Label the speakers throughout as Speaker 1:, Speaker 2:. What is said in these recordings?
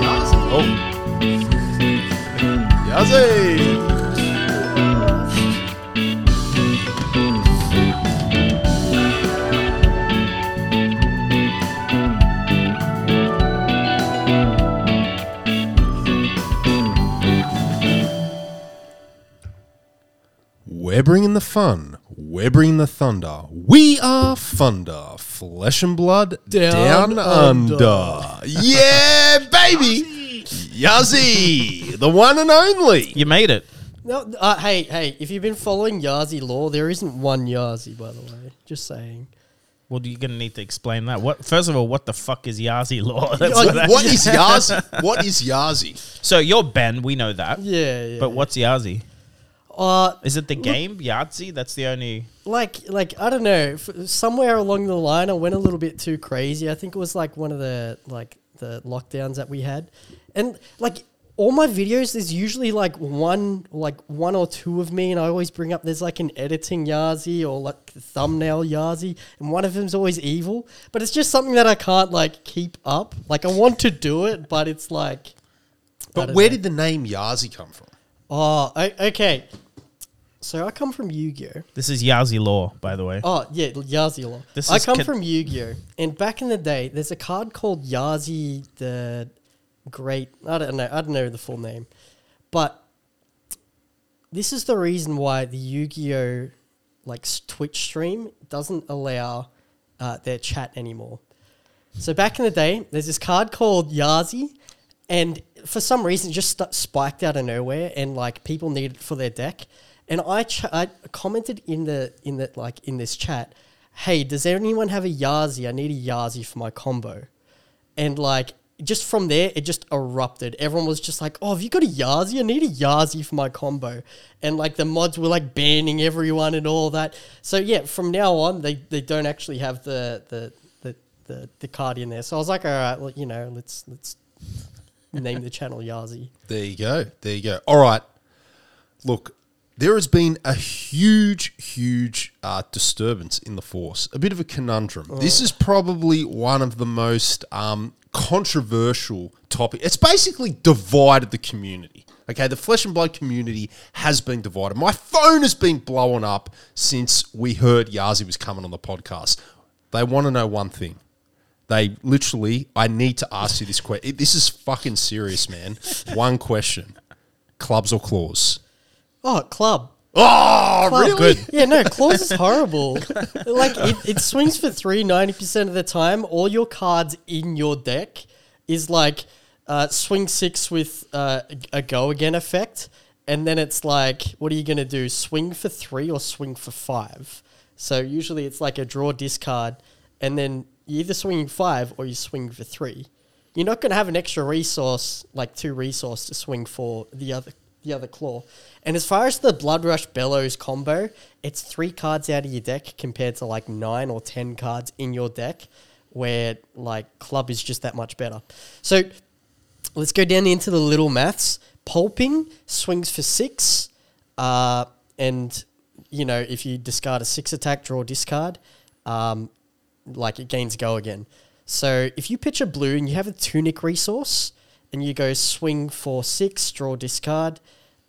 Speaker 1: Oh. Yazzie! We're bringing the fun. We're bringing the thunder. We are Funder, flesh and blood down,
Speaker 2: Down
Speaker 1: under.
Speaker 2: under.
Speaker 1: yeah, baby! Yazzie! The one and only!
Speaker 3: You made it.
Speaker 2: No, uh, hey, hey, if you've been following Yazi law, there isn't one Yazi, by the way. Just saying.
Speaker 3: Well, you're gonna need to explain that. What first of all, what the fuck is Yazi law? That's
Speaker 2: Oh,
Speaker 3: what that-
Speaker 1: What is Yazzie? What is Yazzie?
Speaker 3: so you're Ben, we know that.
Speaker 2: Yeah, yeah.
Speaker 3: But what's Yazi?
Speaker 2: Uh,
Speaker 3: Is it the game Yazi? That's the only.
Speaker 2: like, like I don't know. F- somewhere along the line, I went a little bit too crazy. I think it was like one of the like the lockdowns that we had, and like all my videos, there's usually like one, like one or two of me, and I always bring up there's like an editing Yazi or like thumbnail Yazi, and one of them's always evil. But it's just something that I can't like keep up. Like I want to do it, but it's like. I
Speaker 1: But
Speaker 2: don't
Speaker 1: where
Speaker 2: know.
Speaker 1: did the name Yazzie come from?
Speaker 2: Oh, o- okay. So I come from Yu-Gi-Oh.
Speaker 3: This is Yazi law, by the way.
Speaker 2: Oh yeah, Yazi law.
Speaker 3: This
Speaker 2: I
Speaker 3: is
Speaker 2: come
Speaker 3: con-
Speaker 2: from Yu-Gi-Oh, and back in the day, there's a card called Yazi the Great. I don't know. I don't know the full name, but this is the reason why the Yu-Gi-Oh like s- Twitch stream doesn't allow uh, their chat anymore. So back in the day, there's this card called Yazi, and for some reason, it just st- spiked out of nowhere, and like people needed it for their deck. And I, ch- I commented in the in the like in this chat, hey, does anyone have a Yazi? I need a Yazi for my combo, and like. Just from there, it just erupted. Everyone was just like, "Oh, have you got a Yazi? I need a Yazi for my combo," and like the mods were like banning everyone and all that. So yeah, from now on, they, they don't actually have the the, the the the card in there. So I was like, all right, well, you know, let's let's name the channel Yazi.
Speaker 1: There you go. There you go. All right. Look, there has been a huge, huge uh, disturbance in the force. A bit of a conundrum. This is probably one of the most um, controversial topic. It's basically divided the community. Okay, the flesh and blood community has been divided. My phone has been blowing up since we heard Yazi was coming on the podcast. They want to know one thing they literally i need to ask you this question this is fucking serious man one question clubs or claws
Speaker 2: Oh, club.
Speaker 1: oh
Speaker 2: Club.
Speaker 1: really
Speaker 2: Yeah, no, claws is horrible. like it, it swings for three 90% of the time. All your cards in your deck is like uh, swing six with uh, a go again effect. And then it's like, what are you going to do? Swing for three or swing for five? So usually it's like a draw discard. And then you either swing five or you swing for three. You're not going to have an extra resource, like two resource to swing for the other the other claw. And as far as the Blood Rush Bellows combo, it's three cards out of your deck compared to like nine or ten cards in your deck, where like club is just that much better. So let's go down into the little maths. Pulping swings for six, uh, and you know if you discard a six attack, draw discard. Um, like it gains go again. So if you pitch a blue and you have a tunic resource and you go swing for six, draw discard,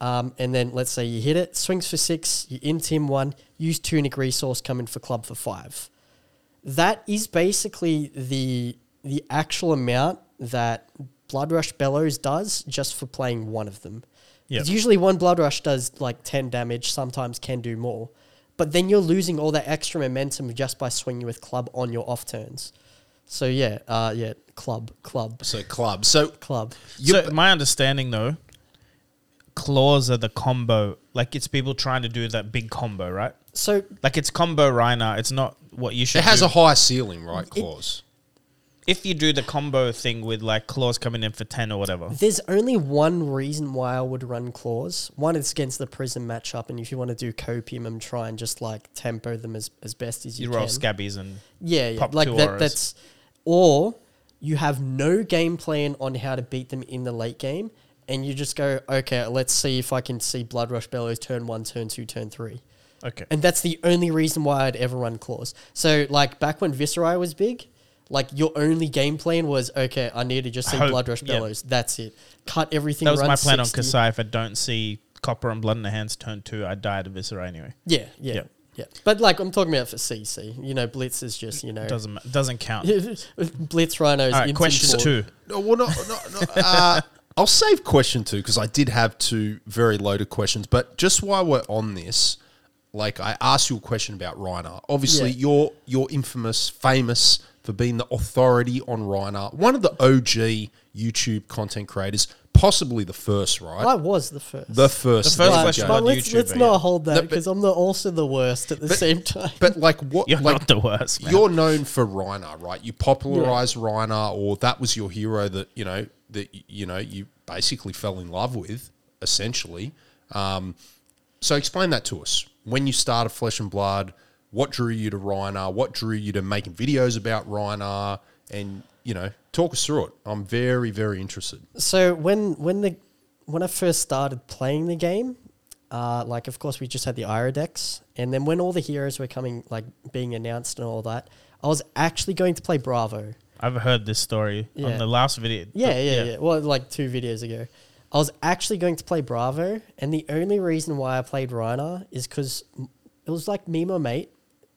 Speaker 2: um, and then let's say you hit it, swings for six, you in team one, use tunic resource, come in for club for five. That is basically the the actual amount that Blood Rush Bellows does just for playing one of them.
Speaker 3: Yep.
Speaker 2: It's usually one Blood Rush does like ten damage, sometimes can do more. But then you're losing all that extra momentum just by swinging with club on your off turns. So yeah, uh, yeah, club, club,
Speaker 1: so clubs so
Speaker 2: club.
Speaker 3: so my understanding though, claws are the combo. Like it's people trying to do that big combo, right?
Speaker 2: So
Speaker 3: Like it's combo Reiner. It's not what you should.
Speaker 1: it has
Speaker 3: do.
Speaker 1: a high ceiling right claws
Speaker 3: if you do the combo thing with like claws coming in for ten or whatever.
Speaker 2: There's only one reason why I would run claws. One, it's against the prism matchup, and if you want to do copium and try and just like tempo them as, as best as you,
Speaker 3: You
Speaker 2: can.
Speaker 3: roll scabbies and
Speaker 2: yeah, yeah.
Speaker 3: pop
Speaker 2: like
Speaker 3: two
Speaker 2: that,
Speaker 3: auras.
Speaker 2: that's or you have no game plan on how to beat them in the late game, and you just go, okay, let's see if I can see Blood Rush Bellows turn one, turn two, turn three.
Speaker 3: okay.
Speaker 2: And that's the only reason why I'd ever run claws. So, like back when Viscerai was big, like your only game plan was okay. I need to just see
Speaker 3: Hope-
Speaker 2: Blood Rush
Speaker 3: yeah.
Speaker 2: Bellows. That's it. Cut everything.
Speaker 3: That was
Speaker 2: run
Speaker 3: my plan
Speaker 2: 60.
Speaker 3: on Kasai. If I don't see Copper and Blood in the Hands turn two, I die to Viscera anyway.
Speaker 2: Yeah, yeah,
Speaker 3: Yeah.
Speaker 2: yeah. But like I'm talking about for CC, you know, Blitz is just you know,
Speaker 3: Doesn't ma- doesn't count.
Speaker 2: Blitz Rhinos.
Speaker 3: All right,
Speaker 2: Imps
Speaker 3: question
Speaker 2: and
Speaker 3: two.
Speaker 1: No, well, no, no, no. Uh, I'll save question two because I did have two very loaded questions. But just while we're on this, like I asked you a question about Reiner. Obviously,
Speaker 2: Yeah.
Speaker 1: you're you're infamous, famous for being the authority on Reiner, one of the OG YouTube content creators, possibly the first, right?
Speaker 2: I was the first.
Speaker 1: the first.
Speaker 3: The first
Speaker 1: there you
Speaker 3: question
Speaker 1: go.
Speaker 3: was-
Speaker 2: but
Speaker 3: on
Speaker 2: let's,
Speaker 3: YouTube,
Speaker 2: let's
Speaker 3: yeah.
Speaker 2: not hold that
Speaker 1: No, but-
Speaker 2: because I'm the, also the worst at the same time.
Speaker 1: But like what?
Speaker 3: You're
Speaker 1: like,
Speaker 3: not the worst, man.
Speaker 1: You're known for Reiner, right? You popularized Reiner, or that was your hero that you know that y- you know you basically fell in love with, essentially. Um, so explain that to us. When you started Flesh and Blood, what drew you to Reiner? What drew you to making videos about Reiner? And you know, talk us through it. I'm very, very interested.
Speaker 2: so when when the when I first started playing the game, uh, like of course we just had the Irodex, and then when all the heroes were coming, like being announced and all that, I was actually going to play Bravo.
Speaker 3: I've heard this story
Speaker 2: Yeah.
Speaker 3: on the last video.
Speaker 2: Yeah, yeah, yeah, Well, like two videos ago, I was actually going to play Bravo, and the only reason why I played Reiner is because it was like me, and my mate,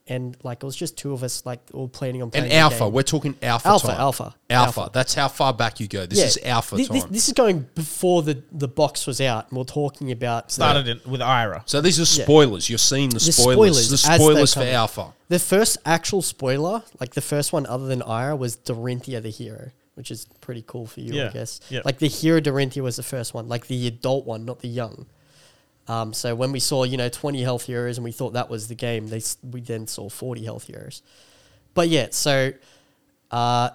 Speaker 2: and like it was just two of us, like all planning on playing
Speaker 1: And
Speaker 2: the
Speaker 1: Alpha,
Speaker 2: game.
Speaker 1: we're talking Alpha,
Speaker 2: Alpha,
Speaker 1: time.
Speaker 2: Alpha,
Speaker 1: Alpha,
Speaker 2: Alpha.
Speaker 1: That's how far back you go. This is Alpha
Speaker 2: Thi-
Speaker 1: time.
Speaker 2: This, this is going before the, the box was out, and we're talking about the,
Speaker 3: Started it with Ira.
Speaker 1: So these are spoilers. You're seeing the
Speaker 2: the
Speaker 1: spoilers.
Speaker 2: spoilers.
Speaker 1: The
Speaker 2: as they're
Speaker 1: spoilers for
Speaker 2: coming.
Speaker 1: Alpha.
Speaker 2: The first actual spoiler, like the first one other than Ira, was Dorinthia the hero, which is pretty cool for you, I
Speaker 3: Yeah,
Speaker 2: guess.
Speaker 3: yeah.
Speaker 2: Like the hero Dorinthia was the first one, like the adult one, not the young. Um, so when we saw, you know, 20 health heroes and we thought that was the game, they s- we then saw 40 health heroes. But yeah, so uh,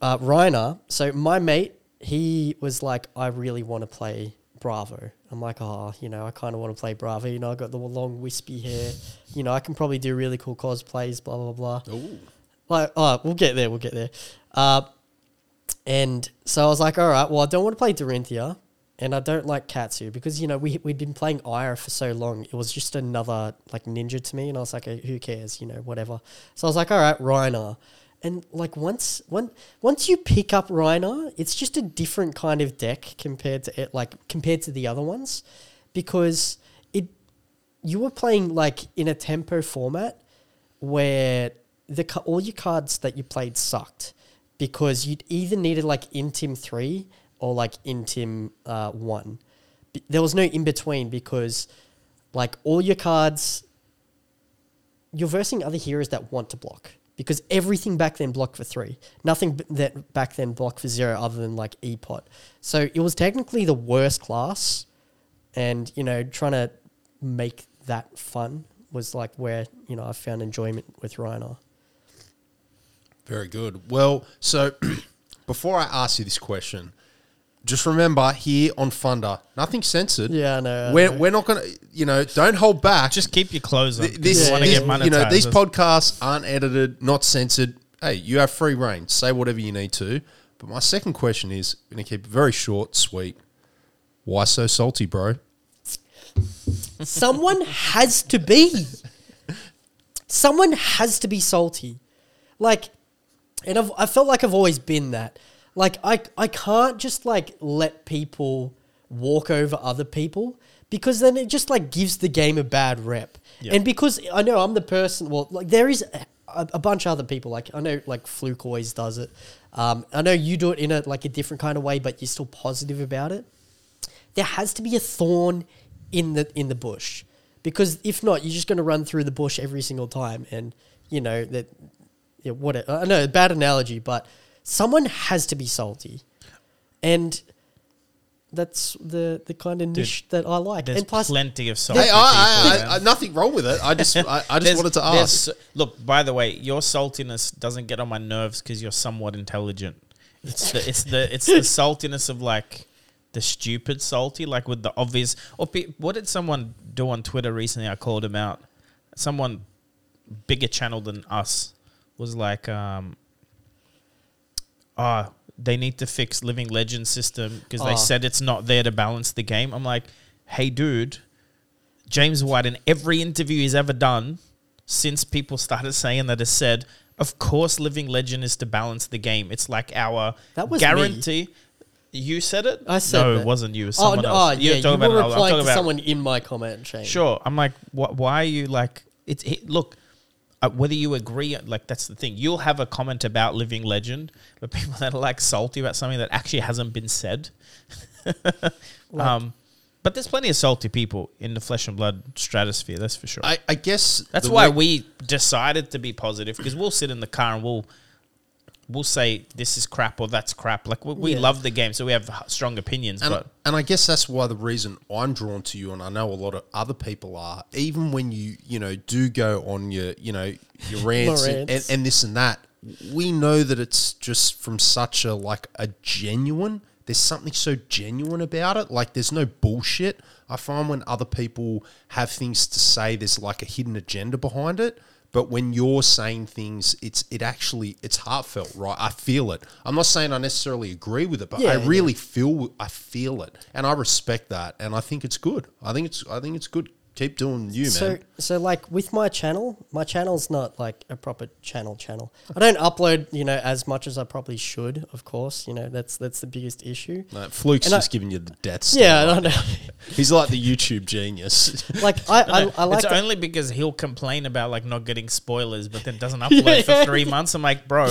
Speaker 2: uh, Reiner, so my mate, he was like, I really want to play Bravo. I'm like, oh, you know, I kind of want to play Bravo. You know, I got the long wispy hair. You know, I can probably do really cool cosplays, blah, blah, blah.
Speaker 1: Ooh.
Speaker 2: Like, oh, we'll get there, we'll get there. Uh, and so I was like, all right, well, I don't want to play Dorinthia and I don't like Katsu because, you know, we, we'd been playing Ira for so long. It was just another, like, ninja to me. And I was like, who cares, you know, whatever. So I was like, all right, Reiner. And, like, once when, once you pick up Reiner, it's just a different kind of deck compared to it, like, compared to the other ones because it you were playing like in a tempo format where the ca- all your cards that you played sucked because you either needed like intim 3 or like intim uh, 1 B- there was no in between because like all your cards you're versing other heroes that want to block because everything back then blocked for three. Nothing b- that back then blocked for zero other than like E EPOT. So it was technically the worst class, and you know trying to make that fun was like where you know I found enjoyment with Reiner.
Speaker 1: Very good. Well, so before I ask you this question, just remember here on Funder, nothing censored.
Speaker 2: Yeah, I know. I
Speaker 1: We're,
Speaker 2: know.
Speaker 1: we're not going to, you know, don't hold back.
Speaker 3: Just keep your clothes on.
Speaker 1: Th- this,
Speaker 3: you want to
Speaker 1: this-
Speaker 3: get monetized.
Speaker 1: you know, these podcasts aren't edited, not censored. Hey, you have free reign. Say whatever you need to. But my second question is going to keep it very short, sweet. Why so salty, bro?
Speaker 2: Someone has to be. Someone has to be salty. Like, and I've, I felt like I've always been that. Like, I, I can't just like let people walk over other people because then it just like gives the game a bad rep.
Speaker 3: Yeah.
Speaker 2: And because I know I'm the person, well, like there is a, a bunch of other people. Like, I know like Fluke always does it. Um, I know you do it in a like a different kind of way, but you're still positive about it there has to be a thorn in the in the bush because if not you're just going to run through the bush every single time and you know that yeah, what a- I know bad analogy but someone has to be salty and that's the the kind of niche that I like
Speaker 3: There's
Speaker 2: and plus
Speaker 3: plenty of salty
Speaker 1: Hey, I, I,
Speaker 3: people.
Speaker 1: I, I, nothing wrong with it. I just, I, I just wanted to ask.
Speaker 3: Look, by the way, your saltiness doesn't get on my nerves because you're somewhat intelligent. It's the it's the it's the saltiness of like the stupid salty, like with the obvious. Or pe- what did someone do on Twitter recently? I called him out. Someone bigger channel than us was like, um, ah, they need to fix Living Legend system because
Speaker 2: Ah.
Speaker 3: they said it's not there to balance the game. I'm like, hey, dude, James White in every interview he's ever done since people started saying that has said Of course, Living Legend is to balance the game. It's like our
Speaker 2: That was
Speaker 3: guarantee. You said it.
Speaker 2: I said
Speaker 3: no.
Speaker 2: that.
Speaker 3: It wasn't you. It was
Speaker 2: Oh,
Speaker 3: someone
Speaker 2: no, oh
Speaker 3: else.
Speaker 2: yeah,
Speaker 3: You're talking
Speaker 2: you
Speaker 3: about
Speaker 2: were
Speaker 3: it. I'm
Speaker 2: replying
Speaker 3: talking
Speaker 2: to
Speaker 3: about-
Speaker 2: someone in my comment chain.
Speaker 3: Sure. I'm like, wh- why are you like? It's it, look, uh, whether you agree, like that's the thing. You'll have a comment about Living Legend, but people that are like salty about something that actually hasn't been said. um, but there's plenty of salty people in the flesh and blood stratosphere. That's for sure.
Speaker 1: I, I guess
Speaker 3: that's
Speaker 1: the
Speaker 3: why
Speaker 1: way-
Speaker 3: we decided to be positive because we'll sit in the car and we'll. We'll say this is crap or that's crap. Like we, we
Speaker 2: Yeah.
Speaker 3: love the game, so we have h- strong opinions.
Speaker 1: And,
Speaker 3: but
Speaker 1: and I guess that's why the reason I'm drawn to you, and I know a lot of other people are, even when you you know do go on your you know your rants and, and,
Speaker 2: rants.
Speaker 1: and this and that, we know that it's just from such a like a genuine. There's something so genuine about it. Like there's no bullshit. I find when other people have things to say, there's like a hidden agenda behind it. But when you're saying things, it's it actually it's heartfelt, right? I feel it. I'm not saying I necessarily agree with it, but I
Speaker 2: Yeah, yeah.
Speaker 1: really feel I feel it, and I respect that, and I think it's good. I think it's I think it's good. Keep doing you,
Speaker 2: So,
Speaker 1: man.
Speaker 2: so like with my channel, my channel's not like a proper channel channel. I don't upload, you know, as much as I probably should. Of course, you know that's that's the biggest issue.
Speaker 1: No, Fluke's
Speaker 2: and I-
Speaker 1: just giving you the death stare.
Speaker 2: Yeah, I don't know.
Speaker 1: He's like the YouTube genius.
Speaker 2: like I, I, I like
Speaker 3: it's
Speaker 2: to-
Speaker 3: only because he'll complain about like not getting spoilers, but then doesn't upload for three months. I'm like, bro,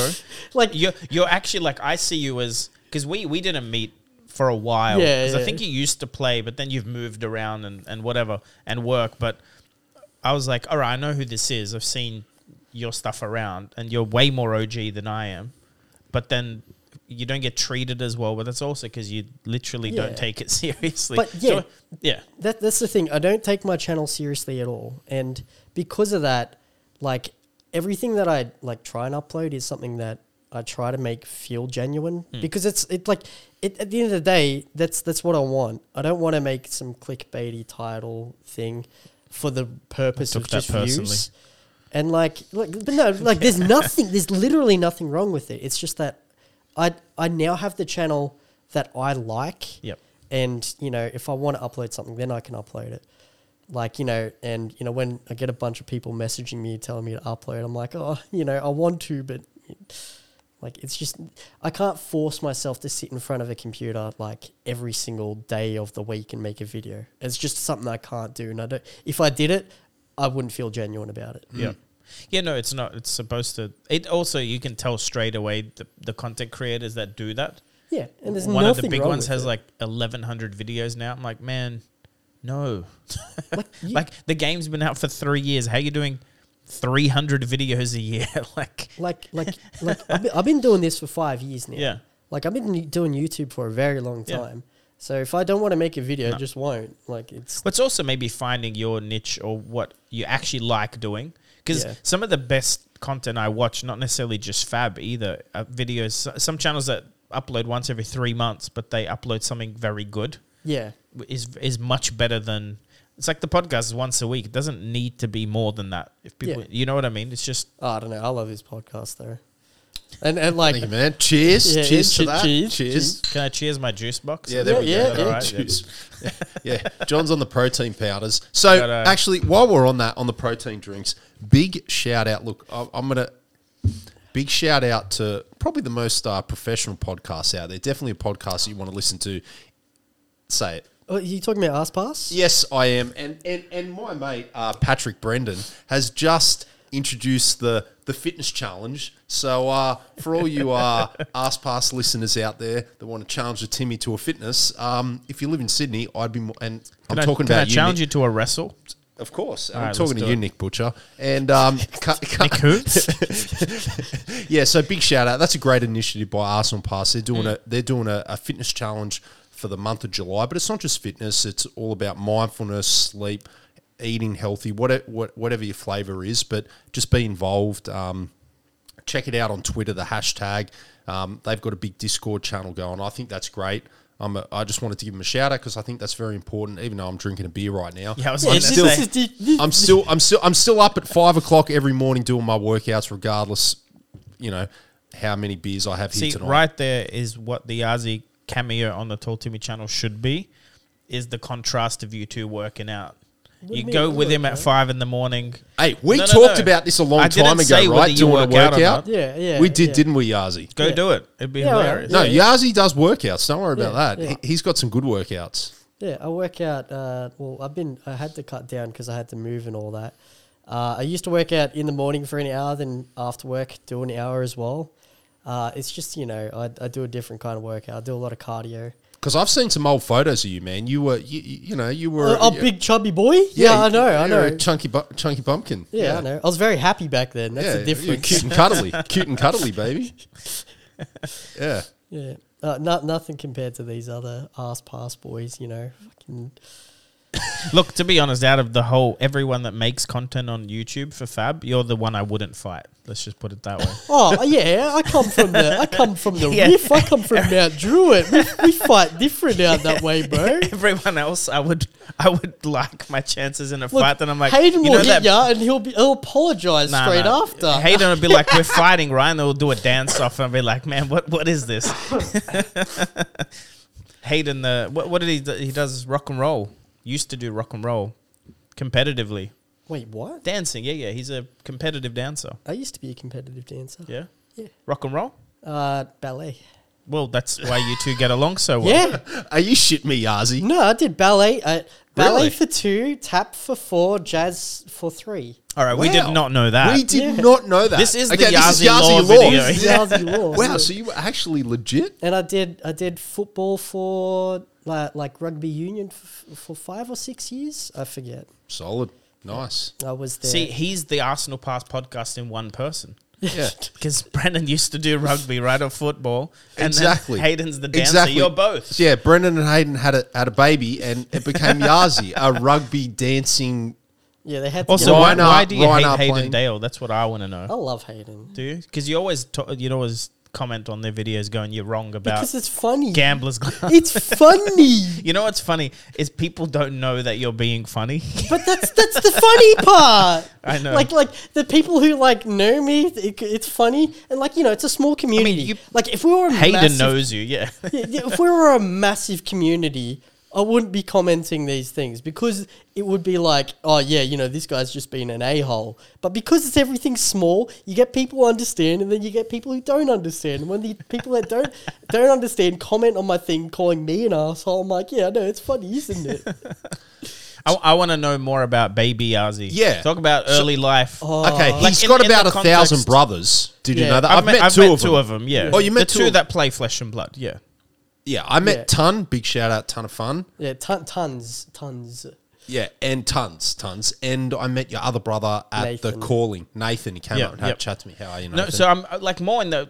Speaker 2: like
Speaker 3: you're you're actually like I see you as because we we didn't meet for a while.
Speaker 2: Yeah,
Speaker 3: 'Cause I
Speaker 2: yeah.
Speaker 3: think you used to play, but then you've moved around and and whatever and work. But I was like, all right, I know who this is. I've seen your stuff around, and you're way more OG than I am. But then. You don't get treated as well, but that's also because you literally
Speaker 2: Yeah.
Speaker 3: don't take it seriously.
Speaker 2: But yeah.
Speaker 3: So, yeah,
Speaker 2: that that's the thing. I don't take my channel seriously at all, and because of that, like everything that I like try and upload is something that I try to make feel genuine
Speaker 3: Hmm.
Speaker 2: because it's it like it, at the end of the day that's that's what I want. I don't want to make some clickbaity title thing for the purpose
Speaker 3: took
Speaker 2: of
Speaker 3: that
Speaker 2: just
Speaker 3: personally.
Speaker 2: views. And like, like, but no, like, there's nothing. There's literally nothing wrong with it. It's just that I I now have the channel that I like.
Speaker 3: Yep.
Speaker 2: And you know, if I want to upload something, then I can upload it. Like you know, and you know, when I get a bunch of people messaging me telling me to upload, I'm like, oh, you know, I want to, but like, it's just I can't force myself to sit in front of a computer like every single day of the week and make a video. It's just something I can't do, and I don't. If I did it, I wouldn't feel genuine about it.
Speaker 3: Yeah. Hmm. Yeah, no, it's not. It's supposed to. It also you can tell straight away the, the content creators that do that.
Speaker 2: Yeah, and there's
Speaker 3: One of
Speaker 2: nothing
Speaker 3: the big
Speaker 2: wrong
Speaker 3: ones
Speaker 2: with
Speaker 3: has
Speaker 2: it.
Speaker 3: like eleven hundred videos now. I'm like, man, no.
Speaker 2: Like, you-
Speaker 3: like the game's been out for three years. How you doing? Three hundred videos a year. like,
Speaker 2: like like like I've been, I've been doing this for five years now.
Speaker 3: Yeah.
Speaker 2: Like I've been doing YouTube for a very long
Speaker 3: Yeah.
Speaker 2: time. So if I don't want to make a video, I just won't. Like it's
Speaker 3: but it's also maybe finding your niche or what you actually like doing. Because
Speaker 2: Yeah.
Speaker 3: some of the best content I watch, not necessarily just fab either, uh, videos. s- Some channels that upload once every three months, but they upload something very good.
Speaker 2: yeah.
Speaker 3: is is much better than it's like the podcast is once a week. It doesn't need to be more than that. If people,
Speaker 2: Yeah.
Speaker 3: you know what I mean, it's just
Speaker 2: Oh, I don't know. I love this podcast though. And and like
Speaker 1: Thank you, man. Cheers.
Speaker 2: Yeah,
Speaker 1: cheers
Speaker 2: yeah,
Speaker 1: to
Speaker 2: che-
Speaker 1: that.
Speaker 2: cheers,
Speaker 1: Cheers.
Speaker 3: can I cheers my juice box?
Speaker 1: Yeah, there
Speaker 2: Yeah,
Speaker 1: we
Speaker 2: yeah,
Speaker 1: go.
Speaker 2: yeah.
Speaker 1: All right, cheers. yeah, John's on the protein powders. So
Speaker 3: But, uh,
Speaker 1: actually, while we're on that, on the protein drinks, big shout out. Look, I- I'm gonna big shout out to probably the most uh, professional podcast out there. Definitely a podcast that you want to listen to. Say it.
Speaker 2: oh, you talking about ass pass?
Speaker 1: Yes, I am. And and, and my mate uh, Patrick Brendan has just introduced the the fitness challenge. So uh, for all you uh, Ask Pass listeners out there that want to challenge the Timmy to a fitness, um, if you live in Sydney, I'd be more, and I'm
Speaker 3: Can I-
Speaker 1: talking
Speaker 3: can
Speaker 1: about
Speaker 3: I challenge
Speaker 1: you,
Speaker 3: you to a wrestle.
Speaker 1: Nick. Of course,
Speaker 3: right,
Speaker 1: I'm
Speaker 3: let's
Speaker 1: talking
Speaker 3: do
Speaker 1: to you,
Speaker 3: it.
Speaker 1: Nick Butcher, and um, ca- ca- yeah, so big shout out. That's a great initiative by Arsenal Pass. They're doing a they're doing a, a fitness challenge for the month of July, but it's not just fitness. It's all about mindfulness, sleep, eating healthy, whatever whatever your flavor is. But just be involved. Um, check it out on Twitter. The hashtag. Um, they've got a big Discord channel going. I think that's great. I'm a, I just wanted to give them a shout out because I think that's very important. Even though I'm drinking a beer right now,
Speaker 3: Yeah, I was
Speaker 2: Yeah,
Speaker 3: gonna
Speaker 2: this,
Speaker 3: say.
Speaker 2: this is the- this-
Speaker 1: I'm still, I'm still, I'm still up at five o'clock every morning doing my workouts, regardless, you know, how many beers I have here
Speaker 3: See,
Speaker 1: tonight.
Speaker 3: right there is what the Aussie cameo on the Tall Timmy channel should be. Is the contrast of you two working out?
Speaker 2: do
Speaker 3: you
Speaker 2: you mean
Speaker 3: go
Speaker 2: I
Speaker 3: with him
Speaker 2: work
Speaker 3: at five in the morning.
Speaker 1: Hey, we
Speaker 3: No, no,
Speaker 1: talked
Speaker 3: no.
Speaker 1: about this a long
Speaker 3: I didn't
Speaker 1: time
Speaker 3: say
Speaker 1: ago,
Speaker 3: whether
Speaker 1: right?
Speaker 3: you
Speaker 1: Doing a
Speaker 3: work out or
Speaker 1: workout.
Speaker 3: not.
Speaker 2: Yeah, yeah.
Speaker 1: we did,
Speaker 2: yeah.
Speaker 1: didn't we, Yazi?
Speaker 3: Go do it. It'd be
Speaker 2: Yeah, well,
Speaker 3: hilarious.
Speaker 1: No,
Speaker 2: yeah, yeah.
Speaker 1: Yazi does workouts. Don't worry about
Speaker 2: Yeah,
Speaker 1: that.
Speaker 2: yeah.
Speaker 1: He, he's got some good workouts.
Speaker 2: Yeah, I work out. Uh, well, I've been. I had to cut down because I had to move and all that. Uh, I used to work out in the morning for an hour, then after work do an hour as well. Uh, it's just you know I, I do a different kind of workout. I do a lot of cardio.
Speaker 1: Because I've seen some old photos of you, man. You were, you, you you know, you were.
Speaker 2: Oh, oh,
Speaker 1: you-
Speaker 2: big chubby boy. Yeah, I know. I
Speaker 1: you were a
Speaker 2: know.
Speaker 1: Chunky, bu- chunky pumpkin.
Speaker 2: Yeah, I know. I was very happy back then. That's the
Speaker 1: you were
Speaker 2: difference.
Speaker 1: Cute and cuddly, cute and cuddly, baby. Yeah.
Speaker 2: Yeah. Uh, no, nothing compared to these other ass pass boys, you know. Fucking
Speaker 3: Look, to be honest, out of the whole everyone that makes content on YouTube for Fab, you're the one I wouldn't fight. Let's just put it that way.
Speaker 2: Oh yeah, I come from the I come from the
Speaker 3: Yeah.
Speaker 2: riff. I come from Mount Druitt. We, we fight different out that way, bro.
Speaker 3: Everyone else, I would, I would like my chances in a
Speaker 2: Look,
Speaker 3: fight. Then I'm like,
Speaker 2: Hayden
Speaker 3: you
Speaker 2: will
Speaker 3: know
Speaker 2: hit
Speaker 3: that
Speaker 2: ya, and he'll be he'll apologize
Speaker 3: Nah,
Speaker 2: straight
Speaker 3: nah.
Speaker 2: after.
Speaker 3: Hayden would be like, "We're fighting, Ryan." They'll do a dance off and be like, "Man, what what is this?" Hayden, the what, what did he do? he does rock and roll? Used to do rock and roll competitively,
Speaker 2: Wait, what?
Speaker 3: dancing. Yeah, yeah, he's a competitive dancer.
Speaker 2: I used to be a competitive dancer.
Speaker 3: Yeah,
Speaker 2: Yeah.
Speaker 3: rock and roll.
Speaker 2: Uh, ballet.
Speaker 3: Well, that's why you two get along so well.
Speaker 2: Yeah.
Speaker 1: Are you shit me, Yazi?
Speaker 2: No, I did ballet. I, ballet
Speaker 3: Really?
Speaker 2: for two, tap for four, jazz for three.
Speaker 3: All right, we did
Speaker 1: Wow.
Speaker 3: not know that.
Speaker 1: We did
Speaker 2: Yeah.
Speaker 1: not know that.
Speaker 3: Uh, This is the Yazi Law video.
Speaker 2: This is Yazi Law.
Speaker 1: Wow, so you were actually legit?
Speaker 2: and I did I did football for like like rugby union f- for five or six years. I forget.
Speaker 1: Solid. Nice.
Speaker 2: I was there.
Speaker 3: See, he's the Arsenal Pass podcast in one person.
Speaker 1: Yeah.
Speaker 3: Because Brendan used to do rugby, right, or football, and
Speaker 1: exactly.
Speaker 3: then Hayden's the dancer.
Speaker 1: Exactly.
Speaker 3: You're both.
Speaker 1: Yeah, Brendan and Hayden had a had a baby, and it became Yazi, a rugby dancing.
Speaker 2: yeah, they had. To
Speaker 3: Also,
Speaker 2: get-
Speaker 3: why,
Speaker 1: Ryan
Speaker 3: why
Speaker 1: up,
Speaker 3: do you
Speaker 1: Ryan
Speaker 3: hate
Speaker 1: up
Speaker 3: Hayden
Speaker 1: playing.
Speaker 3: Dale? That's what I want to know.
Speaker 2: I love Hayden
Speaker 3: Do you? Because you always to- you'd always comment on their videos going you're wrong about
Speaker 2: because it's funny.
Speaker 3: gamblers.
Speaker 2: It's funny,
Speaker 3: you know what's funny is people don't know that you're being funny.
Speaker 2: but that's that's the funny part.
Speaker 3: I know.
Speaker 2: Like like the people who like know me, it, it's funny, and like you know, it's a small community.
Speaker 3: you-
Speaker 2: like if we were a
Speaker 3: Hayden
Speaker 2: massive,
Speaker 3: knows you. Yeah,
Speaker 2: Yeah, yeah, if we were a massive community, I wouldn't be commenting these things because it would be like, oh yeah, you know, this guy's just been an a hole. But because it's everything small, you get people who understand, and then you get people who don't understand. And when the people that don't don't understand comment on my thing, calling me an asshole, I'm like, yeah, no, it's funny, isn't it?
Speaker 3: I, I want to know more about Baby Yazi.
Speaker 1: Yeah.
Speaker 3: talk about early life.
Speaker 2: Oh,
Speaker 1: Okay, he's
Speaker 3: Like, in-
Speaker 1: got
Speaker 3: in
Speaker 1: about
Speaker 3: the
Speaker 1: a thousand
Speaker 3: context-
Speaker 1: brothers. Did you
Speaker 2: Yeah.
Speaker 1: know that?
Speaker 3: I've, met, I've
Speaker 1: two,
Speaker 3: met
Speaker 1: of
Speaker 3: two
Speaker 1: them.
Speaker 3: of them. Yeah.
Speaker 1: Oh, you met
Speaker 3: the
Speaker 1: two
Speaker 3: two
Speaker 1: of-
Speaker 3: that play Flesh and Blood. Yeah.
Speaker 1: Yeah, I met
Speaker 2: Yeah.
Speaker 1: Ton. Big shout out, Ton of Fun.
Speaker 2: Yeah, ton, tons, tons.
Speaker 1: Yeah, and tons, tons. And I met your other brother at the
Speaker 2: Nathan.
Speaker 1: calling. Nathan, he came
Speaker 3: Yeah,
Speaker 1: up and had
Speaker 3: yep.
Speaker 1: a chat to me. How are you, Nathan?
Speaker 3: No, so I'm uh, like more in the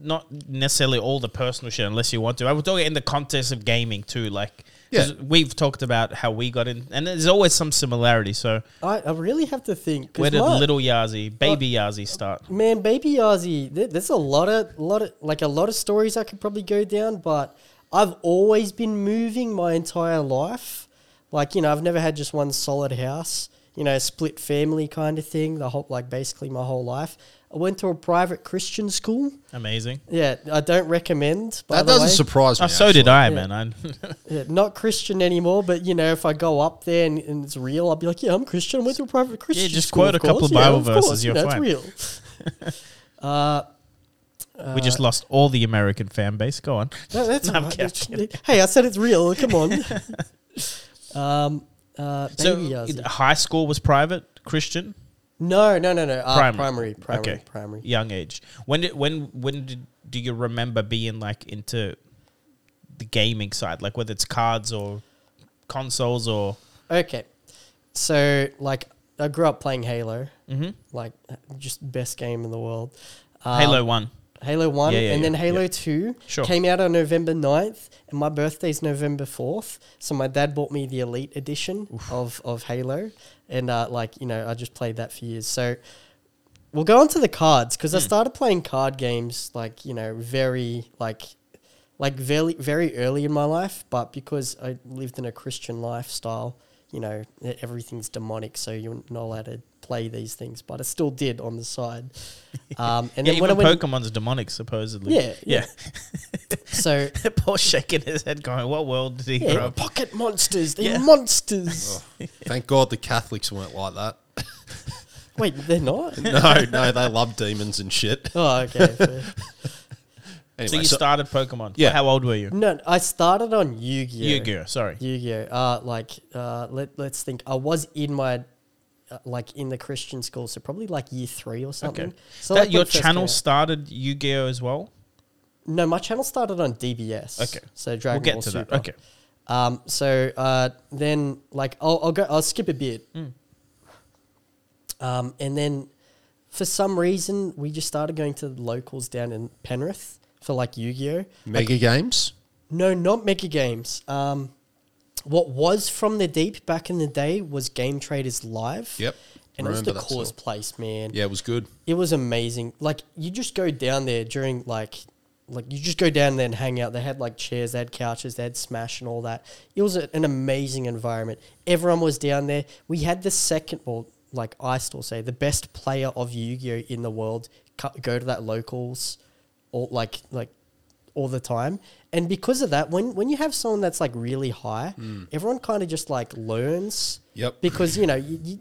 Speaker 3: not necessarily all the personal shit unless you want to. I was talking in the context of gaming too, like 'cause
Speaker 1: Yeah.
Speaker 3: we've talked about how we got in, and there's always some similarity. So
Speaker 2: I, I really have to think. 'cause
Speaker 3: where did
Speaker 2: my-
Speaker 3: little Yazi, baby Yazi start?
Speaker 2: Man, baby Aussie, there, there's a lot of lot of like a lot of stories I could probably go down, but I've always been moving my entire life. Like you know, I've never had just one solid house. You know, split family kind of thing. The whole like basically my whole life. I went to a private Christian school.
Speaker 3: Amazing.
Speaker 2: Yeah, I don't recommend. By
Speaker 1: that
Speaker 2: the
Speaker 1: doesn't
Speaker 2: way.
Speaker 1: surprise me.
Speaker 3: Oh, so did
Speaker 1: actually.
Speaker 3: I, man. I,
Speaker 2: Yeah, not Christian anymore, but you know, if I go up there and, and it's real, I'll be like, yeah, I'm Christian. I went to a private Christian.
Speaker 3: just
Speaker 2: school,
Speaker 3: quote a couple
Speaker 2: course.
Speaker 3: of Bible verses,
Speaker 2: course,
Speaker 3: you're
Speaker 2: know,
Speaker 3: fine."
Speaker 2: It's real. uh,
Speaker 1: Uh,
Speaker 3: we just lost all the American fan base. Go on.
Speaker 2: No, that's
Speaker 3: No, I'm
Speaker 2: all right.
Speaker 3: kidding.
Speaker 2: It's- Hey, I said it's real. Come on. um, uh,
Speaker 3: So
Speaker 2: baby Aussie.
Speaker 3: it- high school was private Christian,
Speaker 2: no, no, no, no. Uh,
Speaker 3: Primary.
Speaker 2: primary, primary, primary,
Speaker 3: Okay. young age. When did when when did do you remember being like into the gaming side, like whether it's cards or consoles or
Speaker 2: Okay, so like I grew up playing Halo,
Speaker 3: Mhm.
Speaker 2: like just best game in the world. Um,
Speaker 3: Halo One?
Speaker 2: Halo 1
Speaker 3: Yeah, yeah,
Speaker 2: and
Speaker 3: yeah,
Speaker 2: then Halo
Speaker 3: yeah.
Speaker 2: 2
Speaker 3: Sure.
Speaker 2: came out on November 9th and my birthday's November 4th so my dad bought me the elite edition of, of Halo and uh, like you know I just played that for years so we'll go on to the cards because I
Speaker 3: Hmm.
Speaker 2: started playing card games like you know very like like very very early in my life but because I lived in a Christian lifestyle you know e- everything's demonic so you're not allowed to play these things but I still did on the side um, and
Speaker 3: yeah,
Speaker 2: then when I
Speaker 3: even
Speaker 2: went
Speaker 3: Pokemon's demonic, supposedly.
Speaker 2: Yeah,
Speaker 3: yeah.
Speaker 2: So
Speaker 3: Paul shaking his head, going, "What world did he
Speaker 2: yeah,
Speaker 3: grow up?"
Speaker 2: pocket monsters, they're
Speaker 3: Yeah. Oh.
Speaker 2: monsters.
Speaker 1: Thank God the Catholics weren't like that.
Speaker 2: Wait, they're not.
Speaker 1: No, no, they love demons and shit.
Speaker 2: Oh, okay. fair.
Speaker 1: Anyway,
Speaker 3: so you
Speaker 1: so-
Speaker 3: started Pokemon.
Speaker 1: Yeah.
Speaker 3: How old were you?
Speaker 2: no, I started on Yu-Gi-Oh.
Speaker 3: Yu-Gi-Oh. Sorry.
Speaker 2: Yu-Gi-Oh. Uh, like, uh, let let's think. I was in my, uh, like, in the Christian school, so probably like year three or something.
Speaker 3: Okay.
Speaker 2: So
Speaker 3: that
Speaker 2: like, when
Speaker 3: your
Speaker 2: it first
Speaker 3: channel
Speaker 2: came out.
Speaker 3: started Yu-Gi-Oh as well.
Speaker 2: No, my channel started on DBS.
Speaker 3: Okay.
Speaker 2: So Dragon
Speaker 3: we'll get
Speaker 2: Ball
Speaker 3: to
Speaker 2: Super.
Speaker 3: that. Okay.
Speaker 2: Um. So uh, then like I'll, I'll go. I'll skip a bit. Um. And then, for some reason, we just started going to the locals down in Penrith for like Yu-Gi-Oh.
Speaker 1: Mega Games.
Speaker 2: No, not Mega Games. Um, what was from the deep back in the day was Game Traders Live.
Speaker 1: Yep.
Speaker 2: And it was
Speaker 1: Remember
Speaker 2: the
Speaker 1: that still.
Speaker 2: coolest place, man.
Speaker 1: Yeah, it was good.
Speaker 2: It was amazing. Like you just go down there during like like you just go down there and hang out. They had like chairs, they had couches, they had smash and all that. It was a, an amazing environment. Everyone was down there. We had the second well, like I still say, the best player of Yu-Gi-Oh in the world co- go to that locals or like like all the time. And because of that, when when you have someone that's like really high, everyone kind of just like learns.
Speaker 1: Yep.
Speaker 2: Because you know you, you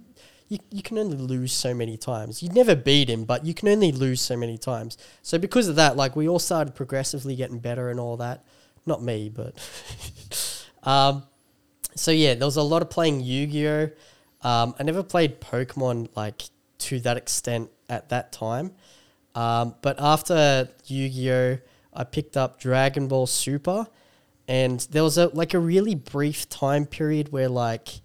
Speaker 2: you you can only lose so many times. You'd never beat him, but you can only lose so many times. So because of that, like we all started progressively getting better and all that. Not me, but um, so yeah, there was a lot of playing Yu-Gi-Oh. Um, I never played Pokemon like to that extent at that time, um, but after Yu-Gi-Oh, I picked up Dragon Ball Super, and there was a like a really brief time period where like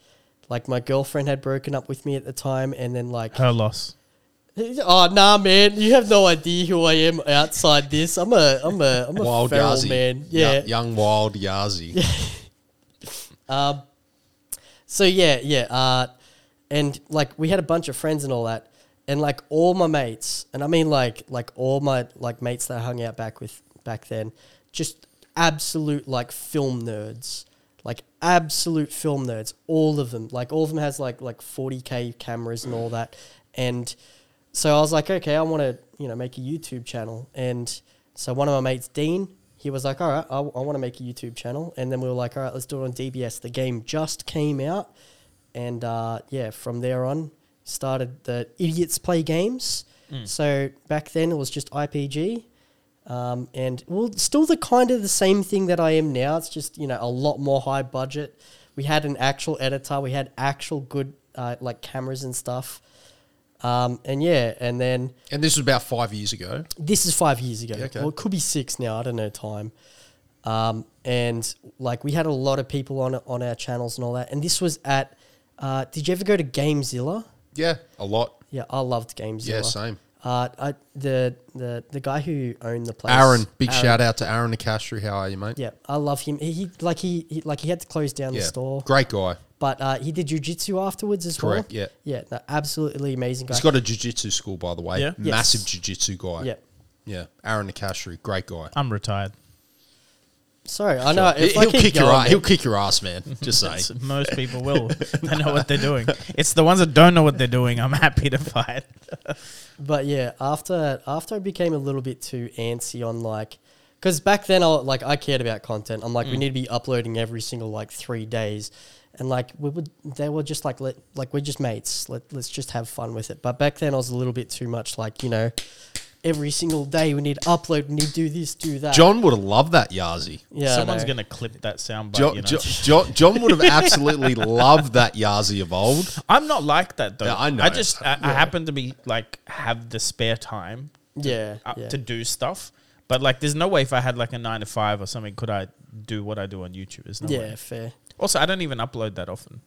Speaker 2: like my girlfriend had broken up with me at the time, and then like
Speaker 3: Her loss.
Speaker 2: oh nah man, you have no idea who I am outside this. I'm a I'm a I'm a
Speaker 1: Wild
Speaker 2: feral
Speaker 1: Yazi.
Speaker 2: man.
Speaker 1: Ya-
Speaker 2: Yeah,
Speaker 1: young Wild Yazi.
Speaker 2: Um, so yeah, yeah, uh, and like we had a bunch of friends and all that, and like all my mates, and I mean like like all my like mates that I hung out back with back then, just absolute like film nerds, like absolute film nerds, all of them, like all of them has like like forty k cameras and all that, and so I was like, okay, I want to you know make a YouTube channel, and so one of my mates, Dean, he was like, all right, I, want to make a YouTube channel. And then we were like, all right, let's do it on DBS. The game just came out. And uh, yeah, from there on, started the Idiots Play Games. So back then it was just IPG. Um, and well, still the kind of the same thing that I am now. It's just, you know, a lot more high budget. We had an actual editor, we had actual good uh, like cameras and stuff. Um, and yeah, and then
Speaker 1: And this was about five years ago.
Speaker 2: this is five years ago.
Speaker 1: Yeah, okay.
Speaker 2: Well, it could be six now. I don't know time. Um, and like we had a lot of people on on our channels and all that. And this was at. Uh, did you ever go to Gamezilla?
Speaker 1: Yeah, a lot.
Speaker 2: Yeah, I loved Gamezilla.
Speaker 1: Yeah, same.
Speaker 2: Uh, I, the the the guy who owned the place,
Speaker 1: Aaron, big shout out to Aaron Nicastri. How are you, mate?
Speaker 2: Yeah, I love him. He, he like he, he like he had to close down the
Speaker 1: Yeah.
Speaker 2: store,
Speaker 1: Great guy.
Speaker 2: but uh, he did jujitsu afterwards as
Speaker 1: Correct,
Speaker 2: well.
Speaker 1: yeah.
Speaker 2: yeah, no, absolutely amazing guy.
Speaker 1: He's got a jiu-jitsu school, by the way.
Speaker 3: Yeah.
Speaker 2: Yes.
Speaker 1: Massive jiu-jitsu guy.
Speaker 2: yeah,
Speaker 1: Yeah. Aaron Nicastri, great guy.
Speaker 3: I'm retired.
Speaker 2: sorry, I know.
Speaker 1: He-
Speaker 2: If I
Speaker 1: He'll
Speaker 2: keep
Speaker 1: kick your
Speaker 2: going,
Speaker 1: ass. He'll kick your ass, man. Just saying.
Speaker 3: That's- most people will. they know what they're doing. It's the ones that don't know what they're doing. I'm happy to fight.
Speaker 2: But yeah, after after I became a little bit too antsy on like, because back then I like I cared about content. I'm like,
Speaker 3: Mm.
Speaker 2: we need to be uploading every single like three days, and like we would they were just like let like we're just mates. Let let's just have fun with it. But back then I was a little bit too much like you know, every single day we need to upload, we need to do this, do that.
Speaker 1: John would have loved that, Yazi.
Speaker 2: yeah, I
Speaker 3: Someone's
Speaker 2: know.
Speaker 3: gonna clip that sound bite,
Speaker 1: John,
Speaker 3: you know.
Speaker 1: Jo- Jo- John would have absolutely loved that Yazi of old.
Speaker 3: I'm not like that though.
Speaker 1: Yeah, I know.
Speaker 3: I just I, I happen to be like have the spare time
Speaker 2: yeah,
Speaker 3: uh,
Speaker 2: yeah.
Speaker 3: to do stuff. But like, there's no way if I had like a nine to five or something, could I do what I do on YouTube? There's no
Speaker 2: yeah,
Speaker 3: way.
Speaker 2: fair.
Speaker 3: Also, I don't even upload that often.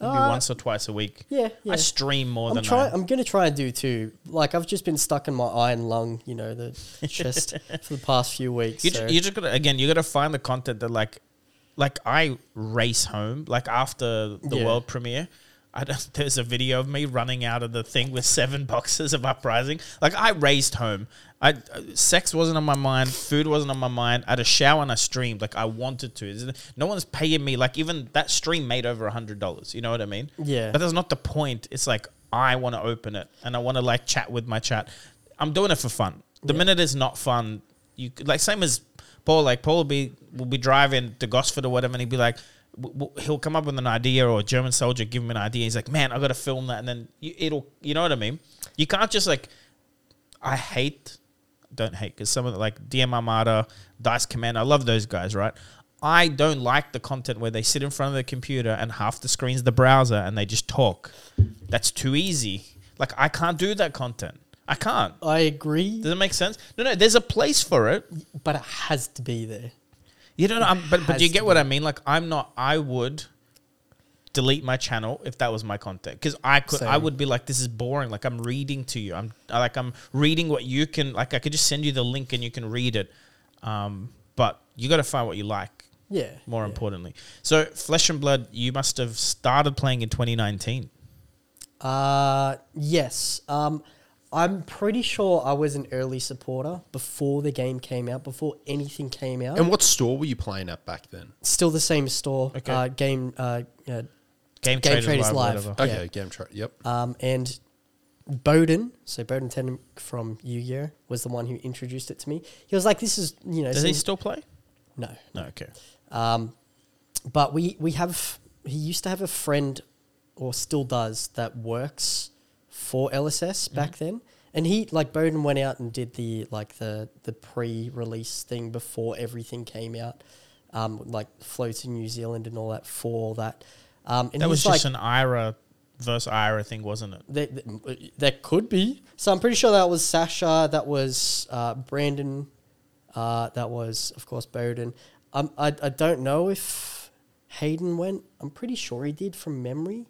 Speaker 3: Maybe
Speaker 2: Uh,
Speaker 3: once or twice a week.
Speaker 2: Yeah, yeah.
Speaker 3: I stream more
Speaker 2: I'm
Speaker 3: than
Speaker 2: trying.
Speaker 3: I.
Speaker 2: I'm gonna try and do too. Like I've just been stuck in my eye and lung, you know, the chest for the past few weeks.
Speaker 3: You,
Speaker 2: so-
Speaker 3: ju- you just gotta again. You gotta find the content that like, like I race home. Like after the
Speaker 2: Yeah.
Speaker 3: world premiere, I don't, there's a video of me running out of the thing with seven boxes of uprising. Like I raced home. I uh, sex wasn't on my mind. Food wasn't on my mind. I had a shower and I streamed. Like I wanted to. There's- No one's paying me. Like even that stream made over a hundred dollars. You know what I mean?
Speaker 2: Yeah.
Speaker 3: But that's not the point. It's like I want to open it and I want to like chat with my chat. I'm doing it for fun. The minute it's not fun, you could- like same as Paul, like Paul will be will be driving to Gosford or whatever, and he'd be like. w- w- He'll come up with an idea, or a German soldier give him an idea. He's like, "Man, I got to film that," and then you, it'll, you know what I mean? You can't just like I hate, don't hate, because some of the, like DM Armada, Dice Command, I love those guys, right? I don't like the content where they sit in front of the computer and half the screen's the browser and they just talk. That's too easy. Like, I can't do that content. I can't.
Speaker 2: I agree,
Speaker 3: Does it make sense? No, no, there's a place for it.
Speaker 2: but it has to be there.
Speaker 3: You don't know, I'm, but, but
Speaker 2: has
Speaker 3: do you
Speaker 2: to
Speaker 3: get what I mean? Like, I'm not, I would delete my channel if that was my content because I could, I
Speaker 2: Same.
Speaker 3: would be like, this is boring. Like, I'm reading to you. I'm I- like, I'm reading what you can, like, I could just send you the link and you can read it. Um, but you got to find what you like,
Speaker 2: Yeah.
Speaker 3: more
Speaker 2: yeah.
Speaker 3: importantly. So, Flesh and Blood, you must have started playing in 2019.
Speaker 2: Uh yes. Um I'm pretty sure I was an early supporter before the game came out, before anything came out.
Speaker 1: And what store were you playing at back then?
Speaker 2: Still the same store.
Speaker 3: Okay.
Speaker 2: Uh, game uh, uh
Speaker 3: Game,
Speaker 2: Game
Speaker 3: Traders,
Speaker 2: Traders
Speaker 3: Live,
Speaker 2: Live.
Speaker 3: whatever.
Speaker 2: Yeah.
Speaker 1: Okay, Game Trade. Yep.
Speaker 2: um and Bowden, so Bowden Tennant from Yu-Gi-Oh was the one who introduced it to me. He was like, "This is you know."
Speaker 3: Does he
Speaker 2: some-
Speaker 3: still play?
Speaker 2: no,
Speaker 3: No, okay.
Speaker 2: Um, but we we have he used to have a friend, or still does, that works for LSS
Speaker 3: Mm-hmm.
Speaker 2: back then, and he like Bowden went out and did the like the the pre-release thing before everything came out, um, like flew to New Zealand and all that for that. Um, and
Speaker 3: That
Speaker 2: he's
Speaker 3: was
Speaker 2: like,
Speaker 3: just an Ira versus Ira thing, wasn't it?
Speaker 2: there, there could be. So I'm pretty sure that was Sasha, that was uh, Brandon, uh, that was, of course, Bowden. Um, I, I don't know if Hayden went. I'm pretty sure he did from memory.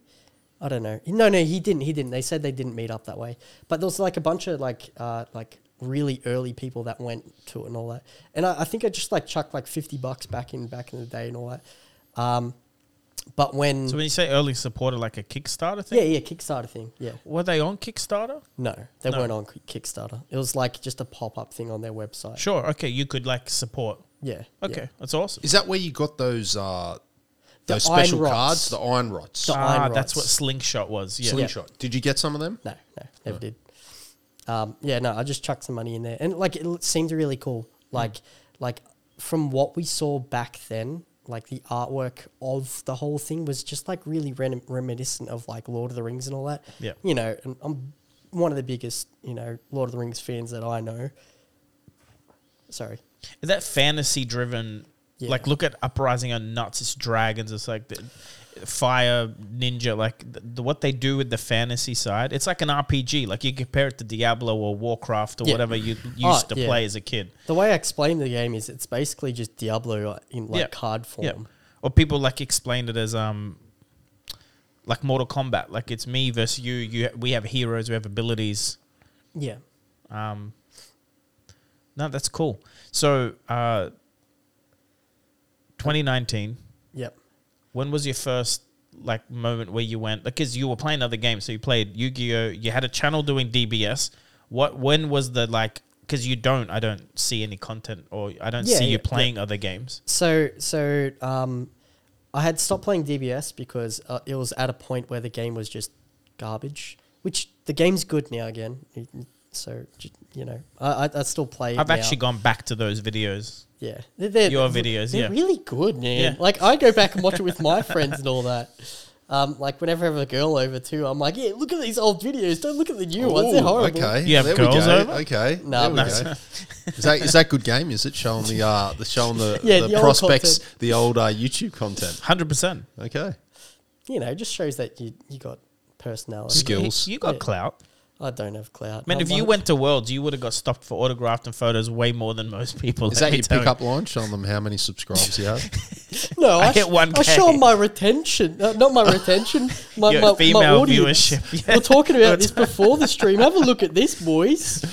Speaker 2: I don't know. No, no, he didn't. He didn't. They said they didn't meet up that way. But there was like a bunch of like, uh, like really early people that went to it and all that. And I, I think I just like chucked like 50 bucks back in back in the day and all that. Um, but when,
Speaker 3: So when you say early supporter, like a Kickstarter thing?
Speaker 2: yeah, yeah, Kickstarter thing. Yeah.
Speaker 3: Were they on Kickstarter?
Speaker 2: No, they
Speaker 3: No.
Speaker 2: weren't on Ki- Kickstarter. It was like just a pop up thing on their website.
Speaker 3: Sure. Okay, you could like support.
Speaker 2: Yeah.
Speaker 3: Okay,
Speaker 2: yeah.
Speaker 3: that's awesome.
Speaker 1: Is that where you got those uh,
Speaker 2: The
Speaker 1: those
Speaker 2: iron
Speaker 1: special
Speaker 2: rods.
Speaker 1: cards, the iron rods,
Speaker 2: The
Speaker 3: ah,
Speaker 2: iron
Speaker 3: that's what
Speaker 2: rods.
Speaker 3: slingshot was. Yeah.
Speaker 1: slingshot? Did you get some of them?
Speaker 2: No, no, never did. Um, yeah, no, I just chucked some money in there, and like it l- seemed really cool.
Speaker 3: Hmm.
Speaker 2: Like, like from what we saw back then, like the artwork of the whole thing was just like really rem- reminiscent of like Lord of the Rings and all that.
Speaker 3: Yeah.
Speaker 2: you know, and I'm one of the biggest you know Lord of the Rings fans that I know. Sorry,
Speaker 3: Is that fantasy driven?
Speaker 2: Yeah.
Speaker 3: Like, look at Uprising on Nuts. It's dragons. It's like the fire ninja. Like the, the, what they do with the fantasy side. It's like an RPG. Like you compare it to Diablo or Warcraft or
Speaker 2: Yeah.
Speaker 3: whatever you used
Speaker 2: Oh,
Speaker 3: to
Speaker 2: yeah.
Speaker 3: play as a kid.
Speaker 2: the way I explained the game is it's basically just Diablo uh, in like
Speaker 3: Yeah.
Speaker 2: card form.
Speaker 3: Yeah. Or people like explained it as um like Mortal Kombat. Like it's me versus you. You we have heroes. We have abilities.
Speaker 2: Yeah.
Speaker 3: Um, no, that's cool. So, uh, 2019.
Speaker 2: Yep.
Speaker 3: When was your first like moment where you went? Because you were playing other games, so you played Yu Gi Oh. You had a channel doing DBS. What? When was the like? Because you don't, I don't see any content, or I don't
Speaker 2: Yeah,
Speaker 3: see
Speaker 2: yeah,
Speaker 3: you playing other games.
Speaker 2: So so um, I had stopped playing DBS because uh, it was at a point where the game was just garbage. Which the game's good now again. So j- you know, I I, I still play. it
Speaker 3: I've
Speaker 2: now.
Speaker 3: actually gone back to those videos.
Speaker 2: yeah. They're, they're-
Speaker 3: Your videos,
Speaker 2: they're
Speaker 3: yeah.
Speaker 2: really good, man.
Speaker 3: Yeah.
Speaker 2: Like I go back and watch it with my friends and all that. Um, like whenever I have a girl over too, I'm like, yeah, look at these old videos. Don't look at the new ones. They're
Speaker 1: Ooh,
Speaker 2: horrible.
Speaker 1: Okay,
Speaker 3: You have
Speaker 1: there we
Speaker 3: girls
Speaker 1: go.
Speaker 3: over?
Speaker 1: Okay,
Speaker 2: No,
Speaker 1: there we
Speaker 2: no.
Speaker 1: go. Is that is that good game? Is it showing the uh the showing the,
Speaker 2: Yeah,
Speaker 1: the,
Speaker 2: the old
Speaker 1: prospects the old uh, YouTube content?
Speaker 3: Hundred percent
Speaker 1: Okay,
Speaker 2: You know, it just shows that you you got personality.
Speaker 1: Skill. Skills.
Speaker 3: You got
Speaker 2: Yeah.
Speaker 3: clout.
Speaker 2: I don't have clout.
Speaker 3: Man,
Speaker 2: I'm
Speaker 3: if you
Speaker 2: like-
Speaker 3: went to Worlds, you would have got stopped for autographed and photos way more than most people.
Speaker 1: is
Speaker 3: let
Speaker 1: that
Speaker 3: me
Speaker 1: your
Speaker 3: tell you.
Speaker 1: pickup line? Showing them how many subscribers you have.
Speaker 2: No, I,
Speaker 3: I hit
Speaker 2: sh-
Speaker 3: 1K.
Speaker 2: I show my retention, uh, not my retention, my,
Speaker 3: Your
Speaker 2: my my
Speaker 3: female
Speaker 2: audience.
Speaker 3: viewership,
Speaker 2: We're talking about this before the stream. Have a look at this, boys.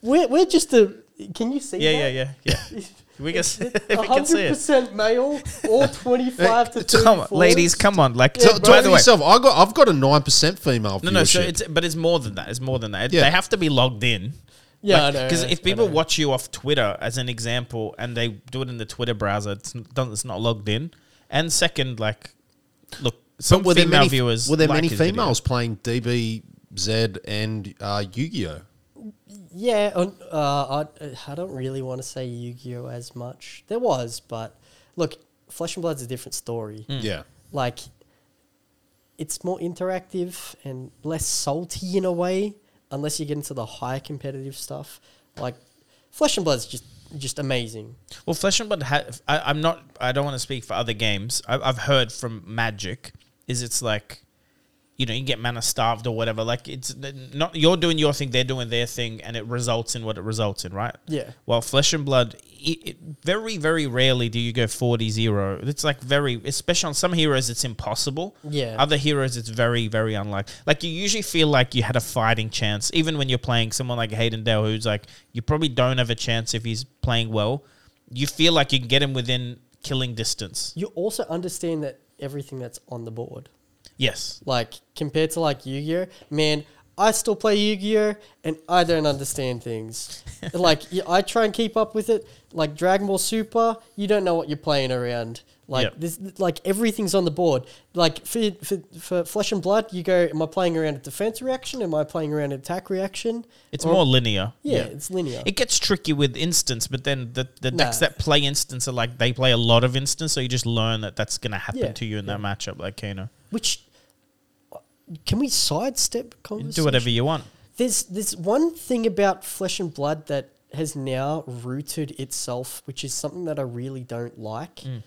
Speaker 2: We're, we're just a. Can you see?
Speaker 3: Yeah, yeah, yeah, yeah. We can, see- we can see
Speaker 2: hundred
Speaker 3: it.
Speaker 2: percent male, all twenty-five to
Speaker 3: Come on,
Speaker 2: 34s.
Speaker 3: ladies, come on! Like,
Speaker 1: Tell-
Speaker 3: by
Speaker 1: tell
Speaker 3: the way,
Speaker 1: yourself, I got I've got a nine percent female viewership.
Speaker 3: no, no. So it's but it's more than that. It's more than that.
Speaker 1: Yeah.
Speaker 3: They have to be logged in.
Speaker 2: Yeah, I know,
Speaker 3: Because
Speaker 2: I know,
Speaker 3: if
Speaker 2: I
Speaker 3: people
Speaker 2: know.
Speaker 3: watch you off Twitter as an example, and they do it in the Twitter browser, it's, n- doesn't- it's not logged in. And second, like, look, some
Speaker 1: But were there
Speaker 3: female
Speaker 1: many,
Speaker 3: viewers.
Speaker 1: Were there
Speaker 3: like
Speaker 1: many
Speaker 3: his video.
Speaker 1: females playing DBZ and uh, Yu Gi Oh?
Speaker 2: Yeah, un- uh, I, I don't really want to say Yu Gi Oh as much. There was, but look, Flesh and Blood's a different story.
Speaker 3: Mm.
Speaker 1: Yeah.
Speaker 2: Like, it's more interactive and less salty in a way, unless you get into the high competitive stuff. Like, Flesh and Blood's just just amazing.
Speaker 3: Well, Flesh and Blood. Ha- I, I'm not. I don't want to speak for other games. I, I've heard from Magic is it's like, you know, you get mana starved or whatever. Like it's n- not you're doing your thing, they're doing their thing, and it results in what it results in, right?
Speaker 2: Yeah.
Speaker 3: While Flesh and Blood, it, it, very very rarely do you go 40-0. It's like very, especially on some heroes, it's impossible.
Speaker 2: Yeah.
Speaker 3: Other heroes, it's very very unlikely. Like you usually feel like you had a fighting chance, even when you're playing someone like Hayden Dale, who's like you probably don't have a chance if he's playing well. You feel like you can get him within killing distance.
Speaker 2: You also understand that everything that's on the board.
Speaker 3: Yes.
Speaker 2: Like, compared to like Yu Gi Oh, man, I still play Yu Gi Oh and I don't understand things. like, y- I try and keep up with it. Like, Dragon Ball Super, you don't know what you're playing around. Like,
Speaker 3: Yep.
Speaker 2: this, like everything's on the board. Like, for, for, for Flesh and Blood, you go, am I playing around a defense reaction? Am I playing around an attack reaction?
Speaker 3: It's
Speaker 2: Or-
Speaker 3: more linear.
Speaker 2: Yeah, it's linear.
Speaker 3: It gets tricky with instance, but then the, the decks
Speaker 2: Nah.
Speaker 3: that play instance are like they play a lot of instance, so you just learn that that's going to happen
Speaker 2: Yeah,
Speaker 3: to you in that matchup, like Kano.
Speaker 2: Which, uh, can we sidestep conversation?
Speaker 3: Do whatever you want.
Speaker 2: There's there's one thing about Flesh and Blood that has now rooted itself, which is something that I really don't like.
Speaker 3: Mm.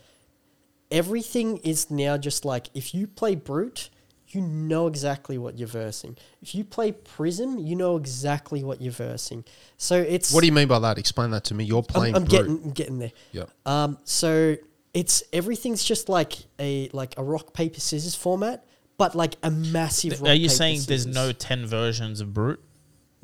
Speaker 2: Everything is now just like if you play Brute, you know exactly what you're versing. If you play Prism, you know exactly what you're versing. So it's
Speaker 1: What do you mean by that? Explain that to me. You're playing.
Speaker 2: I'm, I'm
Speaker 1: brute.
Speaker 2: getting I'm getting there.
Speaker 1: Yep.
Speaker 2: Um, so it's everything's just like a like a rock paper scissors format, but like a massive. Rock,
Speaker 3: Are you
Speaker 2: paper,
Speaker 3: uh, saying there's no
Speaker 2: scissors.
Speaker 3: 10 versions of Brute?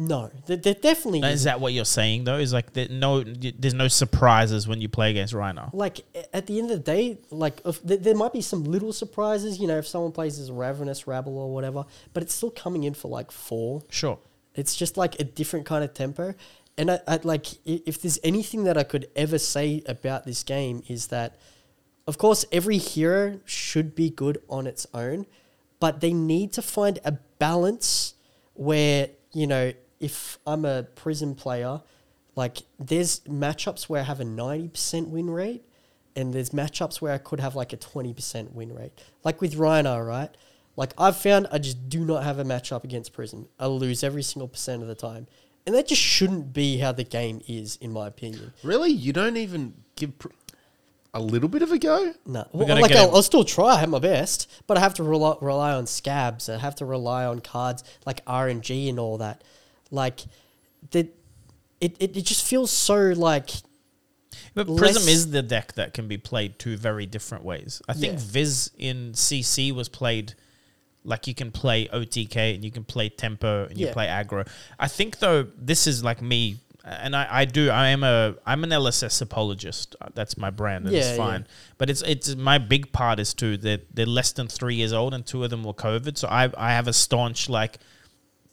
Speaker 2: no? There, there definitely
Speaker 3: Now,
Speaker 2: is
Speaker 3: Is that what you're saying though? Is like there no, there's no surprises when you play against Rhino.
Speaker 2: like a- at the end of the day, like if, th- there might be some little surprises, you know, if someone plays as Ravenous Rabble or whatever, but it's still coming in for like four.
Speaker 3: Sure.
Speaker 2: It's just like a different kind of tempo. And I, I like i- if there's anything that I could ever say about this game is that, of course, every hero should be good on its own, but they need to find a balance where you know if I'm a prison player, like there's matchups where I have a ninety percent win rate, and there's matchups where I could have like a twenty percent win rate, like with Rhino, right? Like I've found I just do not have a matchup against Prism. I lose every single percent of the time. And that just shouldn't be how the game is, in my opinion.
Speaker 1: Really? You don't even give pr- a little bit of a go?
Speaker 2: No,
Speaker 3: We're
Speaker 2: well,
Speaker 3: gonna
Speaker 2: like
Speaker 3: get
Speaker 2: I'll,
Speaker 3: him.
Speaker 2: I'll still try, I have my best, but I have to rely, rely on scabs. I have to rely on cards like RNG and all that. Like, the, it, it it just feels so like
Speaker 3: But
Speaker 2: Less-
Speaker 3: Prism is the deck that can be played two very different ways. I think
Speaker 2: Yeah.
Speaker 3: Viz in CC was played like you can play OTK and you can play tempo and you
Speaker 2: Yeah.
Speaker 3: play aggro. I think though this is like me and I, I do I am a I'm an LSS apologist. Uh, That's my brand and
Speaker 2: Yeah,
Speaker 3: it's
Speaker 2: yeah.
Speaker 3: fine. But it's it's my big part is too that they're less than three years old and two of them were COVID. So I I have a staunch like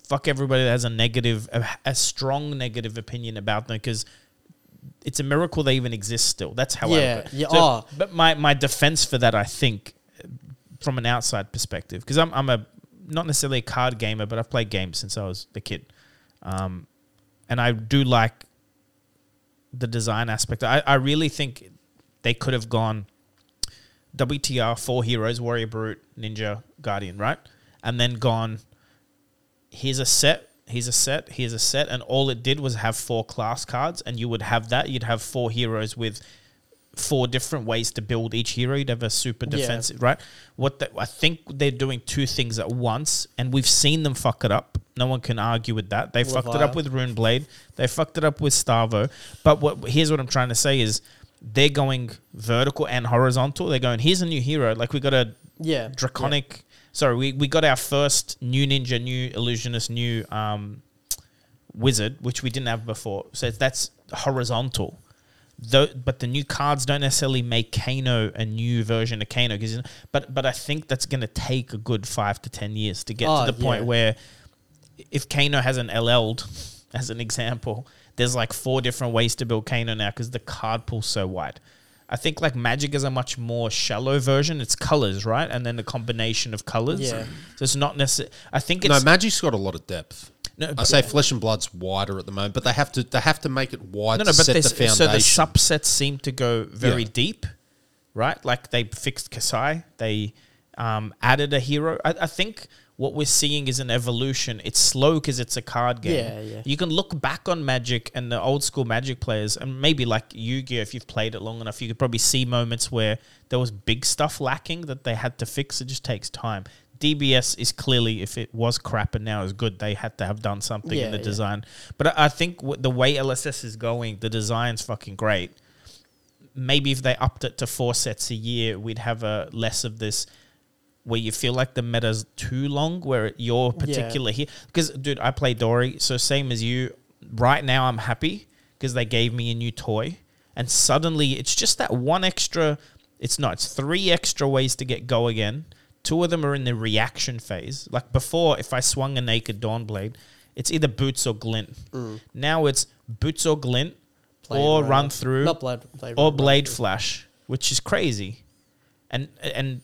Speaker 3: fuck everybody that has a negative a, a strong negative opinion about them because it's a miracle they even exist still. That's how I
Speaker 2: Yeah,
Speaker 3: look at it.
Speaker 2: yeah, ah.
Speaker 3: But my, my defense for that, I think, uh, from an outside perspective, because I'm, I'm a not necessarily a card gamer, but I've played games since I was a kid. Um, and I do like the design aspect. I, I really think they could have gone WTR, four heroes, warrior, brute, ninja, guardian, right? And then gone, here's a set, here's a set, here's a set. And all it did was have four class cards, and you would have that. You'd have four heroes with four different ways to build each hero. You'd have a super
Speaker 2: Yeah.
Speaker 3: defensive, right? What the, I think they're doing two things at once, and we've seen them fuck it up. No one can argue with that. They fucked it up
Speaker 2: Leviathan.
Speaker 3: with Rune Blade. They fucked it up with Starvo. But what here's what I'm trying to say is they're going vertical and horizontal. They're going, here's a new hero. Like we got a
Speaker 2: yeah
Speaker 3: draconic sorry, we, we got our first new ninja, new illusionist, new um wizard, which we didn't have before. So that's horizontal. Though, but the new cards don't necessarily make Kano a new version of Kano. 'cause- but but I think that's going to take a good five to ten years to get
Speaker 2: Oh,
Speaker 3: to the point
Speaker 2: yeah.
Speaker 3: where if Kano has an LL'd, as an example, there's like four different ways to build Kano now because the card pool's so wide. I think like Magic is a much more shallow version. It's colors, right? And then the combination of colors.
Speaker 2: Yeah.
Speaker 3: So it's not necessarily. I think
Speaker 1: No,
Speaker 3: it's
Speaker 1: Magic's got a lot of depth.
Speaker 3: No,
Speaker 1: I say flesh and blood's wider at the moment, but they have to they have to make it wide
Speaker 3: No, no,
Speaker 1: to
Speaker 3: but
Speaker 1: set the
Speaker 3: there's
Speaker 1: foundation.
Speaker 3: so the subsets seem to go very
Speaker 1: Yeah.
Speaker 3: deep, right? Like they fixed Kasai, they um, added a hero. I, I think what we're seeing is an evolution. It's slow because it's a card game.
Speaker 2: Yeah, yeah.
Speaker 3: You can look back on Magic and the old school Magic players, and maybe like Yu Gi Oh, if you've played it long enough, you could probably see moments where there was big stuff lacking that they had to fix. It just takes time. DBS is clearly, if it was crap and now is good, they had to have done something
Speaker 2: Yeah,
Speaker 3: in the
Speaker 2: yeah.
Speaker 3: design. But I I think w- the way LSS is going, the design's fucking great. Maybe if they upped it to four sets a year, we'd have a less of this where you feel like the meta's too long, where it, your particular here. Because, dude, I play Dory, so same as you. Right now, I'm happy because they gave me a new toy, and suddenly it's just that one extra. It's not. It's three extra ways to get go again. Two of them are in the reaction phase. Like before, if I swung a naked Dawnblade, it's either boots or glint. Now it's boots or glint,
Speaker 2: Blade
Speaker 3: or
Speaker 2: Runner.
Speaker 3: run through,
Speaker 2: Not Blade, Blade
Speaker 3: or
Speaker 2: Runner,
Speaker 3: blade
Speaker 2: Blade-
Speaker 3: flash, which is crazy, and and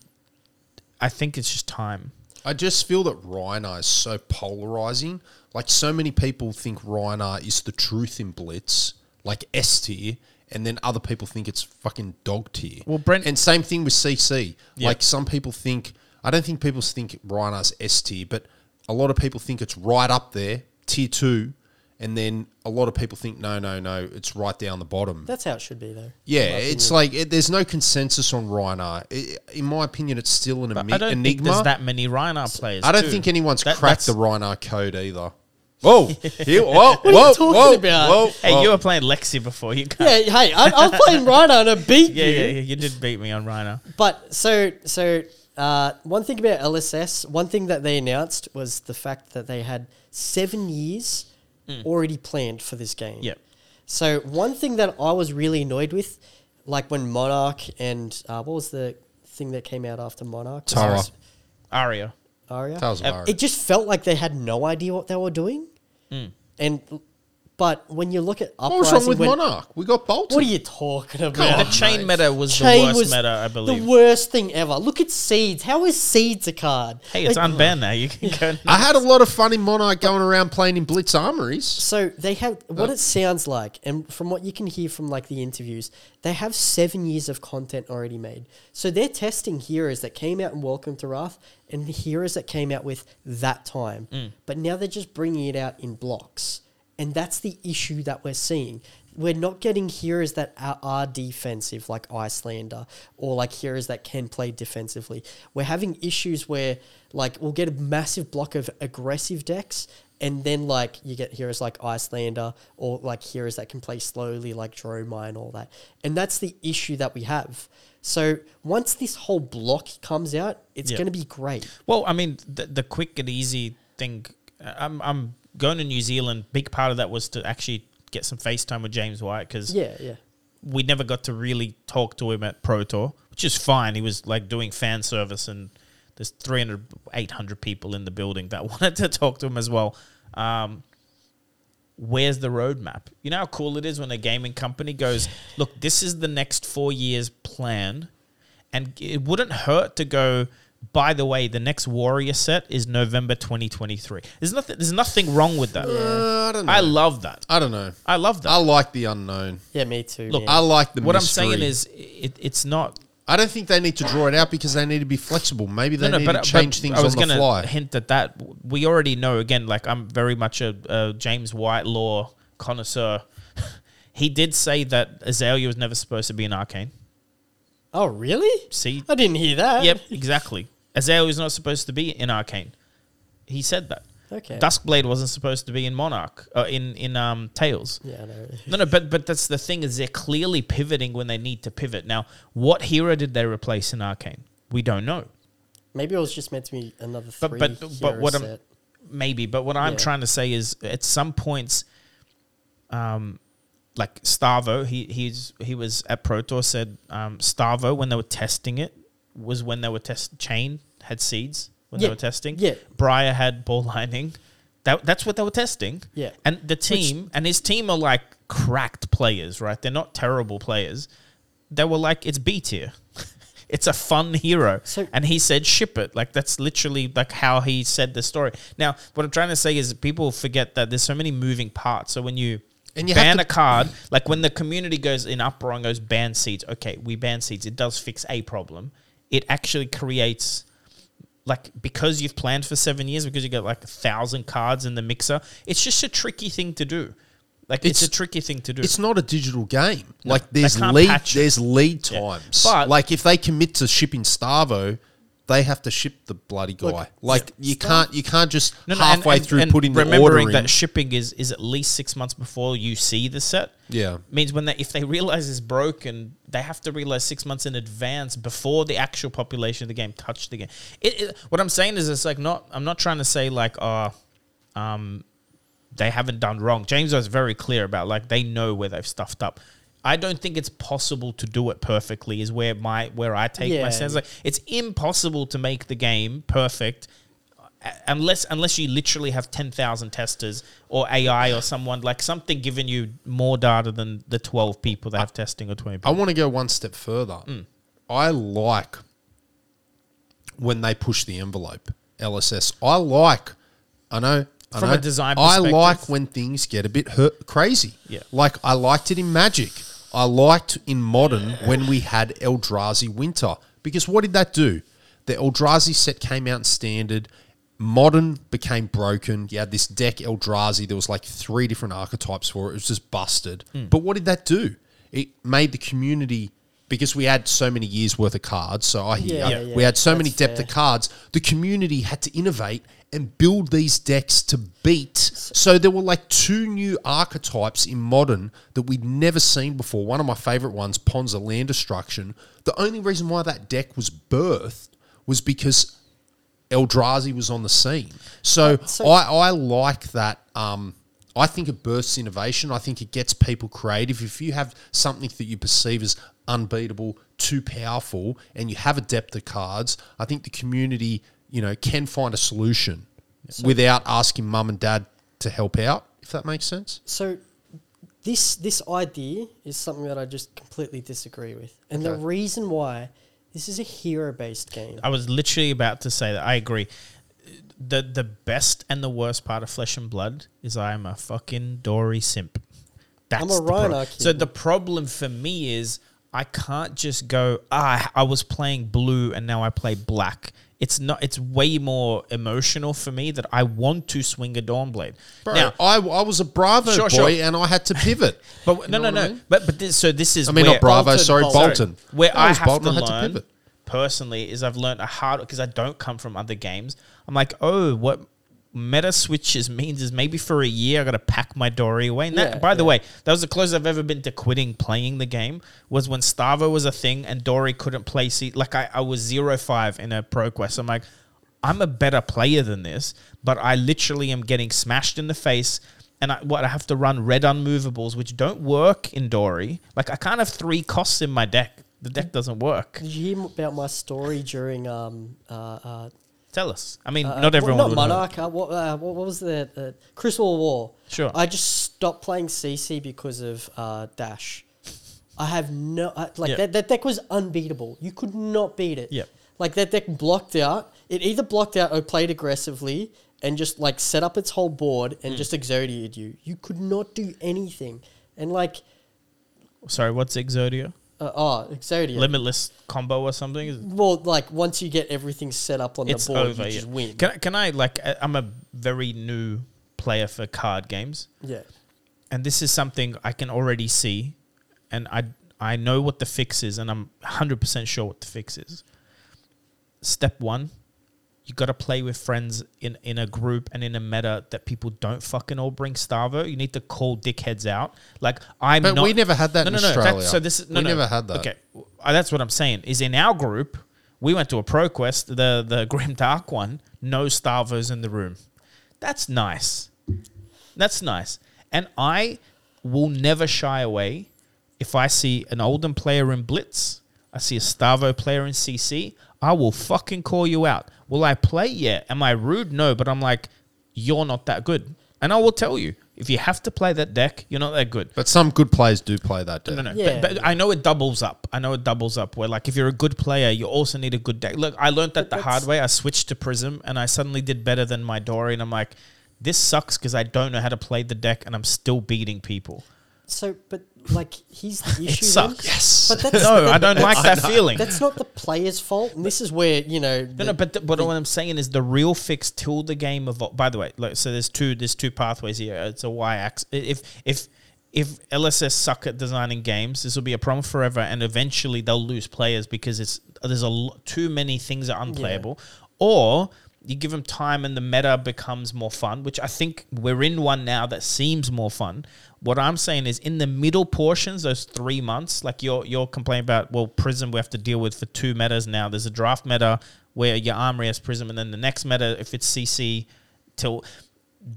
Speaker 3: I think it's just time.
Speaker 1: I just feel that Reiner is so polarizing. Like so many people think Reiner is the truth in Blitz, like S tier, and then other people think it's fucking dog tier.
Speaker 3: Well, Brent-
Speaker 1: and same thing with CC.
Speaker 3: Yeah.
Speaker 1: Like some people think, I don't think people think Reiner's S tier, but a lot of people think it's right up there, tier two, and then a lot of people think no, no, no, it's right down the bottom.
Speaker 2: That's how it should be, though.
Speaker 1: yeah, it's like it, there's no consensus on Reiner. I in my opinion, it's still an
Speaker 3: I
Speaker 1: emi-
Speaker 3: don't think
Speaker 1: enigma.
Speaker 3: there's that many Reinhardt players.
Speaker 1: I don't
Speaker 3: too.
Speaker 1: think anyone's
Speaker 3: That-
Speaker 1: cracked the
Speaker 3: that's-
Speaker 1: Rhino code either. Whoa! Here, whoa! what whoa!
Speaker 2: are you talking
Speaker 1: whoa,
Speaker 2: about?
Speaker 1: Whoa!
Speaker 3: Hey,
Speaker 1: whoa.
Speaker 3: you were playing Lexi before you.
Speaker 2: Yeah, hey, I, I was playing Rhino and I beat
Speaker 3: yeah,
Speaker 2: you.
Speaker 3: yeah, yeah. You did beat me on Rhino.
Speaker 2: But so so uh, one thing about LSS, one thing that they announced was the fact that they had seven years already planned for this game.
Speaker 3: Yep.
Speaker 2: So one thing that I was really annoyed with, like when Monarch and uh, what was the thing that came out after Monarch? Was
Speaker 1: Tara.
Speaker 2: it
Speaker 3: Aria.
Speaker 2: Aria.
Speaker 1: Tales of Aria.
Speaker 2: It just felt like they had no idea what they were doing. And but when you look at
Speaker 1: What
Speaker 2: Uprising,
Speaker 1: was wrong with
Speaker 2: when-
Speaker 1: Monarch? We got Bolton.
Speaker 2: What are you talking about?
Speaker 3: Yeah, the
Speaker 1: on,
Speaker 3: chain
Speaker 1: mate.
Speaker 3: meta was
Speaker 2: Oh, Chain
Speaker 3: the worst
Speaker 2: was
Speaker 3: meta, I believe.
Speaker 2: The worst thing ever. Look at seeds. How is seeds a card?
Speaker 3: hey, it's
Speaker 2: Like,
Speaker 3: unbanned now. You can go.
Speaker 1: I had a lot of fun in Monarch going around playing in Blitz Armories.
Speaker 2: so they have what it sounds like, and from what you can hear from like the interviews, they have seven years of content already made. So they're testing heroes that came out in Welcome to Wrath and heroes that came out with that time. But now they're just bringing it out in blocks, and that's the issue that we're seeing. We're not getting heroes that are, are defensive, like Icelander, or like heroes that can play defensively. We're having issues where, like, we'll get a massive block of aggressive decks, and then like you get heroes like Icelander or like heroes that can play slowly, like Dromai and all that. And that's the issue that we have. So once this whole block comes out, it's
Speaker 3: Yeah.
Speaker 2: going to be great.
Speaker 3: Well, I mean, the, the quick and easy thing. uh, I'm I'm going to New Zealand. Big part of that was to actually get some FaceTime with James White because
Speaker 2: Yeah, yeah.
Speaker 3: we never got to really talk to him at Pro Tour, which is fine. He was like doing fan service, and there's 300, 800 people in the building that wanted to talk to him as well. Um, where's the roadmap? You know how cool it is when a gaming company goes, look, this is the next four years plan. And it wouldn't hurt to go, by the way, the next Warrior set is November 2023. There's nothing, there's nothing wrong with that.
Speaker 1: Uh, I don't know.
Speaker 3: I
Speaker 1: I,
Speaker 3: love that.
Speaker 1: don't know.
Speaker 3: I love that.
Speaker 1: I like the unknown.
Speaker 2: Yeah, me too.
Speaker 3: Look,
Speaker 2: man.
Speaker 1: I like the.
Speaker 3: what
Speaker 1: mystery.
Speaker 3: I'm saying is, it, it's not
Speaker 1: I don't think they need to draw it out because they need to be flexible. Maybe they need to change things
Speaker 3: uh, I was
Speaker 1: on the
Speaker 3: gonna
Speaker 1: fly.
Speaker 3: Hint at that. We already know. Again, like I'm very much a, a James Whitelaw connoisseur. he did say that Azalea was never supposed to be an arcane.
Speaker 2: oh, really?
Speaker 3: See,
Speaker 2: I didn't hear that.
Speaker 3: yep, exactly. Azalea was not supposed to be in arcane. He said that.
Speaker 2: Okay.
Speaker 3: Duskblade wasn't supposed to be in Monarch. Uh, in in um Tails.
Speaker 2: yeah, I know.
Speaker 3: No, no, but but that's the thing is they're clearly pivoting when they need to pivot. Now, what hero did they replace in Arcane? We don't know.
Speaker 2: Maybe it was just meant to be another
Speaker 3: But-
Speaker 2: three.
Speaker 3: but- but
Speaker 2: hero
Speaker 3: what I'm-
Speaker 2: set.
Speaker 3: maybe. But what I'm
Speaker 2: Yeah.
Speaker 3: trying to say is, at some points, um, like Stavo, he he's he was at Pro Tour said um, Stavo when they were testing it was when they were test chain had seeds when
Speaker 2: Yeah.
Speaker 3: they were testing.
Speaker 2: Yeah.
Speaker 3: Briar had ball lining. That that's what they were testing.
Speaker 2: Yeah.
Speaker 3: and the team and his team are like cracked players, right? They're not terrible players. They were like it's B tier. It's a fun hero.
Speaker 2: So-
Speaker 3: and he said, ship it. Like, that's literally like how he said the story. Now, what I'm trying to say is people forget that there's so many moving parts. So when you.
Speaker 1: And you have
Speaker 3: ban
Speaker 1: to-
Speaker 3: a card, like when the community goes in uproar and goes ban seeds. Okay, we ban seeds. It does fix a problem. It actually creates like because you've planned for seven years because you got like a thousand cards in the mixer it's just a tricky thing to do like it's,
Speaker 1: It's-
Speaker 3: a tricky thing to do
Speaker 1: It's not a digital game. like there's
Speaker 3: can't
Speaker 1: lead
Speaker 3: patch it.
Speaker 1: there's lead
Speaker 3: Yeah.
Speaker 1: times.
Speaker 3: But-
Speaker 1: like if they commit to shipping Starvo, they have to ship the bloody guy. like you can't you can't just halfway through putting the
Speaker 3: remembering
Speaker 1: order in.
Speaker 3: that shipping is is at least six months before you see the set
Speaker 1: yeah.
Speaker 3: means when they if they realize it's broken they have to realize six months in advance before the actual population of the game touched the game it, it- what i'm saying is it's like not i'm not trying to say like uh um they haven't done wrong james was very clear about like they know where they've stuffed up I don't think it's possible to do it perfectly. Is where my where I take my
Speaker 2: Yeah.
Speaker 3: sense. Like it's impossible to make the game perfect a- unless unless you literally have 10,000 testers or AI or someone like something giving you more data than the 12 people that have testing or 20
Speaker 1: I
Speaker 3: people.
Speaker 1: want to go one step further.
Speaker 3: Hmm.
Speaker 1: I like when they push the envelope, LSS. I like, I know, I
Speaker 3: From a
Speaker 1: know,
Speaker 3: design
Speaker 1: I
Speaker 3: perspective.
Speaker 1: like when things get a bit hurt, crazy.
Speaker 3: Yeah.
Speaker 1: Like I liked it in Magic. I liked in Modern when we had Eldrazi Winter because what did that do? The Eldrazi set came out in Standard. Modern became broken. You had this deck Eldrazi. There was like three different archetypes for it. It was just busted. But what did that do? It made the community because we had so many years worth of cards. So I hear
Speaker 2: Yeah, yeah,
Speaker 1: we had so
Speaker 2: that's
Speaker 1: many depth
Speaker 2: fair.
Speaker 1: of cards. The community had to innovate and build these decks to beat. So there were like two new archetypes in modern that we'd never seen before. One of my favorite ones, Ponza Land Destruction. The only reason why that deck was birthed was because Eldrazi was on the scene. So,
Speaker 2: so-
Speaker 1: I, I like that. Um, I think it bursts innovation. I think it gets people creative. If you have something that you perceive as unbeatable, too powerful, and you have a depth of cards, I think the community, you know, can find a solution without asking mum and dad to help out. If that makes sense.
Speaker 2: so this this idea is something that I just completely disagree with, and the reason why this is a hero based game.
Speaker 3: I was literally about to say that. I agree. The the best and the worst part of Flesh and Blood is I am a fucking Dory simp. That's
Speaker 2: I'm a
Speaker 3: the problem.
Speaker 2: Rhino kid.
Speaker 3: So the problem for me is I can't just go, ah, I was playing blue and now I play black. It's not it's way more emotional for me that I want to swing a Dawnblade.
Speaker 1: Bro,
Speaker 3: now,
Speaker 1: I, I was a Bravo
Speaker 3: Sure,
Speaker 1: boy
Speaker 3: sure.
Speaker 1: and I had to pivot.
Speaker 3: But w-
Speaker 1: You
Speaker 3: no,
Speaker 1: know what
Speaker 3: no, no.
Speaker 1: I mean?
Speaker 3: But but this, so this is
Speaker 1: I mean,
Speaker 3: where,
Speaker 1: not Bravo,
Speaker 2: Bolton,
Speaker 1: sorry,
Speaker 2: Bolton.
Speaker 1: Bolton.
Speaker 3: where
Speaker 1: That
Speaker 3: I
Speaker 1: was
Speaker 3: have
Speaker 1: Bolton,
Speaker 3: to
Speaker 1: I had to
Speaker 3: learn
Speaker 1: pivot.
Speaker 3: personally is I've learned a hard because I don't come from other games. I'm like, oh, what meta switches means is maybe for a year I got to pack my dory away. And that,
Speaker 2: Yeah,
Speaker 3: by the way, that was the closest I've ever been to quitting playing the game was when Starvo was a thing and Dory couldn't play. See, like I, I was zero five in a pro quest. I'm like. I'm a better player than this, but I literally am getting smashed in the face. And I, what I have to run red unmovables, which don't work in Dory. Like I can't have three costs in my deck. The deck doesn't work.
Speaker 2: Did you hear about my story during um uh, uh
Speaker 3: Tell us. I mean,
Speaker 2: uh,
Speaker 3: not everyone.
Speaker 2: Not
Speaker 3: would know.
Speaker 2: Monarch. Uh, what, uh, what what was the uh, Crucible War?
Speaker 3: Sure.
Speaker 2: I just stopped playing CC because of uh, Dash. I have no I, like
Speaker 3: Yeah.
Speaker 2: that, that deck was unbeatable. You could not beat it.
Speaker 3: Yep.
Speaker 2: Like that deck blocked out. It either blocked out or played aggressively and just like set up its whole board
Speaker 3: Hmm.
Speaker 2: and just exodiated you. You could not do anything. And like
Speaker 3: Sorry, what's Exodia?
Speaker 2: uh, oh, Exodia.
Speaker 3: Limitless combo or something? Is-
Speaker 2: well, like once you get everything set up on
Speaker 3: It's
Speaker 2: the board,
Speaker 3: over.
Speaker 2: you
Speaker 3: yeah.
Speaker 2: just win.
Speaker 3: Can I, can I like? I- I'm a very new player for card games.
Speaker 2: yeah.
Speaker 3: and this is something I can already see, and I I know what the fix is, and I'm 100% sure what the fix is. Step one, you got to play with friends in, in a group and in a meta that people don't fucking all bring Starvo. You need to call dickheads out. Like I'm
Speaker 1: But
Speaker 3: not-
Speaker 1: we never had that in Australia.
Speaker 3: so this is no,
Speaker 1: We
Speaker 3: no.
Speaker 1: never had that.
Speaker 3: Okay, Uh, that's what I'm saying. Is in our group, we went to a ProQuest, the the Grim Dark one. No Starvos in the room. That's nice. That's nice. And I will never shy away if I see an Olden player in Blitz, I see a Starvo player in CC, I will fucking call you out. Will I play? Yeah. Am I rude? No. But I'm like, you're not that good. And I will tell you, If you have to play that deck, you're not that good.
Speaker 1: But some good players do play that deck.
Speaker 3: No, no.
Speaker 2: Yeah.
Speaker 3: But, but I know it doubles up. I know it doubles up. Where like if you're a good player, you also need a good deck. Look, I learned
Speaker 2: But
Speaker 3: that the
Speaker 2: that's-
Speaker 3: hard way. I switched to Prism, and I suddenly did better than my Dory. And I'm like, this sucks because I don't know how to play the deck, and I'm still beating people.
Speaker 2: So, but like, he's the
Speaker 3: It
Speaker 2: issue. then.
Speaker 3: sucks.
Speaker 1: Yes.
Speaker 2: But that's
Speaker 3: No, I don't like that
Speaker 2: that's-
Speaker 3: feeling.
Speaker 2: That's not the player's fault. And this is where you know.
Speaker 3: No, no, but th- but what I'm saying is the real fix till the game evolves. By the way, like, so there's two there's two pathways here. It's a y axis. If if if LSS suck at designing games, this will be a problem forever, and eventually they'll lose players because it's there's a lo- too many things are unplayable, or you give them time and the meta becomes more fun, which I think we're in one now that seems more fun. What I'm saying is in the middle portions, those three months, like you're you're complaining about, well, Prism we have to deal with for two metas now. There's a draft meta where your armory has Prism, and then the next meta, if it's CC, till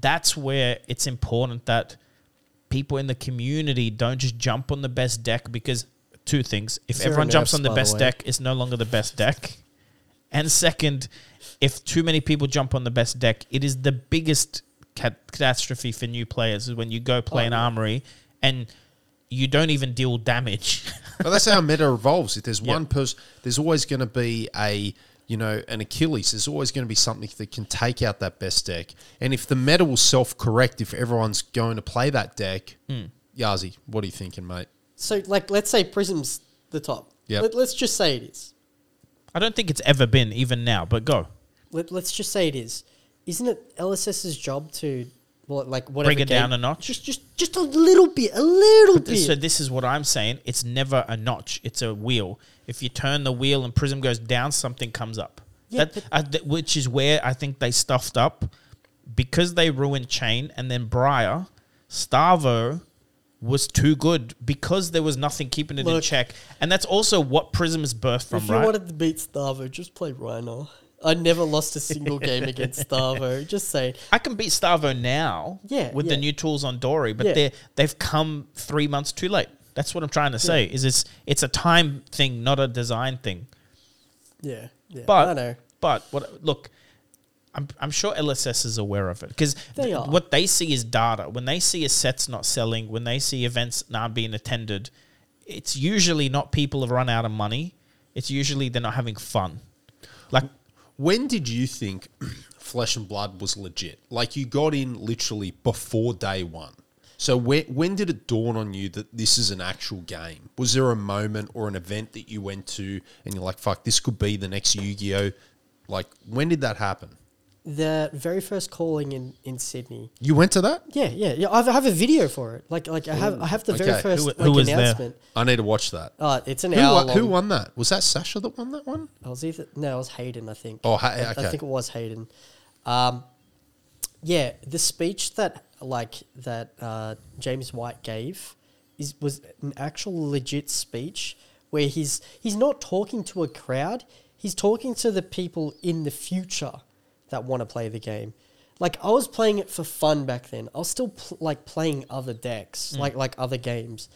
Speaker 3: that's where it's important that people in the community don't just jump on the best deck because two things: if
Speaker 2: Zero
Speaker 3: everyone jumps
Speaker 2: nerfs,
Speaker 3: on the
Speaker 2: by the
Speaker 3: best
Speaker 2: way.
Speaker 3: deck, it's no longer the best deck. And second, if too many people jump on the best deck, it is the biggest cat- catastrophe for new players is when you go play
Speaker 2: Oh,
Speaker 3: an
Speaker 2: yeah.
Speaker 3: armory and you don't even deal damage.
Speaker 1: but that's how meta evolves. If there's
Speaker 3: Yeah.
Speaker 1: one person, there's always going to be a you know an Achilles. There's always going to be something that can take out that best deck. And if the meta will self correct, if everyone's going to play that deck, Yazi, what are you thinking, mate?
Speaker 2: So, like, let's say Prism's the top.
Speaker 1: Yep.
Speaker 2: Let, let's just say it is.
Speaker 3: I don't think it's ever been, even now, but go.
Speaker 2: Let, let's just say it is. Isn't it LSS's job to, well, like, whatever
Speaker 3: Bring it down
Speaker 2: game-
Speaker 3: a notch?
Speaker 2: Just, just, just a little bit, a little bit.
Speaker 3: So this is what I'm saying. It's never a notch. It's a wheel. If you turn the wheel and prism goes down, something comes up.
Speaker 2: Yeah,
Speaker 3: that, I, th- which is where I think they stuffed up because they ruined Chain and then Briar. Starvo was too good because there was nothing keeping it in
Speaker 2: Look.
Speaker 3: check, and that's also what Prism is birthed from,
Speaker 2: if you
Speaker 3: right?
Speaker 2: wanted to beat Starvo, just play Rhino. I never lost a single game against Starvo. Just say it.
Speaker 3: I can beat Starvo now
Speaker 2: Yeah,
Speaker 3: with the
Speaker 2: yeah.
Speaker 3: new tools on Dory, but
Speaker 2: Yeah.
Speaker 3: they they've come three months too late. That's what I'm trying to say. Is it's it's a time thing, not a design thing.
Speaker 2: Yeah, yeah.
Speaker 3: But
Speaker 2: I know.
Speaker 3: But what? Look, I'm I'm sure LSS is aware of it because
Speaker 2: They are.
Speaker 3: what they see is data. When they see a set's not selling, when they see events not being attended, it's usually not people have run out of money. It's usually they're not having fun. Like
Speaker 1: When did you think Flesh and Blood was legit? Like you got in literally before day one. So when when did it dawn on you that this is an actual game? Was there a moment or an event that you went to and you're like, "Fuck, this could be the next Yu-Gi-Oh"? Like when did that happen?
Speaker 2: The very first calling in, in Sydney.
Speaker 1: You went to that?
Speaker 2: Yeah, yeah, yeah. I've, I have a video for it. Like, like I have, I have the
Speaker 1: okay.
Speaker 2: very first
Speaker 3: Who-
Speaker 2: like,
Speaker 3: who was there?
Speaker 2: announcement.
Speaker 1: I need to watch that.
Speaker 2: Uh, it's an
Speaker 1: Who,
Speaker 2: hour.
Speaker 1: won, who
Speaker 2: long.
Speaker 1: won that? Was that Sasha that won that one?
Speaker 2: I was either no, it was Hayden. I think.
Speaker 1: Oh, Hay-
Speaker 2: I-
Speaker 1: okay.
Speaker 2: I think it was Hayden. Um, yeah, the speech that like that uh, James White gave is was an actual legit speech where he's he's not talking to a crowd. He's talking to the people in the future that want to play the game. Like I was playing it for fun back then. I was still pl- like playing other decks, like like other games.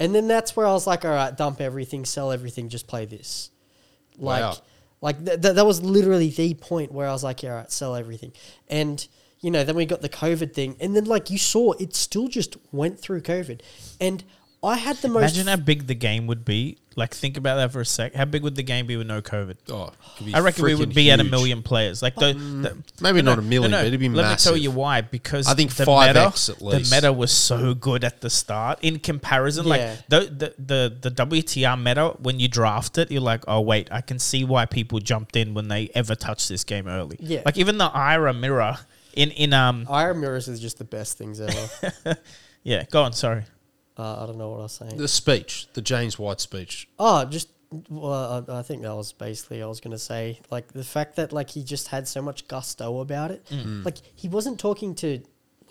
Speaker 2: And then that's where I was like, all right, dump everything, sell everything, just play this. Like,
Speaker 1: Wow.
Speaker 2: like th- th- that was literally the point where I was like, yeah, all right, sell everything. And, you know, then we got the COVID thing. And then, like, you saw it still just went through COVID. And I had the most.
Speaker 3: imagine how big the game would be. Like think about that for a sec. How big would the game be with no COVID?
Speaker 1: Oh, it could be
Speaker 3: I reckon we
Speaker 1: freaking
Speaker 3: would be at a
Speaker 1: huge. Mm.
Speaker 3: million players. Like the, the
Speaker 1: Maybe
Speaker 3: No,
Speaker 1: not a million,
Speaker 3: no, no.
Speaker 1: but it'd be
Speaker 3: Let
Speaker 1: massive.
Speaker 3: me tell you why. Because
Speaker 1: I think
Speaker 3: the
Speaker 1: 5x
Speaker 3: meta,
Speaker 1: at least.
Speaker 3: The meta was so good at the start in comparison.
Speaker 2: Yeah.
Speaker 3: Like the, the the the WTR meta, when you draft it, you're like, oh wait, I can see why people jumped in when they ever touched this game early.
Speaker 2: Yeah.
Speaker 3: Like even the Ira mirror in in um
Speaker 2: Iron Mirrors is just the best things ever.
Speaker 3: yeah. Go on, sorry.
Speaker 2: uh, I don't know what I was saying.
Speaker 1: The speech, the James White speech.
Speaker 2: Oh, just well, I I think that was basically I was gonna say like the fact that like he just had so much gusto about it.
Speaker 3: Mm.
Speaker 1: Mm.
Speaker 2: Like he wasn't talking to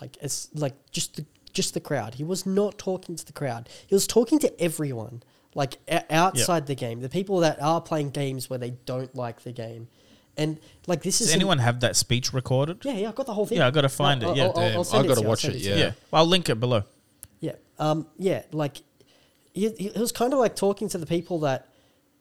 Speaker 2: like it's like just the just the crowd. He was not talking to the crowd. He was talking to everyone like o- outside the game, the people that are playing games where they don't like the game, and like this
Speaker 3: Does
Speaker 2: is
Speaker 3: anyone have that speech recorded?
Speaker 2: Yeah, yeah, I got the whole thing.
Speaker 3: Yeah, I gotta find it, yeah.
Speaker 1: Damn,
Speaker 2: send
Speaker 1: I gotta
Speaker 2: you,
Speaker 1: watch
Speaker 2: send
Speaker 1: it,
Speaker 2: to you.
Speaker 1: Yeah.
Speaker 3: yeah. Well, I'll link it below.
Speaker 2: Yeah. Um, yeah. Like, he, he it was kind of like talking to the people that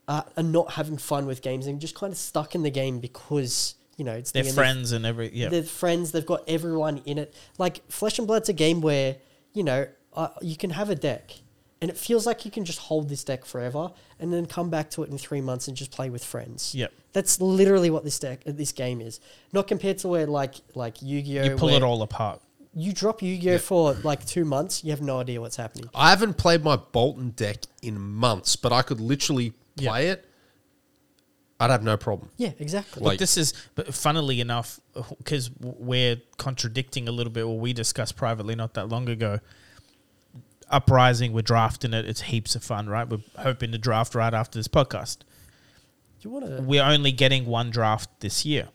Speaker 2: are, are not having fun with games and just kind of stuck in the game because you know, it's
Speaker 3: They're
Speaker 2: the end of-
Speaker 3: friends and every yeah.
Speaker 2: they're friends. They've got everyone in it. Like Flesh and Blood's a game where you know uh, you can have a deck, and it feels like you can just hold this deck forever, and then come back to it in three months and just play with friends.
Speaker 3: Yep.
Speaker 2: that's literally what this deck, uh, this game is. Not compared to where like like Yu Gi Oh,
Speaker 3: You pull it all apart.
Speaker 2: You drop Yu Gi Oh for like two months, you have no idea what's happening.
Speaker 1: I haven't played my Bolton deck in months, but I could literally
Speaker 3: Yeah.
Speaker 1: play it. I'd have no problem.
Speaker 2: Yeah, exactly.
Speaker 1: Like-
Speaker 3: this is, but funnily enough, because we're contradicting a little bit what we discussed privately not that long ago. Uprising, we're drafting it. It's heaps of fun, right? We're hoping to draft right after this podcast.
Speaker 2: you want to
Speaker 3: We're only getting one draft this year.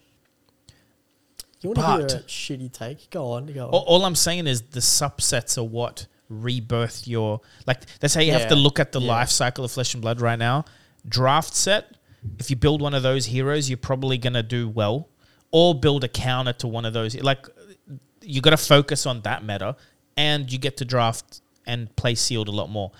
Speaker 2: you want
Speaker 3: but- Oh.
Speaker 2: to hear a shitty take? Go on, go on.
Speaker 3: All, all I'm saying is the subsets are what rebirth your like. That's how you have to
Speaker 2: Yeah.
Speaker 3: look at the
Speaker 2: Yeah.
Speaker 3: life cycle of Flesh and Blood right now. Draft set. If you build one of those heroes, you're probably gonna do well, or build a counter to one of those. Like you got to focus on that meta, and you get to draft and play sealed a lot more.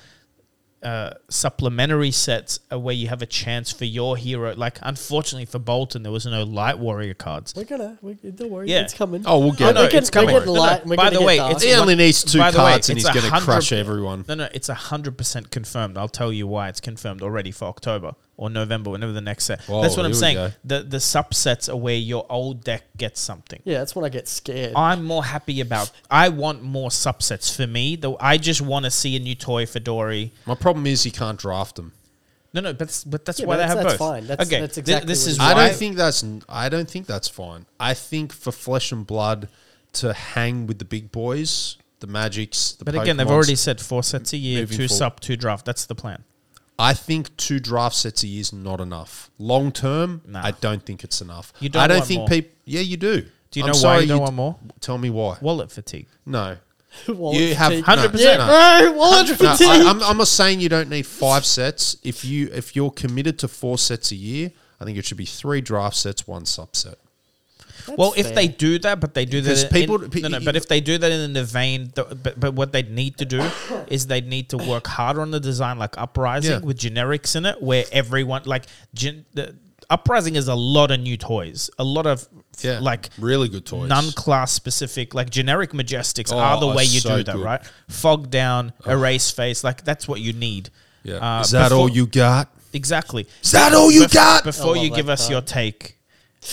Speaker 3: Uh, supplementary sets are where you have a chance for your hero. Like, unfortunately for Bolton, there was no Light Warrior cards.
Speaker 2: We're gonna. We, don't worry,
Speaker 3: Yeah.
Speaker 2: it's coming.
Speaker 1: Oh, we'll get
Speaker 3: Oh, no,
Speaker 1: it.
Speaker 2: We're
Speaker 3: it's
Speaker 2: gonna-
Speaker 3: coming.
Speaker 2: we're gonna
Speaker 3: No, no,
Speaker 2: light- we're
Speaker 3: by
Speaker 2: gonna
Speaker 3: the
Speaker 2: get
Speaker 3: way,
Speaker 2: dark.
Speaker 3: it's
Speaker 1: He only
Speaker 3: one-
Speaker 1: needs two
Speaker 3: by the way,
Speaker 1: cards and
Speaker 3: it's
Speaker 1: he's going to
Speaker 3: 100
Speaker 1: crush everyone.
Speaker 3: No, no, it's hundred percent confirmed. I'll tell you why it's confirmed already for October or November, whenever the next set.
Speaker 1: Whoa,
Speaker 3: That's what I'm
Speaker 1: here we
Speaker 3: saying.
Speaker 1: go.
Speaker 3: The the subsets are where your old deck gets something.
Speaker 2: yeah, that's when I get scared.
Speaker 3: I'm more happy about. I want more subsets for me. Though I just want to see a new toy for Dory.
Speaker 1: My problem is you can't draft them.
Speaker 3: No, no, but that's, but that's
Speaker 2: Yeah,
Speaker 3: why
Speaker 2: but
Speaker 3: they have
Speaker 2: that's
Speaker 3: both.
Speaker 2: fine. That's-
Speaker 3: okay,
Speaker 2: that's
Speaker 3: thi-
Speaker 2: exactly
Speaker 3: this
Speaker 2: what
Speaker 3: is
Speaker 2: it
Speaker 3: why
Speaker 1: I don't think that's I don't think that's fine. I think for flesh and blood to hang with the big boys, the magics, the
Speaker 3: But again, they've
Speaker 1: Pokemons,
Speaker 3: already said four sets a year,
Speaker 1: Moving
Speaker 3: two
Speaker 1: forward.
Speaker 3: sub, two draft. That's the plan.
Speaker 1: I think two draft sets a year is not enough. Long term,
Speaker 3: Nah.
Speaker 1: I don't think it's enough.
Speaker 3: You don't
Speaker 1: I don't
Speaker 3: want
Speaker 1: think
Speaker 3: more.
Speaker 1: people. Yeah, you do.
Speaker 3: Do you
Speaker 1: I'm
Speaker 3: know why
Speaker 1: sorry
Speaker 3: you don't
Speaker 1: d-
Speaker 3: want more?
Speaker 1: Tell me why.
Speaker 3: Wallet fatigue.
Speaker 1: No,
Speaker 2: Wallet
Speaker 1: you have
Speaker 2: fatigue.
Speaker 3: 100%.
Speaker 1: no, no.
Speaker 2: Yeah, bro, wallet
Speaker 1: No,
Speaker 2: fatigue.
Speaker 1: I, I'm, I'm not saying you don't need five sets. If you if you're committed to four sets a year, I think it should be three draft sets, one subset.
Speaker 2: That's
Speaker 3: well, if
Speaker 2: fair.
Speaker 3: they do that, but they do
Speaker 1: Because
Speaker 3: that, in-
Speaker 1: people-
Speaker 3: in,
Speaker 1: pe-
Speaker 3: no, no,
Speaker 1: you-
Speaker 3: but if they do that in the vein, th- but, but what they need to do is they need to work harder on the design, like Uprising
Speaker 1: Yeah.
Speaker 3: with generics in it, where everyone like gen, the, Uprising is a lot of new toys, a lot of
Speaker 1: Yeah,
Speaker 3: like
Speaker 1: really good toys.
Speaker 3: non-class specific, like generic majestics
Speaker 1: Oh,
Speaker 3: are the
Speaker 1: are
Speaker 3: way you
Speaker 1: so
Speaker 3: do that,
Speaker 1: good.
Speaker 3: right? Fog down, erase face, like that's what you need.
Speaker 1: Yeah,
Speaker 3: Uh,
Speaker 1: is that
Speaker 3: before-
Speaker 1: all you got?
Speaker 3: Exactly.
Speaker 1: Is that all you
Speaker 3: Bef-
Speaker 1: got?
Speaker 3: Before
Speaker 2: I love
Speaker 3: you give
Speaker 2: that
Speaker 3: us
Speaker 2: card.
Speaker 3: your take,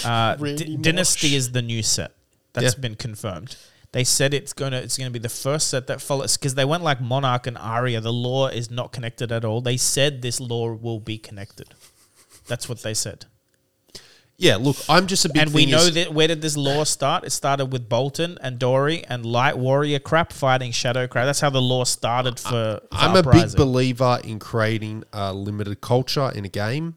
Speaker 3: uh,
Speaker 2: Randy
Speaker 3: D-
Speaker 2: Marsh.
Speaker 3: Dynasty is the new set that's
Speaker 1: Yeah.
Speaker 3: been confirmed. They said it's gonna it's gonna be the first set that follows because they went like Monarch and Aria. The lore is not connected at all. They said this lore will be connected. That's what they said.
Speaker 1: Yeah, look, I'm just a big.
Speaker 3: and we
Speaker 1: thing
Speaker 3: know
Speaker 1: is-
Speaker 3: that where did this lore start? It started with Bolton and Dory and Light Warrior crap fighting Shadow crap. That's how the lore started for. for
Speaker 1: I'm a big
Speaker 3: Uprising.
Speaker 1: believer in creating a limited culture in a game.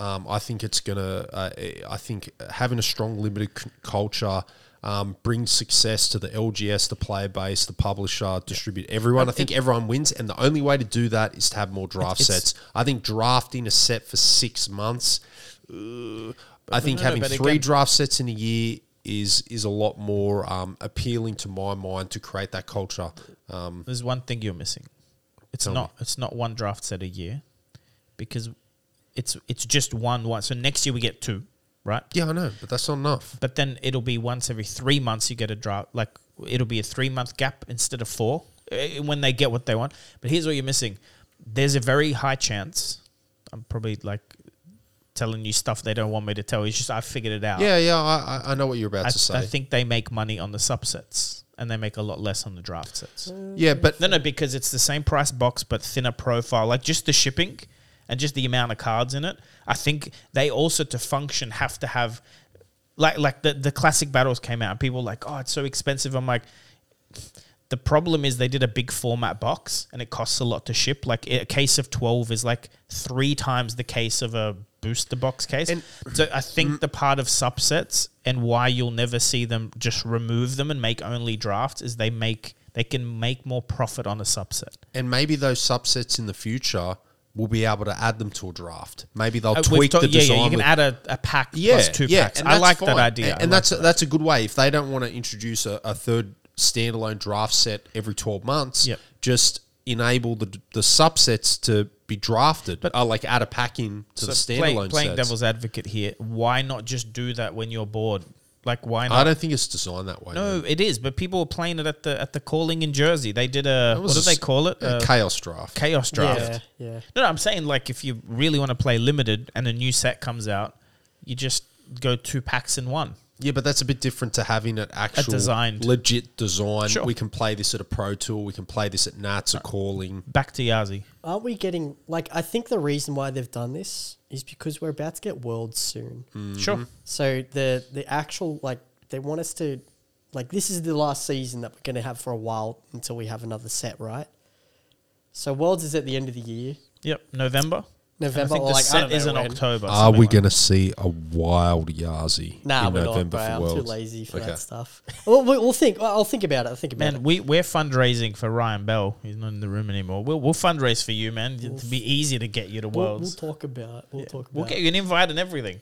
Speaker 1: Um, I think it's gonna. Uh, I think having a strong limited c- culture um, brings success to the LGS, the player base, the publisher, distribute everyone. I think everyone wins, and the only way to do that is to have more draft
Speaker 3: it's-
Speaker 1: sets. I think drafting a set for six months. uh, I think
Speaker 3: no, no,
Speaker 1: having
Speaker 3: but
Speaker 1: three
Speaker 3: again-
Speaker 1: draft sets in a year. Is, is a lot more um, appealing to my mind to create that culture. Um,
Speaker 3: There's one thing you're missing. It's
Speaker 1: Tell me.
Speaker 3: not. It's not one draft set a year, because it's it's just one one. So next year we get two, right?
Speaker 1: yeah, I know, but that's not enough.
Speaker 3: But then it'll be once every three months you get a draft. Like it'll be a three month gap instead of four eh, when they get what they want. But here's what you're missing. There's a very high chance. I'm probably like telling you stuff they don't want me to tell. It's just I figured it out.
Speaker 1: Yeah, yeah, I, I- I know what you're about
Speaker 3: I,
Speaker 1: to say.
Speaker 3: I think they make money on the subsets and they make a lot less on the draft sets.
Speaker 1: yeah, but
Speaker 3: No, no, because it's the same price box but thinner profile. Like just the shipping and just the amount of cards in it. I think they also to function have to have like like the, the classic battles came out and people were like, oh, it's so expensive. I'm like the problem is they did a big format box and it costs a lot to ship. Like a case of twelve is like three times the case of a booster box case.
Speaker 1: And-
Speaker 3: so I think the part of subsets and why you'll never see them just remove them and make only drafts is they make they can make more profit on a subset.
Speaker 1: and maybe those subsets in the future will be able to add them to a draft. Maybe they'll
Speaker 3: Uh, we've
Speaker 1: tweak
Speaker 3: talked-
Speaker 1: the
Speaker 3: yeah,
Speaker 1: design.
Speaker 3: yeah, you can
Speaker 1: with-
Speaker 3: add a, a pack
Speaker 1: yeah,
Speaker 3: plus two
Speaker 1: yeah,
Speaker 3: packs.
Speaker 1: and
Speaker 3: I
Speaker 1: that's
Speaker 3: like that
Speaker 1: fine.
Speaker 3: idea.
Speaker 1: and,
Speaker 3: I
Speaker 1: and
Speaker 3: like
Speaker 1: that's
Speaker 3: that.
Speaker 1: that's a good way. If they don't want to introduce a, a third standalone draft set every twelve months,
Speaker 3: Yep.
Speaker 1: just enable the the subsets to be drafted, but uh, like add a pack in to the
Speaker 3: So
Speaker 1: standalone
Speaker 3: playing, playing
Speaker 1: sets.
Speaker 3: devil's advocate here, why not just do that when you're bored? Like why
Speaker 1: I
Speaker 3: not?
Speaker 1: don't think it's designed that way. man.
Speaker 3: No, it is, but people were playing it at the at the calling in Jersey. They did
Speaker 1: That
Speaker 3: a what
Speaker 1: was
Speaker 3: do
Speaker 1: a
Speaker 3: they
Speaker 1: s-
Speaker 3: call it? Uh,
Speaker 1: a
Speaker 3: A
Speaker 1: chaos draft.
Speaker 3: chaos draft.
Speaker 2: Yeah, yeah.
Speaker 3: No, no, I'm saying like if you really want to play limited and a new set comes out, you just go two packs in one.
Speaker 1: Yeah, but that's a bit different to having an actual
Speaker 3: designed-
Speaker 1: legit design.
Speaker 3: Sure.
Speaker 1: We can play this at a pro tour. We can play this at Nats or calling.
Speaker 3: Back to Yazi.
Speaker 2: Aren't we getting like? I think the reason why they've done this is because we're about to get worlds soon.
Speaker 3: Sure.
Speaker 2: So the the actual like they want us to like this is the last season that we're going to have for a while until we have another set, right? So worlds is at the end of the year,
Speaker 3: Yep. November. And
Speaker 2: November.
Speaker 3: I think
Speaker 2: or
Speaker 3: the
Speaker 2: like, I
Speaker 3: set
Speaker 2: don't know
Speaker 3: is in
Speaker 2: when.
Speaker 3: October.
Speaker 1: Are
Speaker 3: something
Speaker 1: Ah, we
Speaker 3: like
Speaker 1: going to see a wild Yazi
Speaker 2: Nah,
Speaker 1: in
Speaker 2: we're
Speaker 1: November
Speaker 2: not.
Speaker 1: for
Speaker 2: Bro. I'm
Speaker 1: Worlds?
Speaker 2: too lazy for
Speaker 1: Okay.
Speaker 2: that stuff. Well, we- we'll think. I'll think about it. I'll think
Speaker 3: that.
Speaker 2: about
Speaker 3: Man,
Speaker 2: it.
Speaker 3: we, we're fundraising for Ryan Bell. He's not in the room anymore. We'll, we'll fundraise for you, man. It'd be easy to get you to
Speaker 2: We'll, we'll
Speaker 3: Worlds.
Speaker 2: talk about. it. We'll talk about.
Speaker 3: We'll get you an invite and everything.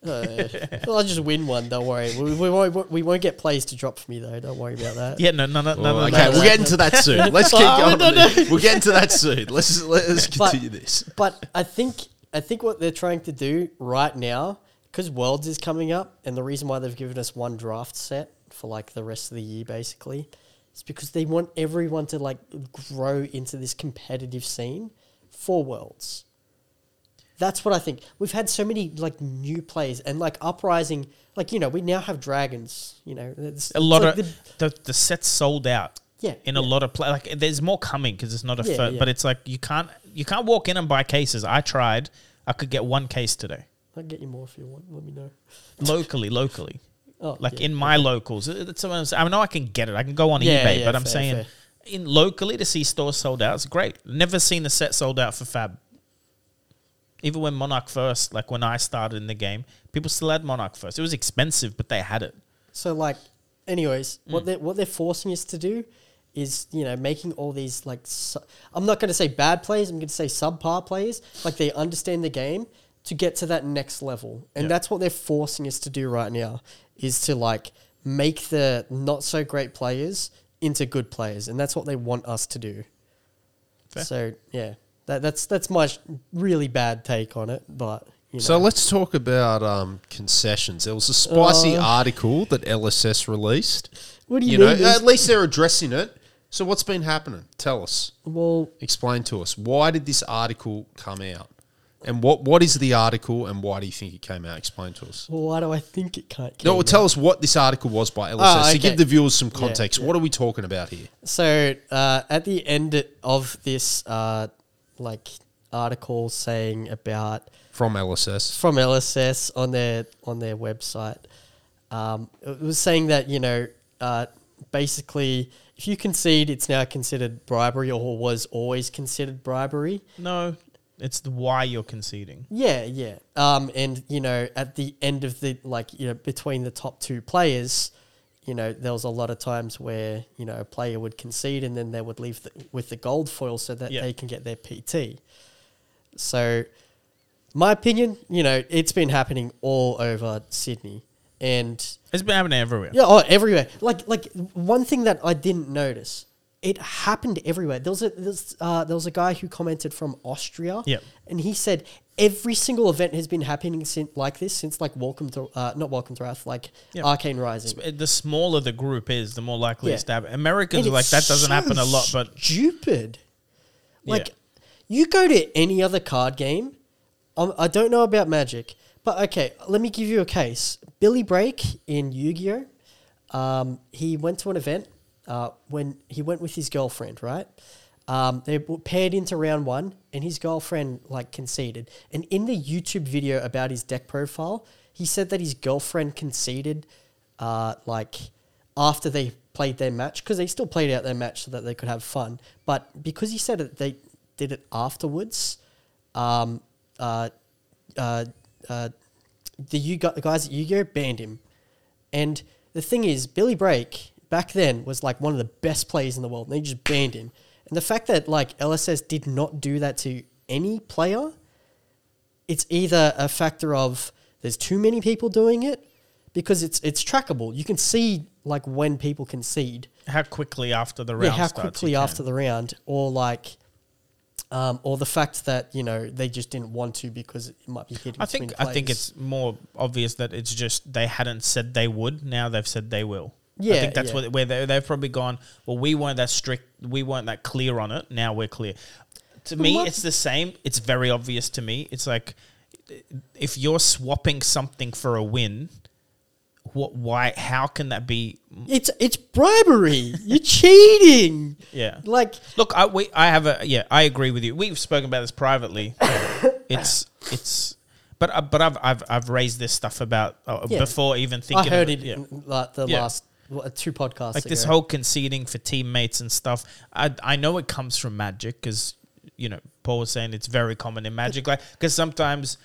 Speaker 2: it. I'll just win one. Don't worry. We, we, won't, we won't get plays to drop for me though. Don't worry about that.
Speaker 3: Yeah, no, none of, none
Speaker 1: Oh,
Speaker 3: of
Speaker 1: okay,
Speaker 3: that.
Speaker 1: we'll get into that soon. Let's keep
Speaker 2: Oh,
Speaker 1: going.
Speaker 2: no, no.
Speaker 1: We'll get into that soon. Let's let's
Speaker 2: But-
Speaker 1: continue this.
Speaker 2: But I think I think what they're trying to do right now, because Worlds is coming up, and the reason why they've given us one draft set for like the rest of the year, basically, is because they want everyone to like grow into this competitive scene for Worlds. That's what I think. We've had so many like new players and like uprising. Like you know, we now have dragons. You know, it's,
Speaker 3: a lot
Speaker 2: it's like
Speaker 3: of the, the sets sold out.
Speaker 2: Yeah,
Speaker 3: in a
Speaker 2: yeah.
Speaker 3: lot of play, like there's more coming because it's not a
Speaker 2: Yeah,
Speaker 3: fir-
Speaker 2: yeah.
Speaker 3: but it's like you can't you can't walk in and buy cases. I tried. I could get one case today
Speaker 2: I'll get you more if you want. Let me know.
Speaker 3: locally, locally,
Speaker 2: Oh,
Speaker 3: like
Speaker 2: yeah.
Speaker 3: in my locals. It- It's, something I'm saying. I know I can get it. I can go on
Speaker 2: Yeah,
Speaker 3: eBay,
Speaker 2: yeah,
Speaker 3: but I'm
Speaker 2: fair,
Speaker 3: saying
Speaker 2: fair.
Speaker 3: in locally to see stores sold out. It's great. Never seen a set sold out for Fab. Even when Monarch first, like when I started in the game, people still had Monarch first. It was expensive, but they had it.
Speaker 2: So like, anyways,
Speaker 1: Mm.
Speaker 2: what they are what they're forcing us to do is you know making all these like su- I'm not going to say bad players. I'm going to say subpar players. Like they understand the game to get to that next level, and
Speaker 3: Yeah.
Speaker 2: that's what they're forcing us to do right now is to like make the not so great players into good players, and that's what they want us to do.
Speaker 3: Fair.
Speaker 2: So yeah, that, that's that's my sh- really bad take on it, but. You know.
Speaker 1: So let's talk about um, concessions. There was a spicy
Speaker 2: Oh.
Speaker 1: article that LSS released.
Speaker 2: What do you
Speaker 1: You know, uh,
Speaker 2: mean this-
Speaker 1: at least they're addressing it. So what's been happening? Tell us.
Speaker 2: well,
Speaker 1: Explain to us. Why did this article come out? And what, what is the article and why do you think it came out? Explain to us.
Speaker 2: why do I think it can't?
Speaker 1: No,
Speaker 2: came
Speaker 1: well,
Speaker 2: out?
Speaker 1: tell us what this article was by LSS
Speaker 2: Oh,
Speaker 1: to
Speaker 2: okay.
Speaker 1: give the viewers some context. What are we talking about here?
Speaker 2: So uh, at the end of this, uh, like article saying about
Speaker 1: From LSS.
Speaker 2: from LSS on their on their website, um, it was saying that you know uh, basically if you concede, it's now considered bribery or was always considered bribery.
Speaker 3: No, it's the why you're conceding.
Speaker 2: Yeah, yeah. Um, and you know, at the end of the like, you know, between the top two players, you know, there was a lot of times where you know a player would concede and then they would leave the, with the gold foil so that
Speaker 3: Yeah.
Speaker 2: they can get their PT. So, my opinion, you know, it's been happening all over Sydney, and
Speaker 3: It's been happening everywhere.
Speaker 2: yeah, oh, everywhere. Like, like one thing that I didn't notice, it happened everywhere. There was a there's, uh, there was a guy who commented from Austria,
Speaker 3: Yep.
Speaker 2: and he said every single event has been happening since like this since like Welcome to uh, not Welcome to Wrath, like
Speaker 3: Yeah.
Speaker 2: Arcane Rising.
Speaker 3: Uh, the smaller the group is, the more likely
Speaker 2: Yeah.
Speaker 3: it's to happen. Americans
Speaker 2: And
Speaker 3: are like
Speaker 2: it's
Speaker 3: that doesn't
Speaker 2: so
Speaker 3: happen a lot, but
Speaker 2: stupid.
Speaker 3: Yeah.
Speaker 2: Like, you go to any other card game. Um, I don't know about Magic, but okay, let me give you a case. Billy Break in Yu Gi Oh. Um, he went to an event uh, when he went with his girlfriend, right? Um, they were paired into round one, and his girlfriend like conceded. And in the YouTube video about his deck profile, he said that his girlfriend conceded, uh, like after they played their match because they still played out their match so that they could have fun. But because he said that they did it afterwards, um, uh, uh, uh, the you guys at Yu-Gi-Oh banned him. And the thing is, Billy Brake back then was like one of the best players in the world, and they just banned him. And the fact that like LSS did not do that to any player, it's either a factor of there's too many people doing it because it's it's trackable. You can see like when people concede.
Speaker 3: How quickly after the round?
Speaker 2: Yeah, how
Speaker 3: starts you
Speaker 2: quickly
Speaker 3: can.
Speaker 2: after the round, or like, um, or the fact that you know they just didn't want to because it might be hitting.
Speaker 3: I think
Speaker 2: between
Speaker 3: I think
Speaker 2: players.
Speaker 3: it's more obvious that it's just they hadn't said they would. Now they've said they will. I
Speaker 2: Yeah,
Speaker 3: think that's
Speaker 2: yeah.
Speaker 3: what where they, they've probably gone. Well, we weren't that strict. We weren't that clear on it. Now we're clear. To me,
Speaker 2: what-
Speaker 3: it's the same. It's very obvious to me. It's like if you're swapping something for a win, what? Why? How can that be?
Speaker 2: it's it's bribery. You're cheating.
Speaker 3: Yeah.
Speaker 2: Like
Speaker 3: Look, I we I have a yeah, I agree with you. We've spoken about this privately. it's it's but I but I've I've I've raised this stuff about uh,
Speaker 2: Yeah.
Speaker 3: before even
Speaker 2: I
Speaker 3: thinking.
Speaker 2: heard
Speaker 3: of
Speaker 2: it
Speaker 3: yeah.
Speaker 2: in, like the
Speaker 3: Yeah.
Speaker 2: last well, two podcasts.
Speaker 3: Like this
Speaker 2: ago.
Speaker 3: whole conceding for teammates and stuff. I I know it comes from magic because you know Paul was saying it's very common in magic. Like because sometimes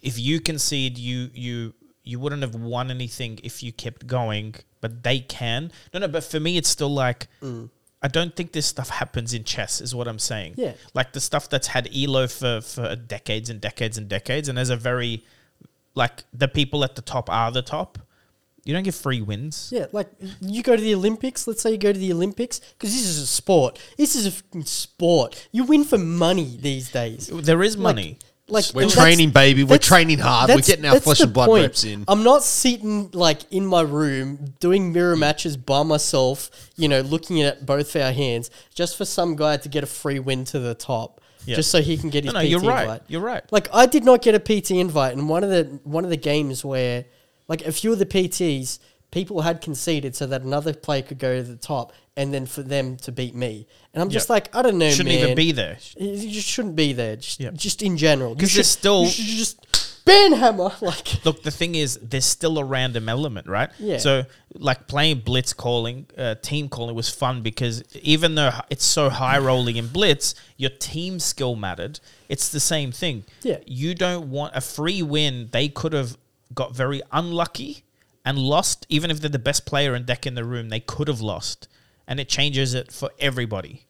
Speaker 3: if you concede, you you you wouldn't have won anything if you kept going, but they can. No, no. But for me, it's still like.
Speaker 2: Mm.
Speaker 3: I don't think this stuff happens in chess, is what I'm saying.
Speaker 2: Yeah.
Speaker 3: Like the stuff that's had Elo for, for decades and decades and decades, and as a very, like, the people at the top are the top. You don't get free wins.
Speaker 2: Yeah, like you go to the Olympics. Let's say you go to the Olympics because this is a sport. This is a fucking sport. You win for money these days.
Speaker 3: There is
Speaker 2: Like-
Speaker 3: money.
Speaker 2: Like,
Speaker 1: We're
Speaker 2: and that's-
Speaker 1: training, baby. We're
Speaker 2: that's-
Speaker 1: training hard. We're
Speaker 2: that's-
Speaker 1: getting our
Speaker 2: that's
Speaker 1: flesh
Speaker 2: the
Speaker 1: and blood
Speaker 2: point.
Speaker 1: reps in.
Speaker 2: I'm not sitting like in my room doing mirror matches by myself. You know, looking at both our hands just for some guy to get a free win to the top,
Speaker 3: Yeah.
Speaker 2: just so he can get
Speaker 3: No,
Speaker 2: his
Speaker 3: no,
Speaker 2: PT
Speaker 3: you're right.
Speaker 2: invite.
Speaker 3: You're right.
Speaker 2: Like I did not get a PT invite in one of the one of the games where like a few of the PTs people had conceded so that another player could go to the top and then for them to beat me. And I'm just
Speaker 3: Yeah.
Speaker 2: like I don't know
Speaker 3: Shouldn't
Speaker 2: man.
Speaker 3: even be there.
Speaker 2: You you just shouldn't be there just,
Speaker 3: Yeah.
Speaker 2: just in general. You
Speaker 3: 'Cause there's
Speaker 2: should-
Speaker 3: still-
Speaker 2: you should just ban hammer like
Speaker 3: Look, the thing is, there's still a random element, right?
Speaker 2: Yeah.
Speaker 3: So, like playing blitz calling, uh, team calling was fun because even though it's so high rolling in blitz, your team skill mattered. It's the same thing.
Speaker 2: Yeah.
Speaker 3: You don't want a free win. They could have got very unlucky and lost. Even if they're the best player and deck in the room, they could have lost, and it changes it for everybody,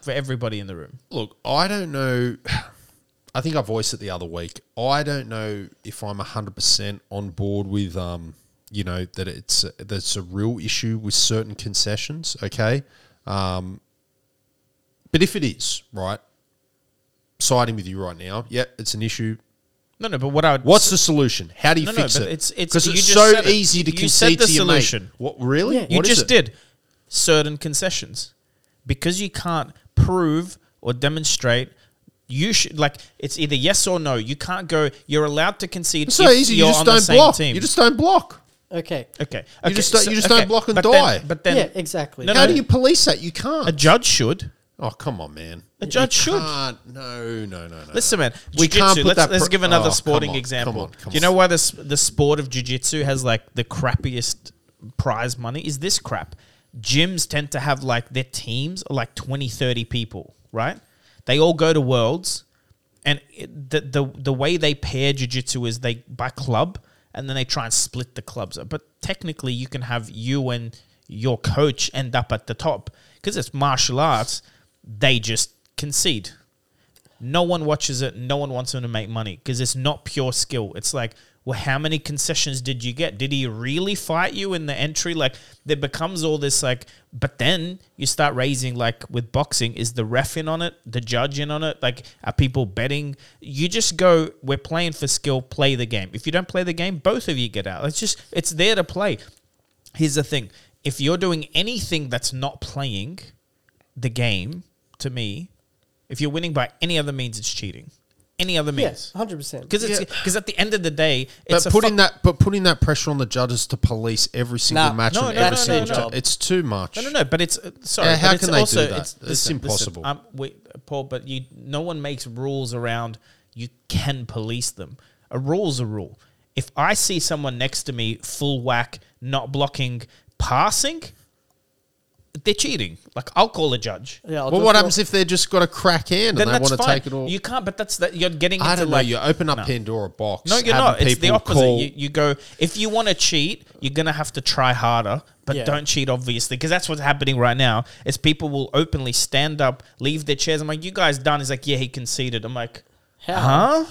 Speaker 3: for everybody in the room.
Speaker 1: Look, I don't know. I think I voiced it the other week. I don't know if I'm 100% on board with, um, you know, that it's that it's a real issue with certain concessions, okay? Um, but if it is, right, siding with you right now, yeah, it's an issue.
Speaker 3: No, no. But what I would
Speaker 1: What's the solution? How do you
Speaker 3: No, no,
Speaker 1: fix
Speaker 3: but
Speaker 1: it?
Speaker 3: it's- it's-
Speaker 1: because
Speaker 3: you
Speaker 1: it's
Speaker 3: just
Speaker 1: so
Speaker 3: said it.
Speaker 1: easy to
Speaker 3: You said
Speaker 1: concede
Speaker 3: the
Speaker 1: to your mate.
Speaker 3: solution.
Speaker 1: What really?
Speaker 2: Yeah.
Speaker 1: What
Speaker 3: You
Speaker 1: is
Speaker 3: just
Speaker 1: it?
Speaker 3: did certain concessions because you can't prove or demonstrate. You should like it's either yes or no. You can't go. You're allowed to concede.
Speaker 1: It's so
Speaker 3: if
Speaker 1: easy. You
Speaker 3: You're
Speaker 1: just
Speaker 3: on the
Speaker 1: don't
Speaker 3: same
Speaker 1: block.
Speaker 3: team.
Speaker 1: You just don't block.
Speaker 2: okay.
Speaker 3: okay.
Speaker 1: you
Speaker 3: okay,
Speaker 1: just don't- you just don't block and
Speaker 3: but then-
Speaker 1: die.
Speaker 3: but then
Speaker 2: yeah, exactly.
Speaker 3: No,
Speaker 1: How
Speaker 3: no.
Speaker 1: do you police that? You
Speaker 3: a
Speaker 1: can't.
Speaker 3: judge should.
Speaker 1: Oh, come on, man.
Speaker 3: A judge
Speaker 1: You
Speaker 3: should.
Speaker 1: can't. No, no, no, no.
Speaker 3: Listen, man.
Speaker 1: We
Speaker 3: jiu-jitsu,
Speaker 1: can't put
Speaker 3: let's,
Speaker 1: that
Speaker 3: let's
Speaker 1: pr-
Speaker 3: give another
Speaker 1: Oh, come
Speaker 3: sporting
Speaker 1: on, come
Speaker 3: example.
Speaker 1: on, come
Speaker 3: Do you
Speaker 1: on.
Speaker 3: know why this the sport of jiu-jitsu has like the crappiest prize money? Is this crap? Gyms tend to have like their teams are like 20, 30 people, right? They all go to worlds, and it, the the the way they pair jiu-jitsu is they by club, and then they try and split the clubs up. But technically, you can have you and your coach end up at the top because it's martial arts. They just concede. No one watches it. No one wants him to make money because it's not pure skill. It's like, well, how many concessions did you get? Did he really fight you in the entry? Like, there becomes all this, like, but then you start raising, like, with boxing, is the ref in on it? The judge in on it? Like, are people betting? You just go, we're playing for skill, play the game. If you don't play the game, both of you get out. It's just, it's there to play. Here's the thing if you're doing anything that's not playing the game, to me, if you're winning by any other means, it's cheating. Any other
Speaker 2: Yes,
Speaker 3: means.
Speaker 2: hundred percent.
Speaker 3: Because it's because at the end of the day,
Speaker 1: But
Speaker 3: it's a
Speaker 1: putting
Speaker 3: fu-
Speaker 1: that, but putting that pressure on the judges to police every single
Speaker 2: Nah,
Speaker 1: match
Speaker 3: no,
Speaker 1: on
Speaker 3: no,
Speaker 1: every
Speaker 3: no, no,
Speaker 1: single
Speaker 3: no.
Speaker 1: job, it's too much.
Speaker 3: No, no, no. But it's uh, sorry.
Speaker 1: Yeah, how
Speaker 3: but it's
Speaker 1: can they do
Speaker 3: also,
Speaker 1: that?
Speaker 3: It's,
Speaker 1: It's impossible.
Speaker 3: um, we, Paul, but you, no one makes rules around. You can police them. A rule's a rule. If I see someone next to me full whack, not blocking, passing, they're cheating. Like I'll call a judge.
Speaker 2: Yeah, I'll
Speaker 1: Well,
Speaker 2: just
Speaker 1: what
Speaker 2: go-
Speaker 1: happens if they're just got a crack hand
Speaker 3: Then
Speaker 1: and they
Speaker 3: that's
Speaker 1: want to
Speaker 3: fine.
Speaker 1: take it all?
Speaker 3: You can't. But that's that. You're getting into
Speaker 1: I don't know.
Speaker 3: like
Speaker 1: You open up
Speaker 3: no.
Speaker 1: Pandora box.
Speaker 3: No, you're
Speaker 1: having
Speaker 3: not. It's the
Speaker 1: people
Speaker 3: opposite.
Speaker 1: call-
Speaker 3: You, you go if you want to cheat, you're gonna have to try harder, but
Speaker 2: Yeah.
Speaker 3: don't cheat obviously because that's what's happening right now. Is people will openly stand up, leave their chairs. I'm like, you guys done? He's like, yeah, he conceded. I'm like,
Speaker 2: How?
Speaker 3: huh?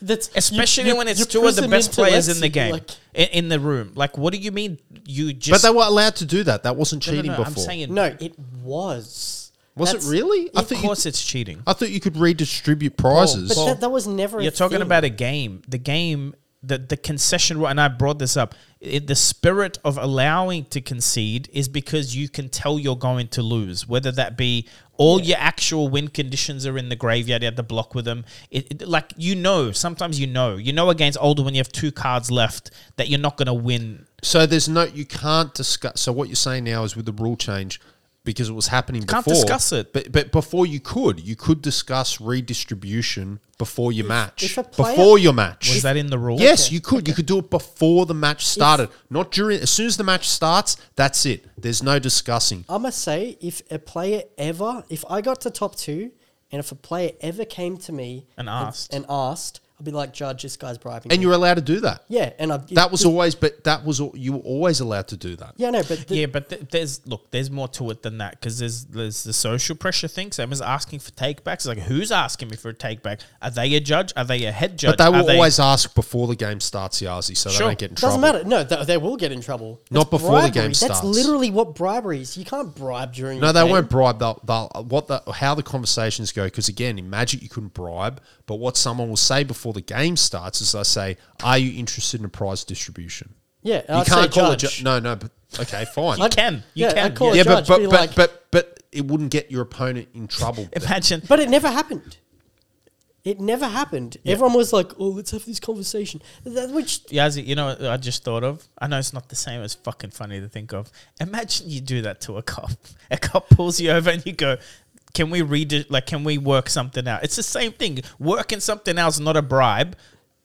Speaker 2: That's
Speaker 3: Especially
Speaker 2: you- you-
Speaker 3: when it's
Speaker 2: you
Speaker 3: two of
Speaker 2: prison
Speaker 3: the best
Speaker 2: into
Speaker 3: players in
Speaker 2: Lexi,
Speaker 3: the game,
Speaker 2: like-
Speaker 3: in, in the room. Like, what do you mean? You
Speaker 1: But
Speaker 3: just
Speaker 1: they were allowed to do that. That wasn't
Speaker 3: No, no,
Speaker 1: cheating
Speaker 3: no,
Speaker 1: before.
Speaker 3: I'm saying,
Speaker 2: no, it was.
Speaker 1: was it
Speaker 2: That's-
Speaker 1: really? I
Speaker 3: of
Speaker 1: thought,
Speaker 3: course
Speaker 1: you,
Speaker 3: it's cheating.
Speaker 1: I thought you could redistribute prizes.
Speaker 2: oh, But that, that was never.
Speaker 3: You're
Speaker 2: a
Speaker 3: talking
Speaker 2: thing.
Speaker 3: about a game. The game, the, the concession rule, and I brought this up. It, the spirit of allowing to concede is because you can tell you're going to lose, whether that be all your actual win conditions are in the graveyard. You had to block with them. It, it- like you know, sometimes you know, you know against older when you have two cards left that you're not going to win.
Speaker 1: so there's no, you can't discuss. So what you're saying now is with the rule change, because it was happening
Speaker 3: Can't
Speaker 1: before.
Speaker 3: discuss it.
Speaker 1: But, but before you could, you could discuss redistribution before your match.
Speaker 2: if a player-
Speaker 1: before your match.
Speaker 3: Was that in the rule?
Speaker 1: Yes, you could. You could do it before the match started, not during. As soon as the match starts, that's it. There's no discussing.
Speaker 2: I must say, if a player ever, if I got to top two, and if a player ever came to me
Speaker 3: And asked.
Speaker 2: and, asked, I'd be like, Judge, this guy's bribing.
Speaker 1: And
Speaker 2: me."
Speaker 1: you're allowed to do that.
Speaker 2: yeah, and I
Speaker 1: That was always, but that was al- you were always allowed to do that.
Speaker 2: yeah, no, but the,
Speaker 3: yeah, but th- there's look, there's more to it than that because there's there's the social pressure thing. Sam is asking for takebacks. It's Like, who's asking me for a takeback? Are they a judge? Are they a head judge?
Speaker 1: But they
Speaker 3: Are
Speaker 1: will always ask before the game starts, Yazi, so
Speaker 3: Sure.
Speaker 1: they don't get in trouble.
Speaker 2: doesn't matter. No, th- they will get in trouble.
Speaker 1: Not
Speaker 2: That's
Speaker 1: before the game
Speaker 2: bribery.
Speaker 1: starts.
Speaker 2: That's literally what bribery is. You can't bribe during.
Speaker 1: No,
Speaker 2: the
Speaker 1: they
Speaker 2: game.
Speaker 1: won't bribe. They'll, they'll what the how the conversations go because again, in Magic you couldn't bribe. But what someone will say before the game starts is they say, "Are you interested in a prize distribution?"
Speaker 2: Yeah,
Speaker 1: you can't call
Speaker 2: judge.
Speaker 1: it. Ju- no, no. But okay, fine.
Speaker 3: You can. You
Speaker 2: yeah,
Speaker 3: can.
Speaker 2: I'd call
Speaker 1: yeah,
Speaker 3: yeah.
Speaker 2: it
Speaker 1: but
Speaker 2: judge,
Speaker 1: but
Speaker 2: be
Speaker 1: but,
Speaker 2: like-
Speaker 1: but but it wouldn't get your opponent in trouble.
Speaker 3: Imagine.
Speaker 2: But it never happened. It never happened. Everyone was like, "Oh, let's have this conversation," That- which
Speaker 3: Yazi, you know what I just thought of? I know it's not the same. It's fucking funny to think of. Imagine you do that to a cop. A cop pulls you over and you go, "Can we read it? Like, can we work something out?" It's the same thing. Working something out is not a bribe.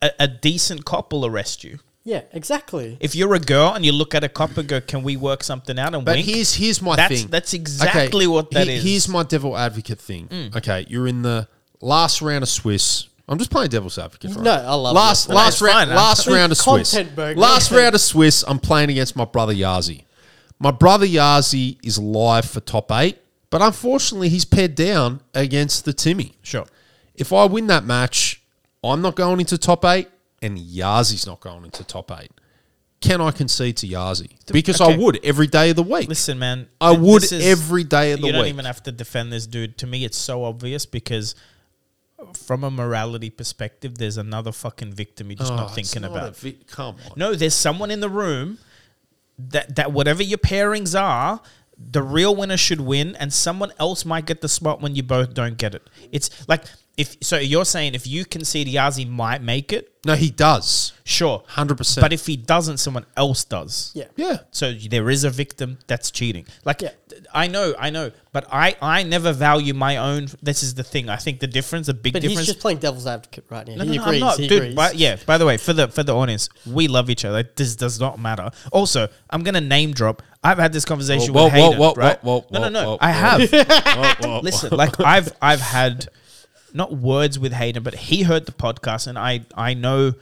Speaker 3: A, a decent cop will arrest you.
Speaker 2: Yeah, exactly.
Speaker 3: If you're a girl and you look at a cop and go, "Can we work something out?" and
Speaker 1: But
Speaker 3: wink,
Speaker 1: here's here's my
Speaker 3: That's-
Speaker 1: thing.
Speaker 3: that's exactly what that
Speaker 1: that is.
Speaker 3: is.
Speaker 1: Here's my devil advocate thing. Okay, you're in the last round of Swiss. I'm just playing devil's advocate. right?
Speaker 2: No, I love
Speaker 1: last
Speaker 2: it.
Speaker 1: last
Speaker 3: No, it's
Speaker 1: round
Speaker 3: fine.
Speaker 1: last
Speaker 2: I'm-
Speaker 1: round of
Speaker 2: Content,
Speaker 1: Swiss.
Speaker 2: bro.
Speaker 1: Last
Speaker 2: Content.
Speaker 1: round of Swiss. I'm playing against my brother Yazi. My brother Yazi is live for top eight, but unfortunately he's paired down against the Timmy.
Speaker 3: sure.
Speaker 1: If I win that match, I'm not going into top eight, and Yazi's not going into top eight. Can I concede to Yazi? Because I
Speaker 3: okay.
Speaker 1: would every day of the week.
Speaker 3: Listen, man.
Speaker 1: I
Speaker 3: th-
Speaker 1: would
Speaker 3: this is-
Speaker 1: every day of the
Speaker 3: You don't
Speaker 1: week.
Speaker 3: even have to defend this dude. To me, it's so obvious because, from a morality perspective, there's another fucking victim you're just
Speaker 1: Oh,
Speaker 3: not thinking about.
Speaker 1: Come on.
Speaker 3: no, there's someone in the room that that whatever your pairings are, the real winner should win, and someone else might get the spot when you both don't get it. It's like if so. You're saying if you concede, Yazi might make it.
Speaker 1: No, he does.
Speaker 3: Sure,
Speaker 1: 100%.
Speaker 3: But if he doesn't, someone else does.
Speaker 2: Yeah.
Speaker 1: Yeah.
Speaker 3: So there is a victim that's cheating. Like
Speaker 2: Yeah.
Speaker 3: th- I know, I know, but I I never value my own. This is the thing. I think the difference, a big
Speaker 2: But
Speaker 3: difference.
Speaker 2: he's just playing devil's advocate right now.
Speaker 3: No,
Speaker 2: he
Speaker 3: no, no,
Speaker 2: agrees.
Speaker 3: I'm not,
Speaker 2: he
Speaker 3: dude.
Speaker 2: agrees.
Speaker 3: by- yeah. By the way, for the for the audience, we love each other. This does not matter. Also, I'm gonna name drop. I've had this conversation
Speaker 1: Whoa,
Speaker 3: with
Speaker 1: whoa,
Speaker 3: Hayden.
Speaker 1: whoa, whoa,
Speaker 3: right?
Speaker 1: whoa,
Speaker 3: no,
Speaker 1: whoa,
Speaker 3: no, no.
Speaker 1: whoa,
Speaker 3: I
Speaker 1: whoa.
Speaker 3: have.
Speaker 1: whoa.
Speaker 3: Listen, like I've I've had not words with Hayden, but he heard the podcast, and I I know.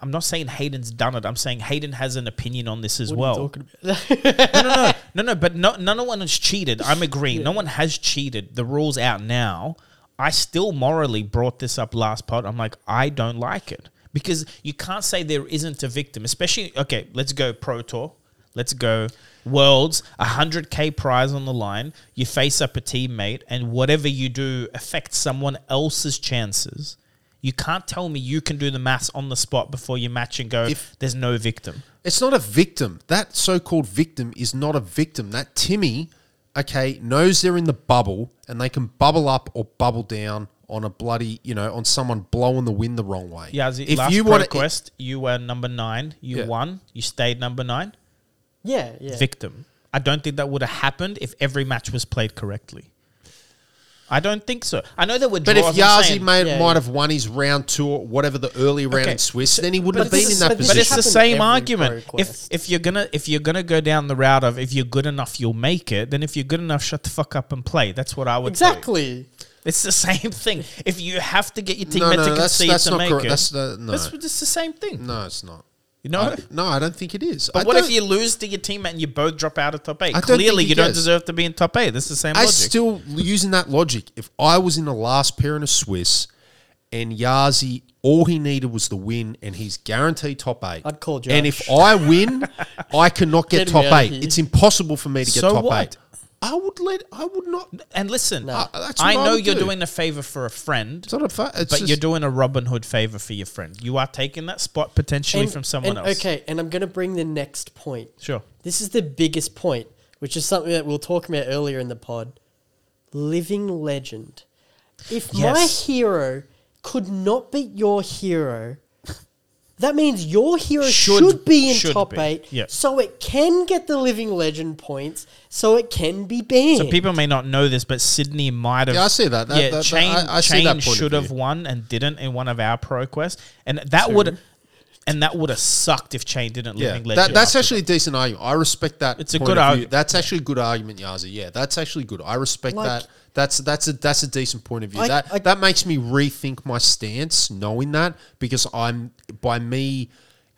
Speaker 3: I'm not saying Hayden's done it. I'm saying Hayden has an opinion on this as
Speaker 2: What are you
Speaker 3: well.
Speaker 2: talking about?
Speaker 3: no, no, no, no, no. But no, no one has cheated. I'm agreeing. No one has cheated. The rule's out now. I still morally brought this up last pod. I'm like, I don't like it because you can't say there isn't a victim, especially. Okay, let's go pro tour. Let's go worlds. A hundred k prize on the line. You face up a teammate, and whatever you do affects someone else's chances. You can't tell me you can do the maths on the spot before you match and go.
Speaker 1: If-
Speaker 3: There's no victim.
Speaker 1: It's not a victim. That so called victim is not a victim. That Timmy, okay, knows they're in the bubble and they can bubble up or bubble down on a bloody, you know, on someone blowing the wind the wrong way.
Speaker 3: Yeah, the
Speaker 1: if
Speaker 3: last
Speaker 1: you
Speaker 3: you
Speaker 1: want to.
Speaker 3: quest, you were number nine. You
Speaker 1: Yeah.
Speaker 3: won. You stayed number nine.
Speaker 2: yeah, yeah.
Speaker 3: Victim. I don't think that would have happened if every match was played correctly. I don't think so. I know there were
Speaker 1: But if
Speaker 3: draws. I'm
Speaker 1: Yazi
Speaker 3: saying-
Speaker 1: made,
Speaker 2: Yeah,
Speaker 1: might
Speaker 2: yeah.
Speaker 1: have won his round two or whatever the early round
Speaker 3: Okay,
Speaker 1: in Swiss, then he wouldn't have
Speaker 2: but
Speaker 1: been
Speaker 2: this
Speaker 1: in
Speaker 2: is-
Speaker 1: that
Speaker 2: but this
Speaker 1: position.
Speaker 3: but it's the
Speaker 2: happened
Speaker 3: same
Speaker 2: every
Speaker 3: argument.
Speaker 2: pro
Speaker 3: If
Speaker 2: quest.
Speaker 3: if you're gonna if you're gonna go down the route of if you're good enough, you'll make it. Then if you're good enough, shut the fuck up and play. That's what I would do.
Speaker 2: Exactly.
Speaker 3: It's the same thing. If you have to get your
Speaker 1: no,
Speaker 3: teammate
Speaker 1: no,
Speaker 3: to
Speaker 1: that's,
Speaker 3: concede
Speaker 1: that's
Speaker 3: to
Speaker 1: not
Speaker 3: make
Speaker 1: correct.
Speaker 3: it,
Speaker 1: That's the, no.
Speaker 3: that's it's the same thing.
Speaker 1: no, it's not.
Speaker 3: You know.
Speaker 1: I- no, I don't think it is.
Speaker 3: But
Speaker 1: I
Speaker 3: what if
Speaker 1: don't-
Speaker 3: you lose to your teammate and you both drop out of top eight?
Speaker 1: I don't think
Speaker 3: Clearly,
Speaker 1: he
Speaker 3: you don't
Speaker 1: does.
Speaker 3: deserve to be in top eight. This is the same
Speaker 1: I
Speaker 3: logic.
Speaker 1: still using that logic. If I was in the last pair in a Swiss, and Yazi All he needed was the win, and he's guaranteed top eight.
Speaker 2: I'd call
Speaker 1: And
Speaker 2: Josh.
Speaker 1: if I win, I cannot get
Speaker 2: Get me
Speaker 1: top
Speaker 2: out of
Speaker 1: eight.
Speaker 2: here.
Speaker 1: It's impossible for me to get
Speaker 3: So
Speaker 1: top
Speaker 3: what?
Speaker 1: eight. I would let. I would not.
Speaker 3: And listen,
Speaker 1: No. Uh, that's
Speaker 3: I
Speaker 1: what I
Speaker 3: know
Speaker 1: would
Speaker 3: you're
Speaker 1: do.
Speaker 3: doing a favor for a friend,
Speaker 1: It's not a fact.
Speaker 3: but you're doing a Robin Hood favor for your friend. You are taking that spot potentially
Speaker 2: And-
Speaker 3: from someone
Speaker 2: and-
Speaker 3: else.
Speaker 2: Okay, and I'm going to bring the next point.
Speaker 3: Sure.
Speaker 2: This is the biggest point, which is something that we will talk about earlier in the pod. Living legend. If my
Speaker 3: Yes.
Speaker 2: hero could not beat your hero, that means your hero should,
Speaker 3: Should-
Speaker 2: be in
Speaker 3: should
Speaker 2: top
Speaker 3: be,
Speaker 2: eight,
Speaker 3: yeah.
Speaker 2: so it can get the living legend points, so it can be banned.
Speaker 3: So people may not know this, but Sydney might have.
Speaker 1: Yeah, I see that. That-
Speaker 3: yeah,
Speaker 1: that- that-
Speaker 3: Chain,
Speaker 1: I- I see
Speaker 3: Chain
Speaker 1: that point of
Speaker 3: should have
Speaker 1: view.
Speaker 3: won and didn't in one of our pro quests, and that would, and that would have sucked if Chain didn't.
Speaker 1: Yeah,
Speaker 3: Living
Speaker 1: that,
Speaker 3: Legend
Speaker 1: that's
Speaker 3: after
Speaker 1: actually a decent argument. I respect that.
Speaker 3: It's a
Speaker 1: point
Speaker 3: good
Speaker 1: of view.
Speaker 3: argument.
Speaker 1: That's actually a good argument, Yazi. Yeah, that's actually good. I respect
Speaker 2: Like-
Speaker 1: that. That's that's a that's a decent point of view.
Speaker 2: I-
Speaker 1: that
Speaker 2: I-
Speaker 1: that makes me rethink my stance, knowing that because I'm by me.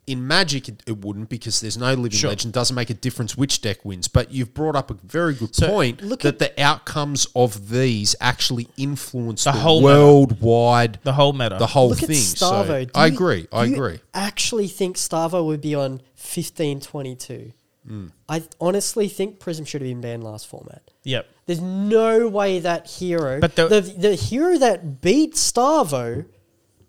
Speaker 1: In Magic, it, it wouldn't because there's no living
Speaker 3: Sure.
Speaker 1: legend. Doesn't make a difference which deck wins. But you've brought up a very good
Speaker 3: So,
Speaker 1: point
Speaker 2: look
Speaker 1: that the outcomes of these actually influence the,
Speaker 3: whole meta.
Speaker 1: worldwide,
Speaker 3: the whole meta.
Speaker 1: the whole
Speaker 2: Look
Speaker 1: thing.
Speaker 2: at Starvo.
Speaker 1: So
Speaker 2: Do
Speaker 1: I
Speaker 2: you-
Speaker 1: agree. I
Speaker 2: do you
Speaker 1: agree.
Speaker 2: actually think Starvo would be on fifteen twenty two.
Speaker 3: Hmm.
Speaker 2: I honestly think Prism should have been banned last format.
Speaker 3: Yep.
Speaker 2: There's no way that hero,
Speaker 3: But
Speaker 2: the,
Speaker 3: the-
Speaker 2: the hero that beat Starvo,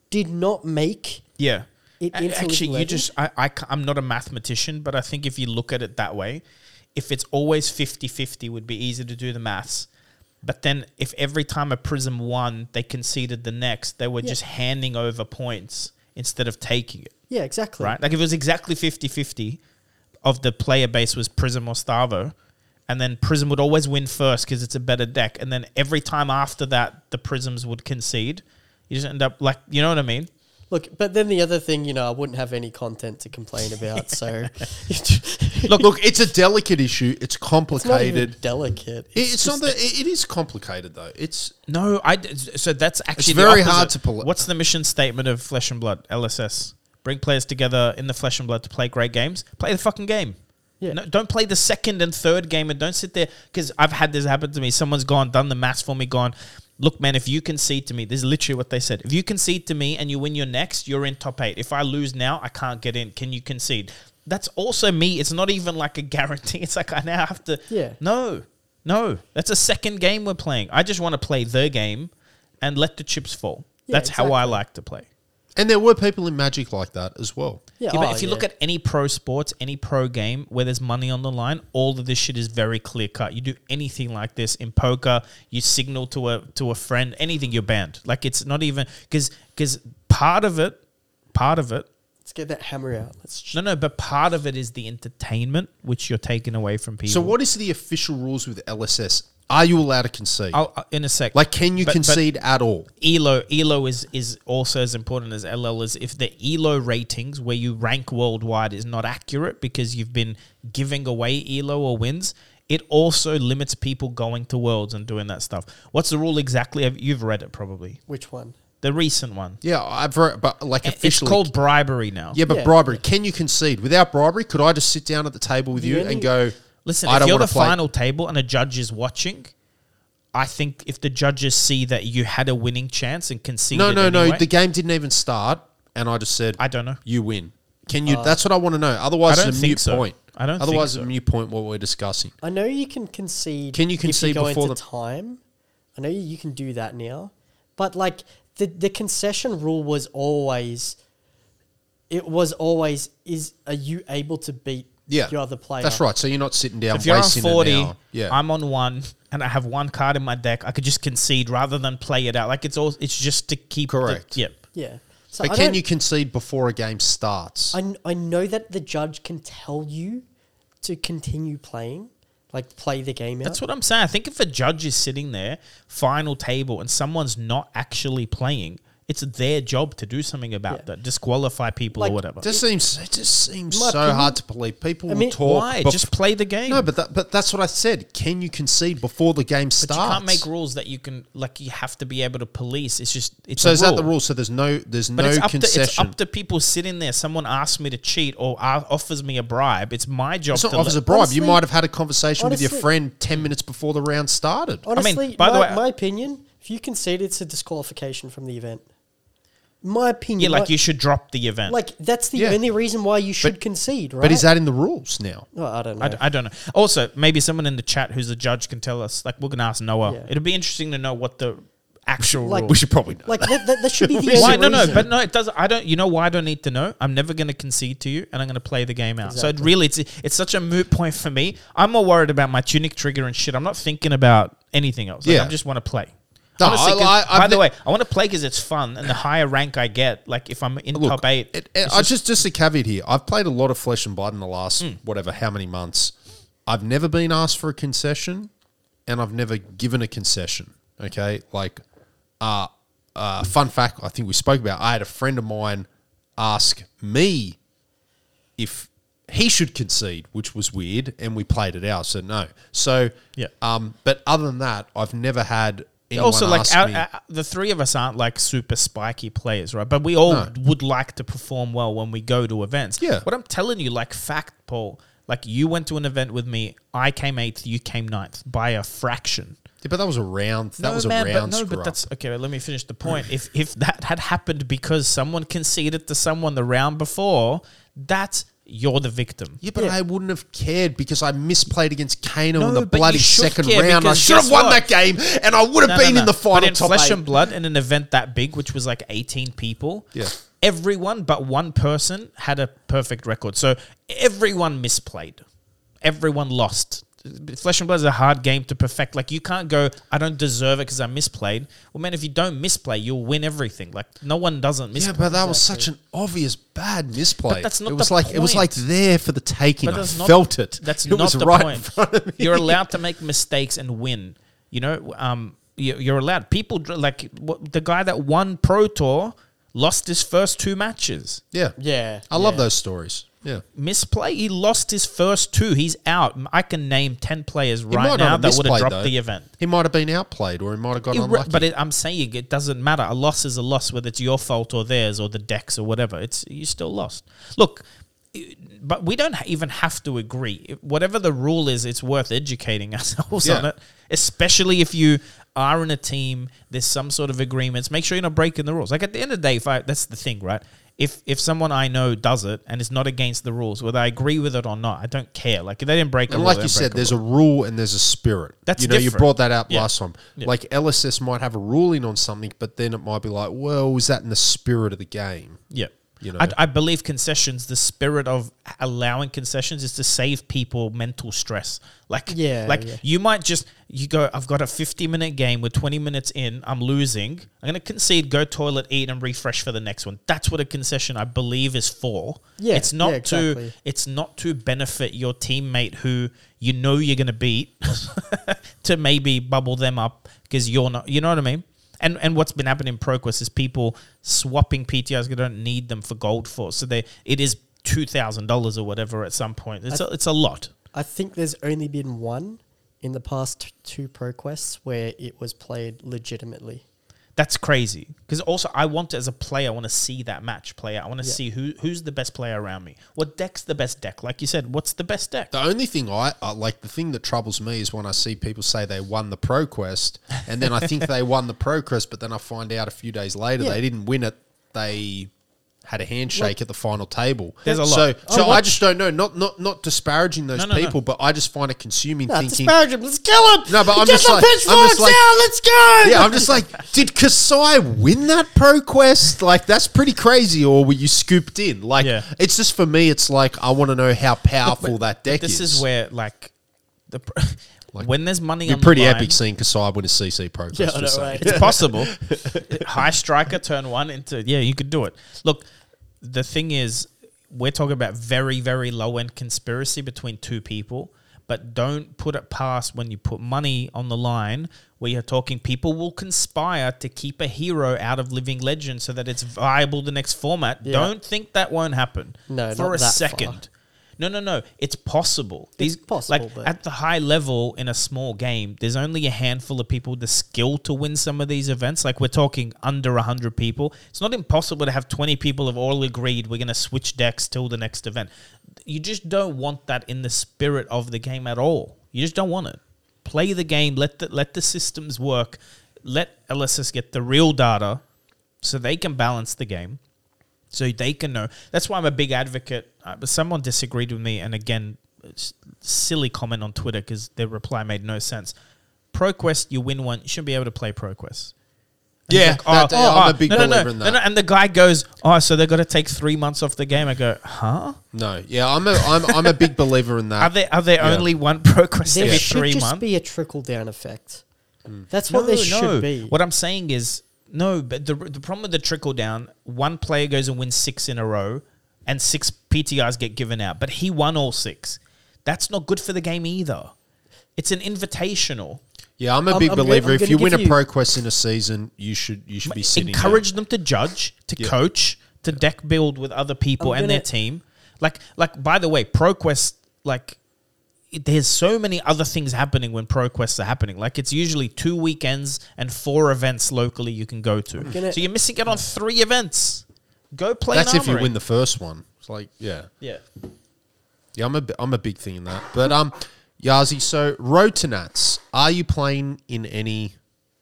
Speaker 2: did not make.
Speaker 3: Yeah.
Speaker 2: It
Speaker 3: A-
Speaker 2: into his
Speaker 3: Actually, you
Speaker 2: legend?
Speaker 3: just, I, I, ca- I'm not a mathematician, but I think if you look at it that way, if it's always 50 50, would be easy to do the maths. But then if every time a prism won, they conceded the next, they were just handing over points instead of taking it,
Speaker 2: Yeah, exactly.
Speaker 3: right? Like if it was exactly 50 50 of the player base was prism or Starvo. And then Prism would always win first because it's a better deck. And then every time after that, the Prisms would concede. You just end up like, you know what I mean?
Speaker 2: Look, but then the other thing, you know, I wouldn't have any content to complain about. so
Speaker 1: look, look, it's a delicate issue. It's
Speaker 2: it's not even
Speaker 1: complicated.
Speaker 2: delicate.
Speaker 1: It- it's not that it, it is complicated though. It's
Speaker 3: No, I. d- So that's actually the
Speaker 1: very hard
Speaker 3: opposite.
Speaker 1: to pull it-
Speaker 3: What's the mission statement of Flesh and Blood (LSS)? Bring players together in the flesh and blood to play great games. Play the fucking game.
Speaker 2: Yeah.
Speaker 3: No, don't play the second and third game and don't sit there because I've had this happen to me. Someone's gone, done the maths for me, gone. Look, man, if you concede to me, this is literally what they said. If you concede to me and you win your next, you're in top eight. If I lose now, I can't get in. Can you concede? That's also me. It's not even like a guarantee. It's like I now have to.
Speaker 2: Yeah.
Speaker 3: No, no. That's a second game we're playing. I just want to play the game and let the chips fall.
Speaker 2: Yeah,
Speaker 3: That's how I like to play.
Speaker 1: and there were people in Magic like that as well.
Speaker 3: Yeah, but
Speaker 2: oh,
Speaker 3: if you
Speaker 2: yeah.
Speaker 3: look at any pro sports, any pro game where there's money on the line, all of this shit is very clear cut. You do anything like this in poker, you signal to a to a friend, anything you're banned. Like it's not even because because part of it, part of it,
Speaker 2: let's get that hammer out. Let's
Speaker 3: no, no, but part of it is the entertainment which you're taking away from people.
Speaker 1: So what is the official rules with LSS? Are you allowed to concede?
Speaker 3: I'll, I'll- in a sec,
Speaker 1: like, can you
Speaker 3: But- but-
Speaker 1: concede at all?
Speaker 3: Elo Elo is is also as important as LL is if the Elo ratings where you rank worldwide is not accurate because you've been giving away Elo or wins. It also limits people going to worlds and doing that stuff. What's the rule exactly? Have- You've read it probably.
Speaker 2: Which one?
Speaker 3: The recent one.
Speaker 1: Yeah, I've re- but like
Speaker 3: It's
Speaker 1: officially.
Speaker 3: called bribery now.
Speaker 1: yeah, but
Speaker 2: Yeah.
Speaker 1: bribery. Can you concede without bribery? Could I just sit down at the table with
Speaker 2: The
Speaker 1: you
Speaker 2: only-
Speaker 1: and go?
Speaker 3: Listen,
Speaker 1: I
Speaker 3: if
Speaker 1: don't
Speaker 3: you're
Speaker 1: want
Speaker 3: the
Speaker 1: to play.
Speaker 3: final table and a judge is watching, I think if the judges see that you had a winning chance and conceded,
Speaker 1: no, no, no.
Speaker 3: anyway-
Speaker 1: The game didn't even start, and I just said,
Speaker 3: I don't know.
Speaker 1: You win. Can you? that's what I want to know. Otherwise,
Speaker 3: Uh, I don't
Speaker 1: it's a
Speaker 3: think
Speaker 1: mute
Speaker 3: so.
Speaker 1: point.
Speaker 3: I don't think
Speaker 1: Otherwise,
Speaker 3: so.
Speaker 1: a mute point. What we're discussing.
Speaker 2: I know you can concede.
Speaker 1: Can you concede
Speaker 2: if you go
Speaker 1: before
Speaker 2: into
Speaker 1: the-
Speaker 2: time? I know you can do that now, but like the the concession rule was always, it was always is are you able to beat
Speaker 1: Yeah,
Speaker 2: your other player?
Speaker 1: That's right. So you're not sitting down
Speaker 3: if you're on
Speaker 1: wasting
Speaker 3: 40
Speaker 1: an hour. Yeah,
Speaker 3: i'm on one and i have one card in my deck i could just concede rather than play it out like it's all it's just to keep the-
Speaker 1: Correct.
Speaker 3: yep
Speaker 2: Yeah. So
Speaker 1: but
Speaker 2: I
Speaker 1: can
Speaker 2: don't-
Speaker 1: you concede before a game starts?
Speaker 2: I, kn- I know that the judge can tell you to continue playing, like play the game out.
Speaker 3: that's what i'm saying i think if a judge is sitting there final table and someone's not actually playing it's their job to do something about
Speaker 2: Yeah.
Speaker 3: that disqualify people
Speaker 2: Like,
Speaker 3: or whatever
Speaker 1: it just seems it just seems
Speaker 2: My
Speaker 1: so
Speaker 2: opinion-
Speaker 1: hard to believe. People
Speaker 2: mean,
Speaker 1: will talk.
Speaker 3: why
Speaker 1: bef-
Speaker 3: just play the game
Speaker 1: no, but that, but that's what I said. Can you concede before the game
Speaker 3: But
Speaker 1: starts?
Speaker 3: you can't make rules that you can like you have to be able to police it's just it's
Speaker 1: so
Speaker 3: a
Speaker 1: is that the rule? So there's no there's
Speaker 3: But
Speaker 1: no
Speaker 3: it's, up to, it's
Speaker 1: concession.
Speaker 3: up to people sitting there. Someone asks me to cheat or a- offers me a bribe. It's my job
Speaker 1: It's not
Speaker 3: to
Speaker 1: offers
Speaker 3: let-
Speaker 1: a bribe. you
Speaker 2: Honestly-
Speaker 1: might have had a conversation with your
Speaker 2: honestly-
Speaker 1: friend ten minutes before the round started.
Speaker 2: Honestly,
Speaker 3: by the
Speaker 2: my,
Speaker 3: way-
Speaker 2: my opinion, if you concede, it's a disqualification from the event. my opinion.
Speaker 3: Yeah, like
Speaker 2: my-
Speaker 3: you should drop the event.
Speaker 2: like that's the
Speaker 1: Yeah.
Speaker 2: only reason why you should concede, right?
Speaker 1: But is that in the rules now?
Speaker 2: Well, I don't know.
Speaker 3: I, d- I don't know. Also, maybe someone in the chat who's a judge can tell us. Like, we're gonna ask Noah.
Speaker 2: Yeah.
Speaker 3: It'd be interesting to know what the actual
Speaker 2: Like-
Speaker 1: We
Speaker 3: rules.
Speaker 1: should probably know.
Speaker 2: like that, that, that should be the
Speaker 3: Why?
Speaker 2: only
Speaker 3: No, no,
Speaker 2: reason.
Speaker 3: but no, it doesn't. I don't. You know why I don't need to know? I'm never gonna concede to you, and I'm gonna play the game out. So it
Speaker 2: Exactly.
Speaker 3: really, it's it's such a moot point for me. I'm more worried about my tunic trigger and shit. I'm not thinking about anything else. Like,
Speaker 1: Yeah.
Speaker 3: I just want to play.
Speaker 1: No, I-
Speaker 3: 'cause-
Speaker 1: I- I've
Speaker 3: by the
Speaker 1: ne-
Speaker 3: way, I want to play because it's fun, and the higher rank I get, like if I'm in top eight,
Speaker 1: It, it- I just just a caveat here. I've played a lot of Flesh and Blood in the last
Speaker 3: Hmm.
Speaker 1: whatever how many months. I've never been asked for a concession, and I've never given a concession. Okay, like, uh, uh, fun fact. I think we spoke about. I had a friend of mine ask me if he should concede, which was weird, and we played it out. So no. So
Speaker 3: Yeah.
Speaker 1: Um, but other than that, I've never had. Anyone
Speaker 3: also like
Speaker 1: ask
Speaker 3: our,
Speaker 1: me,
Speaker 3: our- the three of us aren't like super spiky players right but we all
Speaker 1: No.
Speaker 3: would like to perform well when we go to events
Speaker 1: Yeah.
Speaker 3: what i'm telling you like fact paul like you went to an event with me i came eighth you came ninth by a fraction
Speaker 1: Yeah, but that was a round. That was a round.
Speaker 3: but, no,
Speaker 1: screw
Speaker 3: but
Speaker 1: up.
Speaker 3: that's okay. Let me finish the point. if if that had happened because someone conceded to someone the round before, that's you're the victim.
Speaker 1: Yeah, but I wouldn't have cared because I misplayed against Kano in
Speaker 3: No,
Speaker 1: the
Speaker 3: but you
Speaker 1: bloody
Speaker 3: should
Speaker 1: second
Speaker 3: care
Speaker 1: round. I
Speaker 3: because
Speaker 1: should have
Speaker 3: guess
Speaker 1: won that
Speaker 3: what?
Speaker 1: game, and I would have
Speaker 3: No, no,
Speaker 1: been
Speaker 3: no.
Speaker 1: in the final
Speaker 3: But in
Speaker 1: top
Speaker 3: Flesh
Speaker 1: eight.
Speaker 3: and Blood, in an event that big, which was like 18 people,
Speaker 1: Yeah.
Speaker 3: everyone but one person had a perfect record. So everyone misplayed. Everyone lost. Flesh and Blood is a hard game to perfect. Like, you can't go, I don't deserve it because I misplayed. Well, man, if you don't misplay, you'll win everything. Like, no one doesn't
Speaker 1: yeah,
Speaker 3: misplay.
Speaker 1: but that was such an obvious bad misplay.
Speaker 3: But that's not
Speaker 1: it was
Speaker 3: the
Speaker 1: like it was like
Speaker 3: point.
Speaker 1: there for the taking.
Speaker 3: But
Speaker 1: I
Speaker 3: that's not-
Speaker 1: felt it.
Speaker 3: That's
Speaker 1: it
Speaker 3: not
Speaker 1: was
Speaker 3: the
Speaker 1: right
Speaker 3: point.
Speaker 1: in front of me.
Speaker 3: You're allowed to make mistakes and win. You know, um, you- you're allowed. People dr- like what, the guy that won Pro Tour lost his first two matches.
Speaker 1: Yeah,
Speaker 2: Yeah,
Speaker 1: I love
Speaker 2: yeah.
Speaker 1: those stories. Yeah,
Speaker 3: Misplay. He lost his first two. He's out. I can name ten players
Speaker 1: He might
Speaker 3: right
Speaker 1: not
Speaker 3: now
Speaker 1: have
Speaker 3: that would have
Speaker 1: misplayed,
Speaker 3: dropped
Speaker 1: though.
Speaker 3: the event.
Speaker 1: He might have been outplayed, or he might have got
Speaker 3: It re-
Speaker 1: unlucky.
Speaker 3: but it, I'm saying it doesn't matter. A loss is a loss, whether it's your fault or theirs or the decks or whatever. It's you still lost. Look, i- but we don't ha- even have to agree. If- Whatever the rule is, it's worth educating ourselves on
Speaker 1: Yeah.
Speaker 3: it. Especially if you are in a team, there's some sort of agreements. Make sure you're not breaking the rules. Like at the end of the day, if I that's the thing, right? If if someone I know does it and it's not against the rules, whether I agree with it or not, I don't care. Like if they didn't break a
Speaker 1: and
Speaker 3: rule,
Speaker 1: like
Speaker 3: they
Speaker 1: you
Speaker 3: didn't
Speaker 1: said,
Speaker 3: break a
Speaker 1: there's a rule and there's a spirit.
Speaker 3: That's
Speaker 1: you know you
Speaker 3: different.
Speaker 1: brought that out
Speaker 3: Yeah.
Speaker 1: last time. Like LSS might have a ruling on something, but then it might be like, well, is that in the spirit of the game?
Speaker 3: Yeah.
Speaker 1: You know?
Speaker 3: I, I believe concessions, the spirit of allowing concessions is to save people mental stress. Like,
Speaker 2: Yeah,
Speaker 3: like
Speaker 2: yeah.
Speaker 3: you might just, you go, I've got a 50 minute game. We're 20 minutes in. I'm losing. I'm going to concede, go toilet, eat, and refresh for the next one. That's what a concession I believe is for.
Speaker 2: Yeah,
Speaker 3: It's not
Speaker 2: yeah,
Speaker 3: to,
Speaker 2: exactly.
Speaker 3: it's not to benefit your teammate who you know you're going to beat to maybe bubble them up because you're not, you know what I mean? And, and what's been happening in ProQuest is people swapping PTRs they don't need them for gold for. So they it is two thousand dollars or whatever at some point. It's a, it's a lot.
Speaker 2: I think there's only been one in the past t- two ProQuests where it was played legitimately.
Speaker 3: That's crazy. Because also, I want to, as a player, I want to see that match play out. I want to see who who's the best player around me. What deck's the best deck? Like you said, what's the best deck?
Speaker 1: The only thing I, I like, the thing that troubles me is when I see people say they won the ProQuest, and then I think they won the ProQuest, but then I find out a few days later
Speaker 2: Yeah.
Speaker 1: they didn't win it. They had a handshake at the final table.
Speaker 3: There's a lot.
Speaker 1: So,
Speaker 3: Oh,
Speaker 1: so I
Speaker 3: what-
Speaker 1: just don't know. Not not not disparaging those
Speaker 3: No, no, no.
Speaker 1: people, but I just find it consuming.
Speaker 2: Nah,
Speaker 1: thinking,
Speaker 2: disparage him. Let's kill him.
Speaker 1: No, but I'm
Speaker 2: Get
Speaker 1: just
Speaker 2: the
Speaker 1: like- I'm just
Speaker 2: pitchforks
Speaker 1: like-
Speaker 2: out. Let's go.
Speaker 1: yeah, I'm just like, did Kasai win that ProQuest? Like, that's pretty crazy. Or were you scooped in? Like,
Speaker 3: Yeah.
Speaker 1: it's just for me. It's like I want to know how powerful that deck
Speaker 3: This
Speaker 1: is.
Speaker 3: is where like the pr- when there's money
Speaker 1: It'd
Speaker 3: on
Speaker 1: be pretty
Speaker 3: the line,
Speaker 1: epic seeing Kasai win a CC ProQuest.
Speaker 2: Yeah, I
Speaker 1: just
Speaker 2: know,
Speaker 1: saying.
Speaker 2: right?
Speaker 3: It's possible. High striker, turn one into yeah, you could do it. Look, the thing is, we're talking about very, very low end conspiracy between two people. But don't put it past when you put money on the line where you're talking people will conspire to keep a hero out of Living Legend so that it's viable the next format. Don't think that won't happen.
Speaker 2: No,
Speaker 3: for
Speaker 2: not
Speaker 3: a
Speaker 2: that far.
Speaker 3: second. No, no, no. It's possible. These,
Speaker 2: possible,
Speaker 3: Like
Speaker 2: but-
Speaker 3: at the high level in a small game, there's only a handful of people with the skill to win some of these events. Like we're talking under 100 people. It's not impossible to have 20 people have all agreed we're going to switch decks till the next event. You just don't want that in the spirit of the game at all. You just don't want it. Play the game. Let the let the systems work. Let LSS get the real data so they can balance the game so they can know. That's why I'm a big advocate. Uh, but someone disagreed with me, and again, it's silly comment on Twitter because their reply made no sense. ProQuest, you win one, you shouldn't be able to play ProQuest. And
Speaker 1: Yeah,
Speaker 3: he's
Speaker 1: that- I'm a big
Speaker 3: Oh, no, no,
Speaker 1: believer
Speaker 3: no,
Speaker 1: in
Speaker 3: no,
Speaker 1: that.
Speaker 3: no, And the guy goes, oh, so they've got to take three months off the game. I go, huh?
Speaker 1: No, yeah, I'm a I'm, I'm a big believer in that.
Speaker 3: Are there are there
Speaker 1: Uh, Yeah.
Speaker 3: only one ProQuest
Speaker 2: There
Speaker 3: every
Speaker 2: should
Speaker 3: three
Speaker 2: just
Speaker 3: months?
Speaker 2: be a trickle down effect. Mm. That's what there should be.
Speaker 3: What I'm saying is no, but the the problem with the trickle down, one player goes and wins six in a row, and six PTRs get given out, but he won all six. That's not good for the game either. It's an invitational.
Speaker 1: yeah, I'm a
Speaker 2: I'm-
Speaker 1: big
Speaker 2: I'm gonna-
Speaker 1: believer.
Speaker 2: I'm
Speaker 1: if
Speaker 2: gonna
Speaker 1: you
Speaker 2: give
Speaker 1: win a
Speaker 2: you-
Speaker 1: pro quest in a season, you should you should be sitting. down.
Speaker 3: Encourage them to judge, to
Speaker 1: Yeah.
Speaker 3: coach, to deck build with other people
Speaker 2: I'm
Speaker 3: and their
Speaker 2: gonna-
Speaker 3: team. Like like by the way, ProQuest like it- there's so many other things happening when ProQuests are happening. Like it's usually two weekends and four events locally you can go to.
Speaker 2: gonna-
Speaker 3: so you're missing out on three events. Go play.
Speaker 1: That's
Speaker 3: an
Speaker 1: if you
Speaker 3: armory.
Speaker 1: win the first one. It's like yeah,
Speaker 3: Yeah.
Speaker 1: yeah. I'm a bi- I'm a big thing in that. But um, Yazi, so Rotonats, are you playing in any?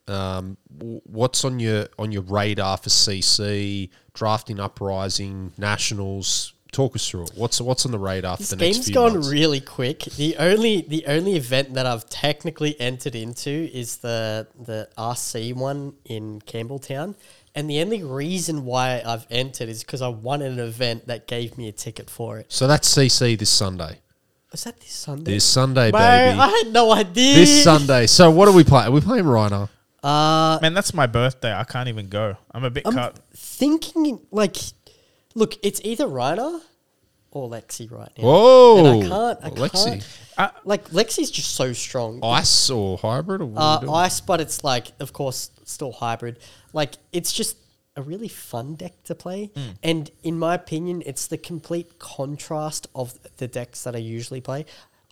Speaker 1: Um, w- what's on your on your radar for CC drafting, uprising, nationals? Talk us through it. What's what's on the radar for
Speaker 2: This
Speaker 1: the next
Speaker 2: game's
Speaker 1: few
Speaker 2: gone
Speaker 1: months?
Speaker 2: really quick. The only the only event that I've technically entered into is the the RC one in Campbelltown, and the only reason why I've entered is because I won an event that gave me a ticket for it.
Speaker 1: so that's CC this Sunday.
Speaker 2: Was that this Sunday?
Speaker 1: This Sunday,
Speaker 2: Bro,
Speaker 1: baby.
Speaker 2: I had no idea.
Speaker 1: this Sunday. So what are we playing? Are we playing Rhino?
Speaker 2: Uh,
Speaker 3: Man, that's my birthday. I can't even go. I'm a bit
Speaker 2: I'm
Speaker 3: cut.
Speaker 2: thinking like, look, it's either Reiner or Lexi right now.
Speaker 1: Whoa! Uh,
Speaker 2: And I can't. I
Speaker 1: Alexi.
Speaker 2: can't.
Speaker 3: I-
Speaker 2: like Lexi's just so strong.
Speaker 1: Ice or hybrid or what are we
Speaker 2: uh,
Speaker 1: doing?
Speaker 2: ice, but it's like, of course, still hybrid. Like, it's just a really fun deck to play.
Speaker 1: Hmm.
Speaker 2: And in my opinion, it's the complete contrast of the decks that I usually play.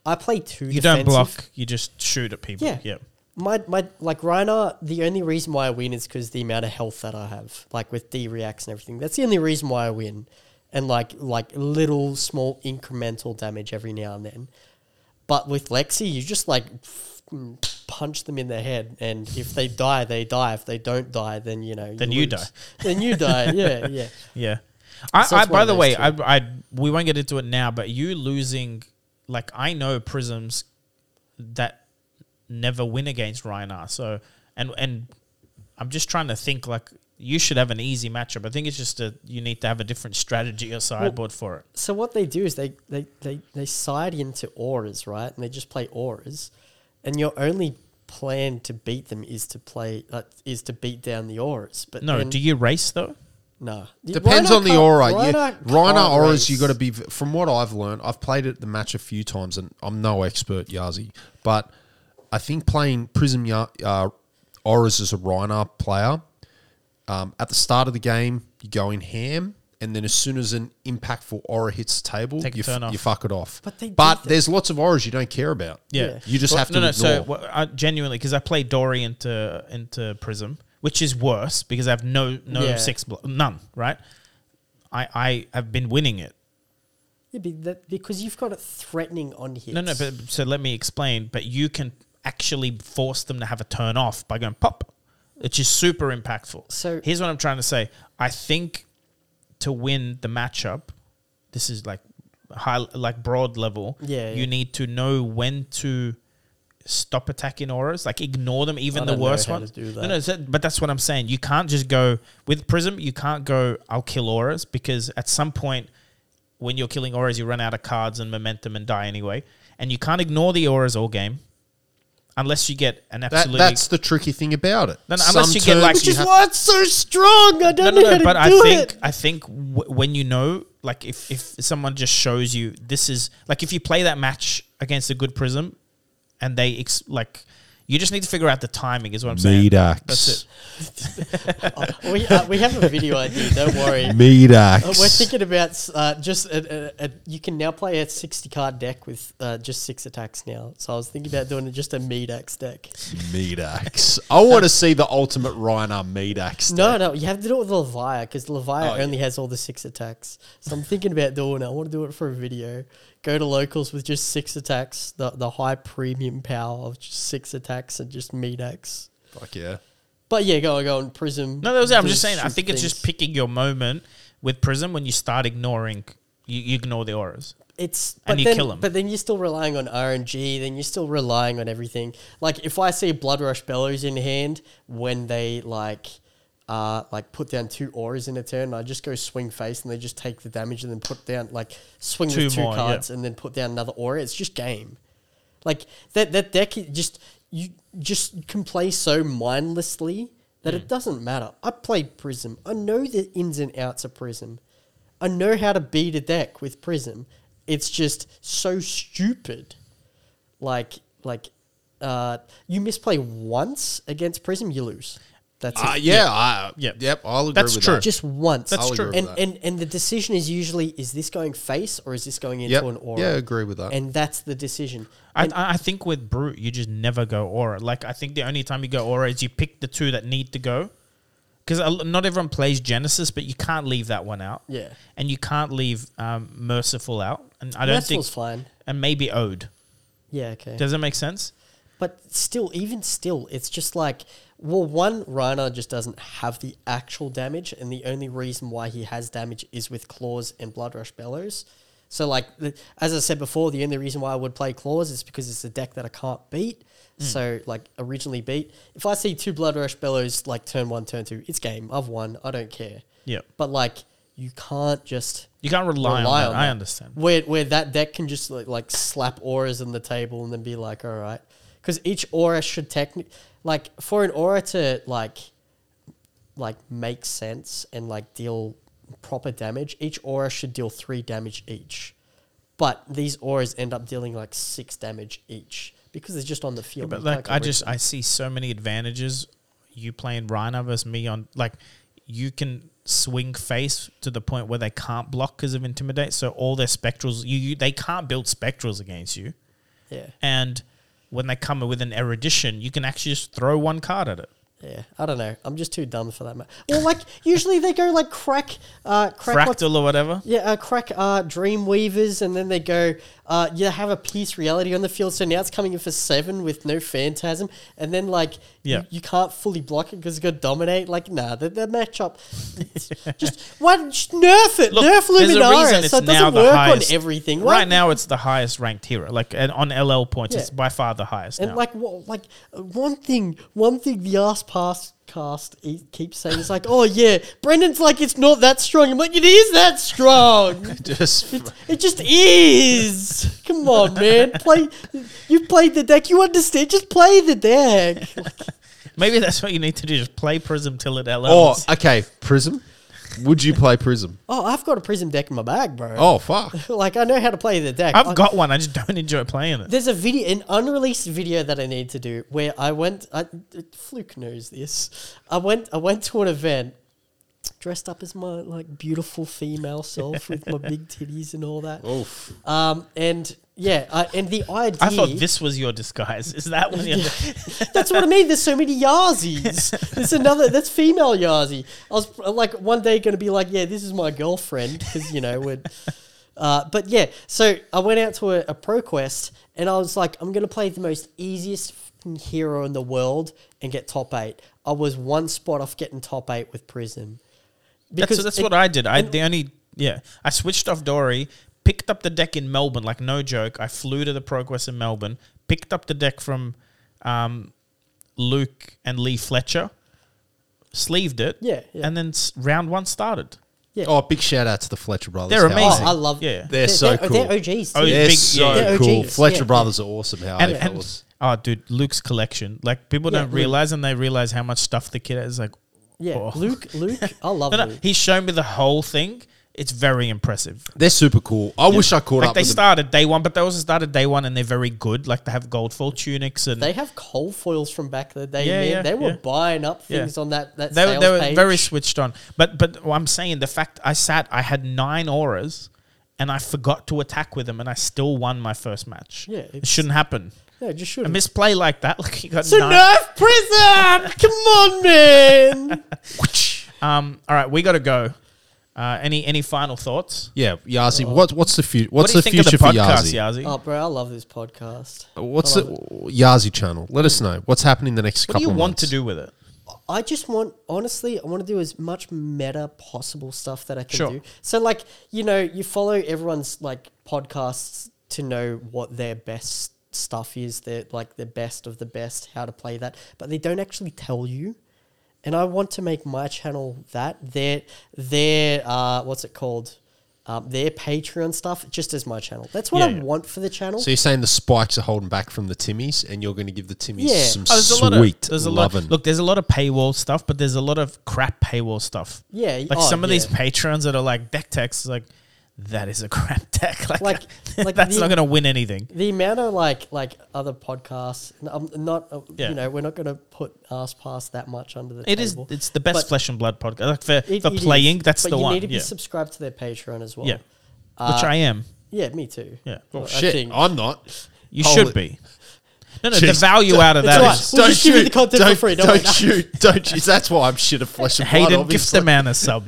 Speaker 2: I play two.
Speaker 3: You don't
Speaker 2: defensive-
Speaker 3: block. You just shoot at people.
Speaker 2: Yeah. My, my like Reiner, the only reason why I win is because the amount of health that I have, like with D reacts and everything. That's the only reason why I win, and like like little small incremental damage every now and then. But with Lexi, you just like fucking punch them in the head, and if they die, they die. If they don't die, then you know
Speaker 3: Then you
Speaker 2: lose.
Speaker 3: die.
Speaker 2: Then you die. Yeah, yeah.
Speaker 3: Yeah. I,
Speaker 2: So
Speaker 3: I
Speaker 2: it's one
Speaker 3: by
Speaker 2: of
Speaker 3: the
Speaker 2: those
Speaker 3: way,
Speaker 2: two.
Speaker 3: I, I we won't get into it now, but you losing like I know prisms that never win against Reinar. So and and I'm just trying to think like you should have an easy matchup. I think it's just a you need to have a different strategy or sideboard for it.
Speaker 2: So what they do is they they they they side into auras, right? And they just play auras, and your only plan to beat them is to play uh, is to beat down the auras. But
Speaker 3: No,
Speaker 2: then,
Speaker 3: do you race though?
Speaker 2: no
Speaker 1: Depends
Speaker 2: Rhino
Speaker 1: on the
Speaker 2: can't-
Speaker 1: aura. yeah,
Speaker 2: can't
Speaker 1: Rhino auras,
Speaker 2: race.
Speaker 1: you got to be. From what I've learned, I've played at the match a few times, and I'm no expert, Yazi, but I think playing Prism Ya- uh, auras as a Rhino player um, at the start of the game, you go in ham, and then as soon as an impactful aura hits the table,
Speaker 3: Take a
Speaker 1: you, f-
Speaker 3: turn off.
Speaker 1: you fuck it off.
Speaker 2: But they do that.
Speaker 1: there's lots of auras you don't care about.
Speaker 3: Yeah.
Speaker 1: you just
Speaker 3: Well,
Speaker 1: have to
Speaker 3: no, no.
Speaker 1: ignore.
Speaker 3: So well, I, genuinely, because I play Dory into into Prism, which is worse because I have no no
Speaker 2: Yeah.
Speaker 3: six blo- none right. I I have been winning it.
Speaker 2: Yeah, be- that- because you've got it threatening on hits.
Speaker 3: No, no, but so let me explain. But you can actually force them to have a turn off by going pop, which is super impactful.
Speaker 2: So-
Speaker 3: here's what I'm trying to say. I think to win the matchup, this is like high, like broad level.
Speaker 2: Yeah,
Speaker 3: you
Speaker 2: yeah.
Speaker 3: need to know when to stop attacking auras, like ignore them, even
Speaker 2: I
Speaker 3: the
Speaker 2: don't know
Speaker 3: worst
Speaker 2: how
Speaker 3: one.
Speaker 2: to do
Speaker 3: No,
Speaker 2: that.
Speaker 3: no, so- but that's what I'm saying. You can't just go with Prism. You can't go. I'll kill auras because at some point, when you're killing auras, you run out of cards and momentum and die anyway. And you can't ignore the auras all game, unless you get an
Speaker 1: that,
Speaker 3: absolutely.
Speaker 1: that's the tricky thing about it.
Speaker 3: No, no, unless you get,
Speaker 1: turns
Speaker 3: like-
Speaker 2: which
Speaker 3: you
Speaker 2: is
Speaker 3: have-
Speaker 2: why it's so strong. I
Speaker 3: no,
Speaker 2: don't know
Speaker 3: no, no.
Speaker 2: how
Speaker 3: But
Speaker 2: to
Speaker 3: I
Speaker 2: do
Speaker 3: think
Speaker 2: it.
Speaker 3: I think w- when you know, like if if someone just shows you this is like if you play that match against a good Prism, and they ex- like. You just need to figure out the timing, is what I'm saying.
Speaker 1: Medax.
Speaker 3: That's it.
Speaker 2: Oh, we, uh, we have a video idea. Don't worry.
Speaker 1: Medax.
Speaker 3: Oh,
Speaker 2: Uh, we're thinking about uh, just a, a, a, you can now play a sixty card deck with uh, just six attacks now. So I was thinking about doing just a meat axe deck.
Speaker 1: Meat axe. I want to see the ultimate Reiner meat axe.
Speaker 2: No, no, you have to do it with Leviah because Leviah
Speaker 1: Oh,
Speaker 2: only has all the six attacks. So I'm thinking about doing it. I want to do it for a video. Go to locals with just six attacks, the the high premium power of just six attacks and just meat axe.
Speaker 1: Fuck yeah.
Speaker 2: But yeah, go on, go on. Prism.
Speaker 3: No, that was it. I'm
Speaker 2: does
Speaker 3: just saying. I
Speaker 2: stupid
Speaker 3: think it's just
Speaker 2: things.
Speaker 3: picking your moment with Prism when you start ignoring, you, you ignore the auras.
Speaker 2: it's
Speaker 3: and
Speaker 2: but
Speaker 3: you
Speaker 2: then,
Speaker 3: kill 'em.
Speaker 2: But then you're still relying on RNG. Then you're still relying on everything. Like if I see Blood Rush Bellows in hand when they like. Uh, like put down two auras in a turn, and I just go swing face, and they just take the damage, and then put down like swing
Speaker 3: Two
Speaker 2: with two
Speaker 3: more, yeah.
Speaker 2: cards, and then put down another aura. It's just game. Like that that deck it just you just can play so mindlessly that
Speaker 3: Hmm.
Speaker 2: it doesn't matter. I played Prism. I know the ins and outs of Prism. I know how to beat a deck with Prism. It's just so stupid. Like like uh you misplay once against Prism, you lose. That's
Speaker 1: Uh,
Speaker 2: it.
Speaker 1: yeah, I,
Speaker 3: Yeah.
Speaker 1: yep. I'll agree
Speaker 3: That's
Speaker 1: with
Speaker 3: true.
Speaker 1: that.
Speaker 2: Just once.
Speaker 3: That's
Speaker 1: I'll
Speaker 3: true.
Speaker 1: agree
Speaker 2: And,
Speaker 1: with that.
Speaker 2: and and the decision is usually is this going face or is this going into
Speaker 1: Yep.
Speaker 2: an aura?
Speaker 1: Yeah, I agree with that.
Speaker 2: And that's the decision.
Speaker 3: I, I I think with brute you just never go aura. Like I think the only time you go aura is you pick the two that need to go, because not everyone plays Genesis, but you can't leave that one out.
Speaker 2: Yeah.
Speaker 3: and you can't leave um, Merciful out, and I don't
Speaker 2: Merciful's
Speaker 3: think,
Speaker 2: fine.
Speaker 3: and maybe Ode.
Speaker 2: Yeah, okay.
Speaker 3: Does that make sense?
Speaker 2: But still, even still, it's just like, well, one, Reiner just doesn't have the actual damage, and the only reason why he has damage is with Claws and Blood Rush Bellows. So, like, the, as I said before, the only reason why I would play Claws is because it's a deck that I can't beat. So, like, originally beat. If I see two Blood Rush Bellows, like, turn one, turn two, it's game. I've won. I don't care.
Speaker 3: Yeah.
Speaker 2: But, like, you can't just
Speaker 3: You can't rely, on, that. I understand.
Speaker 2: where where that deck can just like, like slap auras on the table and then be like, all right, because each aura should technically like for an aura to like like make sense and like deal proper damage, each aura should deal three damage each. But these auras end up dealing like six damage each because they're just on the field.
Speaker 3: But
Speaker 2: You can't
Speaker 3: like
Speaker 2: get
Speaker 3: I
Speaker 2: rid of
Speaker 3: just
Speaker 2: them.
Speaker 3: I see so many advantages. You playing Rhino versus me on like you can swing face to the point where they can't block because of intimidate. So all their spectrals you, you they can't build spectrals against you.
Speaker 2: yeah
Speaker 3: And when they come with an erudition, you can actually just throw one card at it.
Speaker 2: yeah I don't know I'm just too dumb for that. ma- Well, like usually they go like crack uh crack what's-
Speaker 3: Fractal or whatever.
Speaker 2: Yeah, uh, crack uh, dream weavers, and then they go, uh, you have a piece reality on the field, so now it's coming in for seven with no phantasm, and then like
Speaker 3: Yeah.
Speaker 2: you, you can't fully block it because it's got dominate. Like, nah, that, that matchup, just why don't you nerf it?
Speaker 3: Look,
Speaker 2: nerf
Speaker 3: there's a reason
Speaker 2: Luminara,
Speaker 3: it's
Speaker 2: so it
Speaker 3: now
Speaker 2: doesn't
Speaker 3: the
Speaker 2: work
Speaker 3: highest.
Speaker 2: on everything. Why-
Speaker 3: Right now, it's the highest ranked hero. Like and on LL points,
Speaker 2: Yeah.
Speaker 3: it's by far the highest.
Speaker 2: And
Speaker 3: now.
Speaker 2: like, wha- like uh, one thing, one thing the ass pass cast e- keeps saying is like, oh yeah, Brendan's like it's not that strong. I'm like, it is that strong.
Speaker 1: just
Speaker 2: It's, it just is. Come on, man. Play. You played the deck. You understand. Just play the deck.
Speaker 3: maybe that's what you need to do: just play Prism till it LLs.
Speaker 1: oh, okay. Prism. Would you play Prism?
Speaker 2: Oh, I've got a prism deck in my bag, bro.
Speaker 1: Oh fuck.
Speaker 2: Like I know how to play the deck. I-
Speaker 3: I've got one. I just don't enjoy playing it.
Speaker 2: There's a video, an unreleased video that I need to do where I went. I, Fluke knows this. I went. I went to an event dressed up as my like beautiful female self with my big titties and all that.
Speaker 1: Oof.
Speaker 2: Um, and yeah, I, and the idea.
Speaker 3: Oh. I thought this was your disguise. Is that one? Your,
Speaker 2: That's what I mean. There's so many Yazis. There's another. That's female Yazi. I was uh, like one day going to be like, yeah, this is my girlfriend because you know we're. Uh, but yeah, so I went out to a, a ProQuest and I was like, I'm going to play the most easiest fucking hero in the world and get top eight. I was one spot off getting top eight with Prism.
Speaker 3: that's that's
Speaker 2: it-
Speaker 3: what I did. I the only yeah. I switched off Dory, picked up the deck in Melbourne. Like no joke, I flew to the Progress in Melbourne, picked up the deck from um, Luke and Lee Fletcher, sleeved it,
Speaker 2: Yeah, yeah.
Speaker 3: and then s- round one started.
Speaker 1: Oh, big shout out to the Fletcher brothers.
Speaker 3: They're
Speaker 1: How
Speaker 2: Oh,
Speaker 3: amazing.
Speaker 2: I love
Speaker 3: Yeah. They're
Speaker 1: so
Speaker 2: They're
Speaker 1: cool.
Speaker 2: OGs.
Speaker 3: Oh,
Speaker 2: too.
Speaker 1: They're
Speaker 3: Big-
Speaker 1: so
Speaker 2: yeah.
Speaker 1: cool.
Speaker 2: OGs,
Speaker 1: Fletcher
Speaker 2: yeah.
Speaker 1: brothers are awesome. How
Speaker 3: And,
Speaker 1: they
Speaker 3: and-
Speaker 1: fellas.
Speaker 3: oh, dude, Luke's collection. Like people
Speaker 2: Yeah,
Speaker 3: don't
Speaker 2: Luke.
Speaker 3: realize, and they realize how much stuff the kid has. Like,
Speaker 2: Yeah,
Speaker 3: oh.
Speaker 2: Luke. Luke, I love
Speaker 3: No, no,
Speaker 2: Luke.
Speaker 3: he's shown me the whole thing. It's very impressive.
Speaker 1: They're super cool. I wish I caught
Speaker 3: Like
Speaker 1: up
Speaker 3: they
Speaker 1: with them.
Speaker 3: started day one, but they also started day one, and they're very good. Like they have gold foil tunics, and
Speaker 2: They
Speaker 3: they,
Speaker 2: have coal foils from back in the day,
Speaker 3: Yeah,
Speaker 2: man.
Speaker 3: yeah,
Speaker 2: they were
Speaker 3: yeah.
Speaker 2: buying up
Speaker 3: Yeah.
Speaker 2: things on that that
Speaker 3: they,
Speaker 2: sales
Speaker 3: were
Speaker 2: page.
Speaker 3: very switched on. But but what I'm saying the fact I sat, I had nine auras, and I forgot to attack with them, and I still won my first match.
Speaker 2: Yeah,
Speaker 3: it
Speaker 2: it's-
Speaker 3: shouldn't happen.
Speaker 2: no, just
Speaker 3: A
Speaker 2: should have.
Speaker 3: misplay like that, like you got
Speaker 2: So
Speaker 3: nine.
Speaker 2: nerf prism. Come on, man.
Speaker 3: Um, all right, we got to go. Uh, any any final thoughts?
Speaker 1: Yeah, Yazi. What, what's the future? What's
Speaker 3: what do
Speaker 1: the
Speaker 3: you think
Speaker 1: future
Speaker 3: of the
Speaker 1: for
Speaker 3: podcast,
Speaker 1: Yazi?
Speaker 3: Yazi?
Speaker 2: oh, bro, I love this podcast.
Speaker 1: What's
Speaker 2: I
Speaker 1: the Yazi channel? Let us know what's happening the next
Speaker 3: what do
Speaker 1: couple.
Speaker 3: you
Speaker 1: of
Speaker 3: want
Speaker 1: months.
Speaker 3: to do with it?
Speaker 2: I just want, honestly, I want to do as much meta possible stuff that I can
Speaker 3: Sure.
Speaker 2: do. So, like, you know, you follow everyone's like podcasts to know what their best stuff is, their like the best of the best, how to play that, but they don't actually tell you. And I want to make my channel that their their uh, what's it called? Um, their Patreon stuff, just as my channel. That's what
Speaker 3: Yeah,
Speaker 2: I
Speaker 3: yeah.
Speaker 2: want for the channel.
Speaker 1: So you're saying the spikes are holding back from the Timmies, and you're going to give the Timmies
Speaker 2: Yeah.
Speaker 1: some
Speaker 3: Oh, there's a
Speaker 1: sweet
Speaker 3: lot of there's a lot.
Speaker 1: loving.
Speaker 3: Look, there's a lot of paywall stuff, but there's a lot of crap paywall stuff.
Speaker 2: Yeah,
Speaker 3: like
Speaker 2: oh,
Speaker 3: some of these
Speaker 2: yeah.
Speaker 3: patrons that are like deck techs, like that is a crap deck. Like,
Speaker 2: Like- like
Speaker 3: that's
Speaker 2: the-
Speaker 3: not going to win anything.
Speaker 2: the amount of like like other podcasts and i'm not uh,
Speaker 3: Yeah.
Speaker 2: you know we're not going to put ass past that much under the
Speaker 3: It is.
Speaker 2: table
Speaker 3: It's the best
Speaker 2: But-
Speaker 3: flesh and blood podcast. Like for
Speaker 2: It-
Speaker 3: for
Speaker 2: it is,
Speaker 3: playing, that's
Speaker 2: but
Speaker 3: the
Speaker 2: you
Speaker 3: one.
Speaker 2: need to be Uh,
Speaker 3: yeah.
Speaker 2: subscribed to their patreon as well
Speaker 3: Yeah. which I am.
Speaker 2: yeah me too
Speaker 3: Yeah.
Speaker 1: oh,
Speaker 2: I
Speaker 1: shit,
Speaker 2: think-
Speaker 1: I'm not.
Speaker 3: You
Speaker 1: Holy-
Speaker 3: should be. No, no.
Speaker 1: Jeez.
Speaker 3: The value out of
Speaker 2: It's
Speaker 3: that
Speaker 2: all right.
Speaker 3: is-
Speaker 2: We'll just give you the content for
Speaker 1: don't,
Speaker 2: free, don't
Speaker 1: Don't,
Speaker 2: worry.
Speaker 1: shoot. Don't shoot. That's why I'm shit at flesh and blood.
Speaker 3: Hayden, gift
Speaker 1: obviously.
Speaker 3: the man a sub.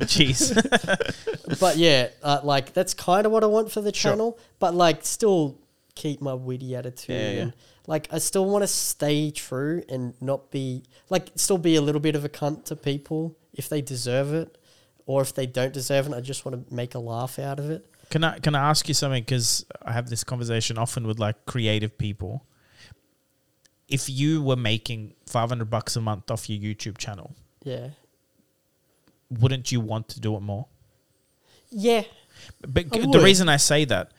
Speaker 3: Jeez.
Speaker 2: but yeah uh, like that's kind of what i want for the channel but like still keep my witty attitude
Speaker 3: Yeah, yeah.
Speaker 2: and like i still want to stay true and not be like still be a little bit of a cunt to people if they deserve it or if they don't deserve it i just want to make a laugh out of it
Speaker 3: Can I can I ask you something? Because I have this conversation often with like creative people. If you were making five hundred bucks a month off your YouTube channel,
Speaker 2: yeah
Speaker 3: wouldn't you want to do it more?
Speaker 2: yeah
Speaker 3: But
Speaker 2: I
Speaker 3: g- the
Speaker 2: Oh, would.
Speaker 3: reason I say that,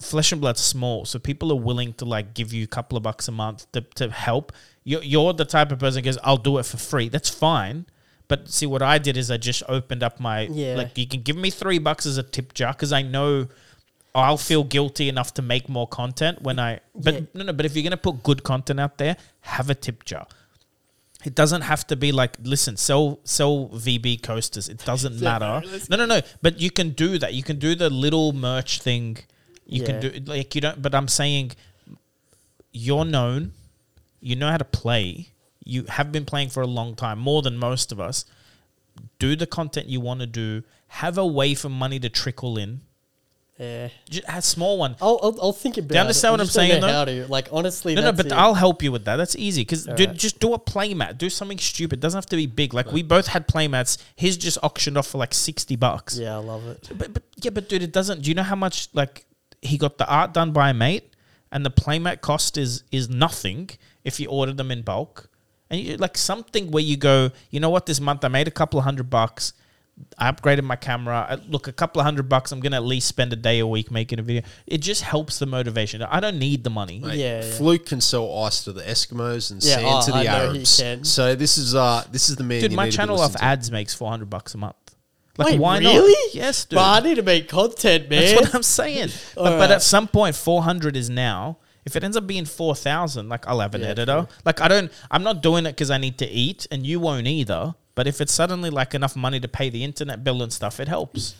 Speaker 3: flesh and blood's small, so people are willing to like give you a couple of bucks a month to, to help. You're, you're the type of person who goes, I'll do it for free. That's fine. But see, what I did is I just opened up my
Speaker 2: Yeah.
Speaker 3: like you can give me three bucks as a tip jar because I know I'll feel guilty enough to make more content when I. But
Speaker 2: Yeah.
Speaker 3: no, no. But if you're gonna put good content out there, have a tip jar. It doesn't have to be like listen, sell sell VB coasters. It doesn't matter. No, no, no. But you can do that. You can do the little merch thing. You can
Speaker 2: Yeah.
Speaker 3: do like you don't. But I'm saying, you're known. You know how to play. You have been playing for a long time, more than most of us. Do the content you want to do. Have a way for money to trickle in.
Speaker 2: Yeah,
Speaker 3: Just a small one.
Speaker 2: I'll, I'll, I'll think about it.
Speaker 3: understand
Speaker 2: I
Speaker 3: what I'm
Speaker 2: just don't
Speaker 3: saying,
Speaker 2: know
Speaker 3: though?
Speaker 2: How to, like, honestly,
Speaker 3: No, no,
Speaker 2: that's
Speaker 3: but
Speaker 2: it.
Speaker 3: I'll help you with that. That's easy because
Speaker 2: right.
Speaker 3: just do a playmat. Do something stupid. Doesn't have to be big. Like we both had playmats. His just auctioned off for like sixty bucks.
Speaker 2: yeah, I love it.
Speaker 3: But, but yeah, but dude, it doesn't. Do you know how much like he got the art done by a mate, and the playmat cost is is nothing if you order them in bulk, and you, like something where you go, you know what, this month I made a couple of hundred bucks. I upgraded my camera. I, look, a couple of hundred bucks. I'm gonna at least spend a day a week making a video. It just helps the motivation. I don't need the money.
Speaker 1: Mate,
Speaker 2: Yeah, yeah.
Speaker 1: Fluke can sell ice to the Eskimos and
Speaker 2: Yeah,
Speaker 1: sand
Speaker 2: oh,
Speaker 1: to the
Speaker 2: I know he
Speaker 1: Arabs.
Speaker 2: can.
Speaker 1: So this is uh this is the man.
Speaker 3: dude,
Speaker 1: you
Speaker 3: my
Speaker 1: need to be
Speaker 3: channel off
Speaker 1: listening to.
Speaker 3: ads makes four hundred bucks a month. Like,
Speaker 2: Wait,
Speaker 3: why
Speaker 2: really?
Speaker 3: not? Yes, dude.
Speaker 2: But I need to make content, man.
Speaker 3: That's what I'm saying. but, but
Speaker 2: right.
Speaker 3: at some point, 400 is now. If it ends up being 4,000, like I'll have an
Speaker 2: Yeah,
Speaker 3: editor. Like I don't, I'm not doing it because I need to eat, and you won't either. But if it's suddenly like enough money to pay the internet bill and stuff, it helps.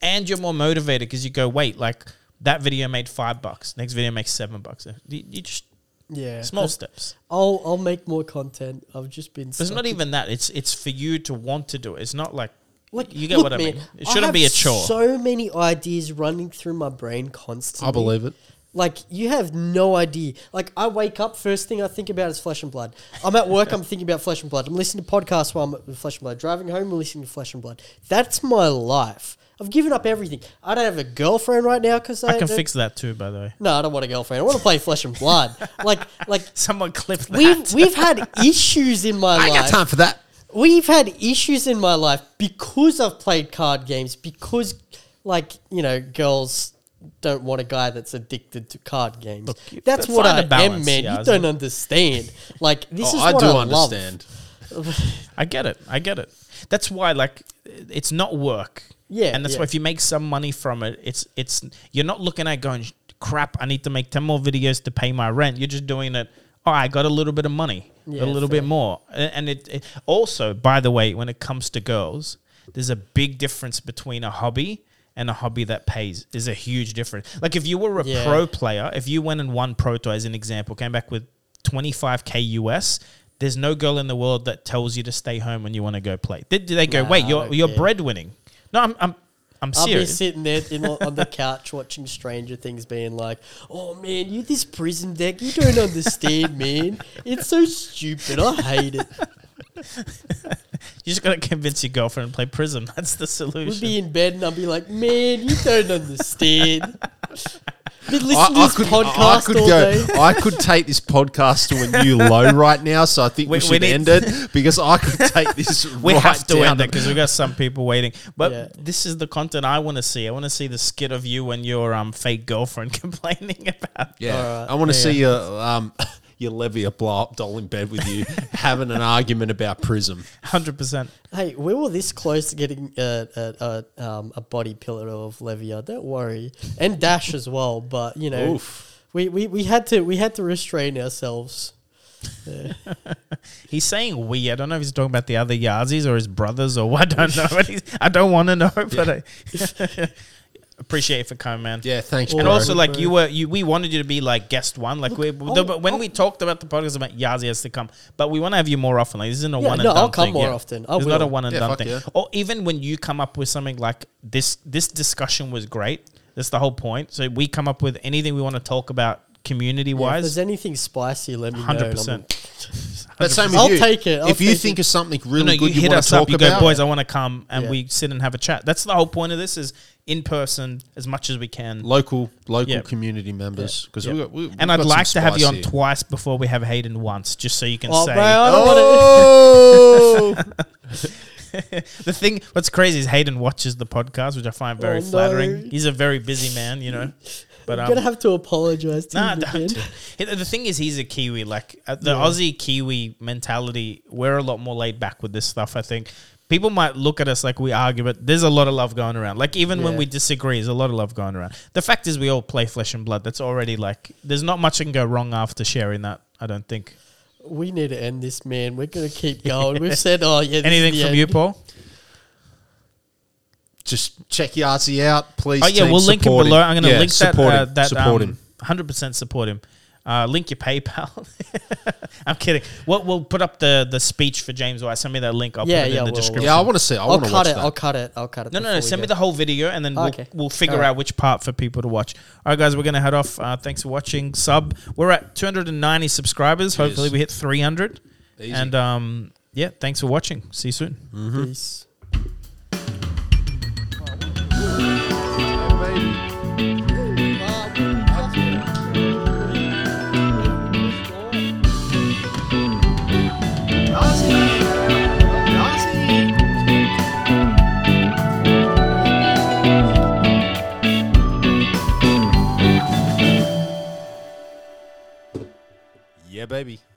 Speaker 3: And you're more motivated because you go, wait, like that video made five bucks. Next video makes seven bucks. You, you just
Speaker 2: yeah,
Speaker 3: small
Speaker 2: I'll-
Speaker 3: steps.
Speaker 2: I'll I'll make more content. I've just been.
Speaker 3: It's
Speaker 2: stuck
Speaker 3: not e-
Speaker 2: in-
Speaker 3: even that. It's it's for you to want to do it. It's not like
Speaker 2: Like,
Speaker 3: you get
Speaker 2: look,
Speaker 3: what I
Speaker 2: man,
Speaker 3: mean. It shouldn't
Speaker 2: have
Speaker 3: be a chore.
Speaker 2: So many ideas running through my brain constantly.
Speaker 1: I believe it.
Speaker 2: Like you have no idea. Like I wake up, first thing I think about is Flesh and Blood. I'm at work, I'm thinking about Flesh and Blood. I'm listening to podcasts while I'm at Flesh and Blood. Driving home, I'm listening to Flesh and Blood. That's my life. I've given up everything. I don't have a girlfriend right now because
Speaker 3: I can fix that too. By the way,
Speaker 2: No, I don't want a girlfriend. I want to play Flesh and Blood. like, like
Speaker 3: someone clipped that.
Speaker 2: we've we've had issues in my
Speaker 1: I ain't got
Speaker 2: life.
Speaker 1: time for that.
Speaker 2: We've had issues in my life because I've played card games. Because, like you know, girls don't want a guy that's addicted to card games.
Speaker 3: you-
Speaker 2: that's
Speaker 3: but
Speaker 2: what
Speaker 3: find
Speaker 2: I
Speaker 3: a balance,
Speaker 2: am, man. you
Speaker 3: Yaz.
Speaker 2: don't understand. Like this
Speaker 1: Oh,
Speaker 2: is
Speaker 1: I
Speaker 2: what
Speaker 1: do
Speaker 2: I
Speaker 1: understand.
Speaker 3: I get it. I get it. That's why, like, it's not work.
Speaker 2: Yeah,
Speaker 3: and that's
Speaker 2: yeah.
Speaker 3: why if you make some money from it, it's it's you're not looking at going crap. I need to make ten more videos to pay my rent. You're just doing it. Oh, I got a little bit of money,
Speaker 2: Yeah,
Speaker 3: a little
Speaker 2: fair.
Speaker 3: bit more, A- and it, it also, by the way, when it comes to girls, there's a big difference between a hobby and a hobby that pays. There's a huge difference. Like if you were a
Speaker 2: Yeah.
Speaker 3: pro player, if you went and won Pro Tour as an example, came back with 25k US, there's no girl in the world that tells you to stay home when you want to go play. Did they, go,
Speaker 2: Nah,
Speaker 3: wait,
Speaker 2: I
Speaker 3: you're
Speaker 2: don't
Speaker 3: you're
Speaker 2: care."
Speaker 3: breadwinning? No, I'm I'm I'm
Speaker 2: I'll be
Speaker 3: serious.
Speaker 2: sitting there in, on the couch watching Stranger Things, being like, "Oh man, you this prison deck, you don't understand, man. It's so stupid. I hate it."
Speaker 3: You just gotta convince your girlfriend to play prison. That's the
Speaker 2: We'd
Speaker 3: solution.
Speaker 2: be in bed and I'd be like, man, you don't understand. Been listening to
Speaker 1: I
Speaker 2: this
Speaker 1: could,
Speaker 2: podcast
Speaker 1: I could
Speaker 2: all
Speaker 1: go.
Speaker 2: day.
Speaker 1: I could take this podcast to a new low right now, so I think we,
Speaker 3: We- we
Speaker 1: should
Speaker 3: need-
Speaker 1: end it because I could take this.
Speaker 3: we
Speaker 1: right
Speaker 3: have to
Speaker 1: down
Speaker 3: end it because we got some people waiting. But
Speaker 2: Yeah.
Speaker 3: this is the content I want to see. I want to see the skit of you and your um fake girlfriend complaining about.
Speaker 1: Yeah,
Speaker 2: Alright,
Speaker 1: I want to see your um your Levy a blow up doll in bed with you having an argument about Prism.
Speaker 3: Hundred percent.
Speaker 2: Hey, we were this close to getting uh, a, a, um, a body pillow of Levia. Don't worry, and Dash as well. But you know,
Speaker 1: Oof.
Speaker 2: we, we we had to we had to restrain ourselves.
Speaker 3: He's saying we. I don't know if he's talking about the other Yazis or his brothers or what. I don't know. But he's, I don't want to know. But I appreciate it for coming, man.
Speaker 1: Yeah, thanks.
Speaker 3: And
Speaker 1: bro.
Speaker 3: also, like
Speaker 2: bro.
Speaker 3: you were, you we wanted you to be like guest one. Like we, the,
Speaker 2: Oh,
Speaker 3: but when we talked about the podcast, about Yazi has to come, but we want to have you more often. Like this isn't a
Speaker 2: Yeah,
Speaker 3: one and
Speaker 2: no,
Speaker 3: done
Speaker 2: I'll come
Speaker 3: thing,
Speaker 2: more
Speaker 3: yeah.
Speaker 2: often. I
Speaker 3: it's not a
Speaker 2: will.
Speaker 3: one and
Speaker 1: Yeah,
Speaker 3: done
Speaker 1: fuck
Speaker 3: thing.
Speaker 1: yeah.
Speaker 3: Or even when you come up with something like this, this discussion was great. That's the whole point. So we come up with anything we want to talk about community
Speaker 2: Yeah, if
Speaker 3: wise.
Speaker 2: there's anything spicy, let me know. and
Speaker 3: Hundred
Speaker 2: I'm-
Speaker 3: percent.
Speaker 1: but same with
Speaker 2: I'll
Speaker 1: you.
Speaker 2: take it, I'll
Speaker 1: if you
Speaker 2: take
Speaker 1: think
Speaker 2: it.
Speaker 1: of something
Speaker 3: No,
Speaker 1: really
Speaker 3: no,
Speaker 1: good,
Speaker 3: you,
Speaker 1: you,
Speaker 3: hit
Speaker 1: want to
Speaker 3: us up.
Speaker 1: talk
Speaker 3: You
Speaker 1: about,
Speaker 3: go, boys, I want to come, and
Speaker 2: Yeah.
Speaker 3: we sit and have a chat. That's the whole point of this: is in person as much as we can.
Speaker 1: local local
Speaker 3: Yeah.
Speaker 1: community members because
Speaker 3: Yeah.
Speaker 1: we got. We, we've
Speaker 3: and I'd
Speaker 1: got some
Speaker 3: like to have you
Speaker 1: spice
Speaker 3: on
Speaker 1: here.
Speaker 3: twice before we have Hayden once, just so you can
Speaker 2: Oh,
Speaker 3: say.
Speaker 2: bro, I don't wanna-
Speaker 1: Oh,
Speaker 3: The thing, what's crazy is Hayden watches the podcast, which I find very
Speaker 2: Oh, no.
Speaker 3: flattering. He's a very busy man, you know. But
Speaker 2: I'm
Speaker 3: um,
Speaker 2: gonna have to apologize to
Speaker 3: nah,
Speaker 2: him
Speaker 3: don't.
Speaker 2: again.
Speaker 3: He- The thing is, he's a Kiwi. Like uh, the Aussie Kiwi mentality, we're a lot more laid back with this stuff. I think people might look at us like we argue, but there's a lot of love going around. Like even when
Speaker 2: Yeah.
Speaker 3: we disagree, there's a lot of love going around. The fact is, we all play flesh and blood. That's already like there's not much that can go wrong after sharing that. I don't think
Speaker 2: We need to end this, man. We're gonna keep going. We've said, oh yeah, this
Speaker 3: anything
Speaker 2: is
Speaker 3: from
Speaker 2: the end.
Speaker 3: you, Paul.
Speaker 1: just check Yazi out, please.
Speaker 3: Oh yeah,
Speaker 1: team,
Speaker 3: we'll link him
Speaker 1: support
Speaker 3: below. I'm going to
Speaker 1: Yeah,
Speaker 3: link that.
Speaker 1: Support
Speaker 3: Uh,
Speaker 1: him.
Speaker 3: that
Speaker 1: support
Speaker 3: um,
Speaker 1: him.
Speaker 3: 100% support him. Uh, link your PayPal. I'm kidding. We'll, we'll put up the, the speech for James White. Send me that link. I'll
Speaker 2: Yeah,
Speaker 3: put it
Speaker 2: yeah,
Speaker 3: in the
Speaker 2: we'll-
Speaker 3: description.
Speaker 1: Yeah, I want to see. I
Speaker 2: I'll
Speaker 1: want to watch
Speaker 2: cut it.
Speaker 1: that.
Speaker 2: I'll cut it. I'll cut it.
Speaker 3: no, no, no.
Speaker 2: before we
Speaker 3: Send me
Speaker 2: go.
Speaker 3: the whole video, and then we'll,
Speaker 2: Okay.
Speaker 3: we'll figure
Speaker 2: Alright.
Speaker 3: out which part for people to watch. All right, guys, we're going to head off. Uh, thanks for watching. Sub. We're at 290 subscribers. Hopefully, we hit 300.
Speaker 1: Easy.
Speaker 3: And um, yeah, thanks for watching. See you soon.
Speaker 2: Peace.
Speaker 1: Yeah, baby.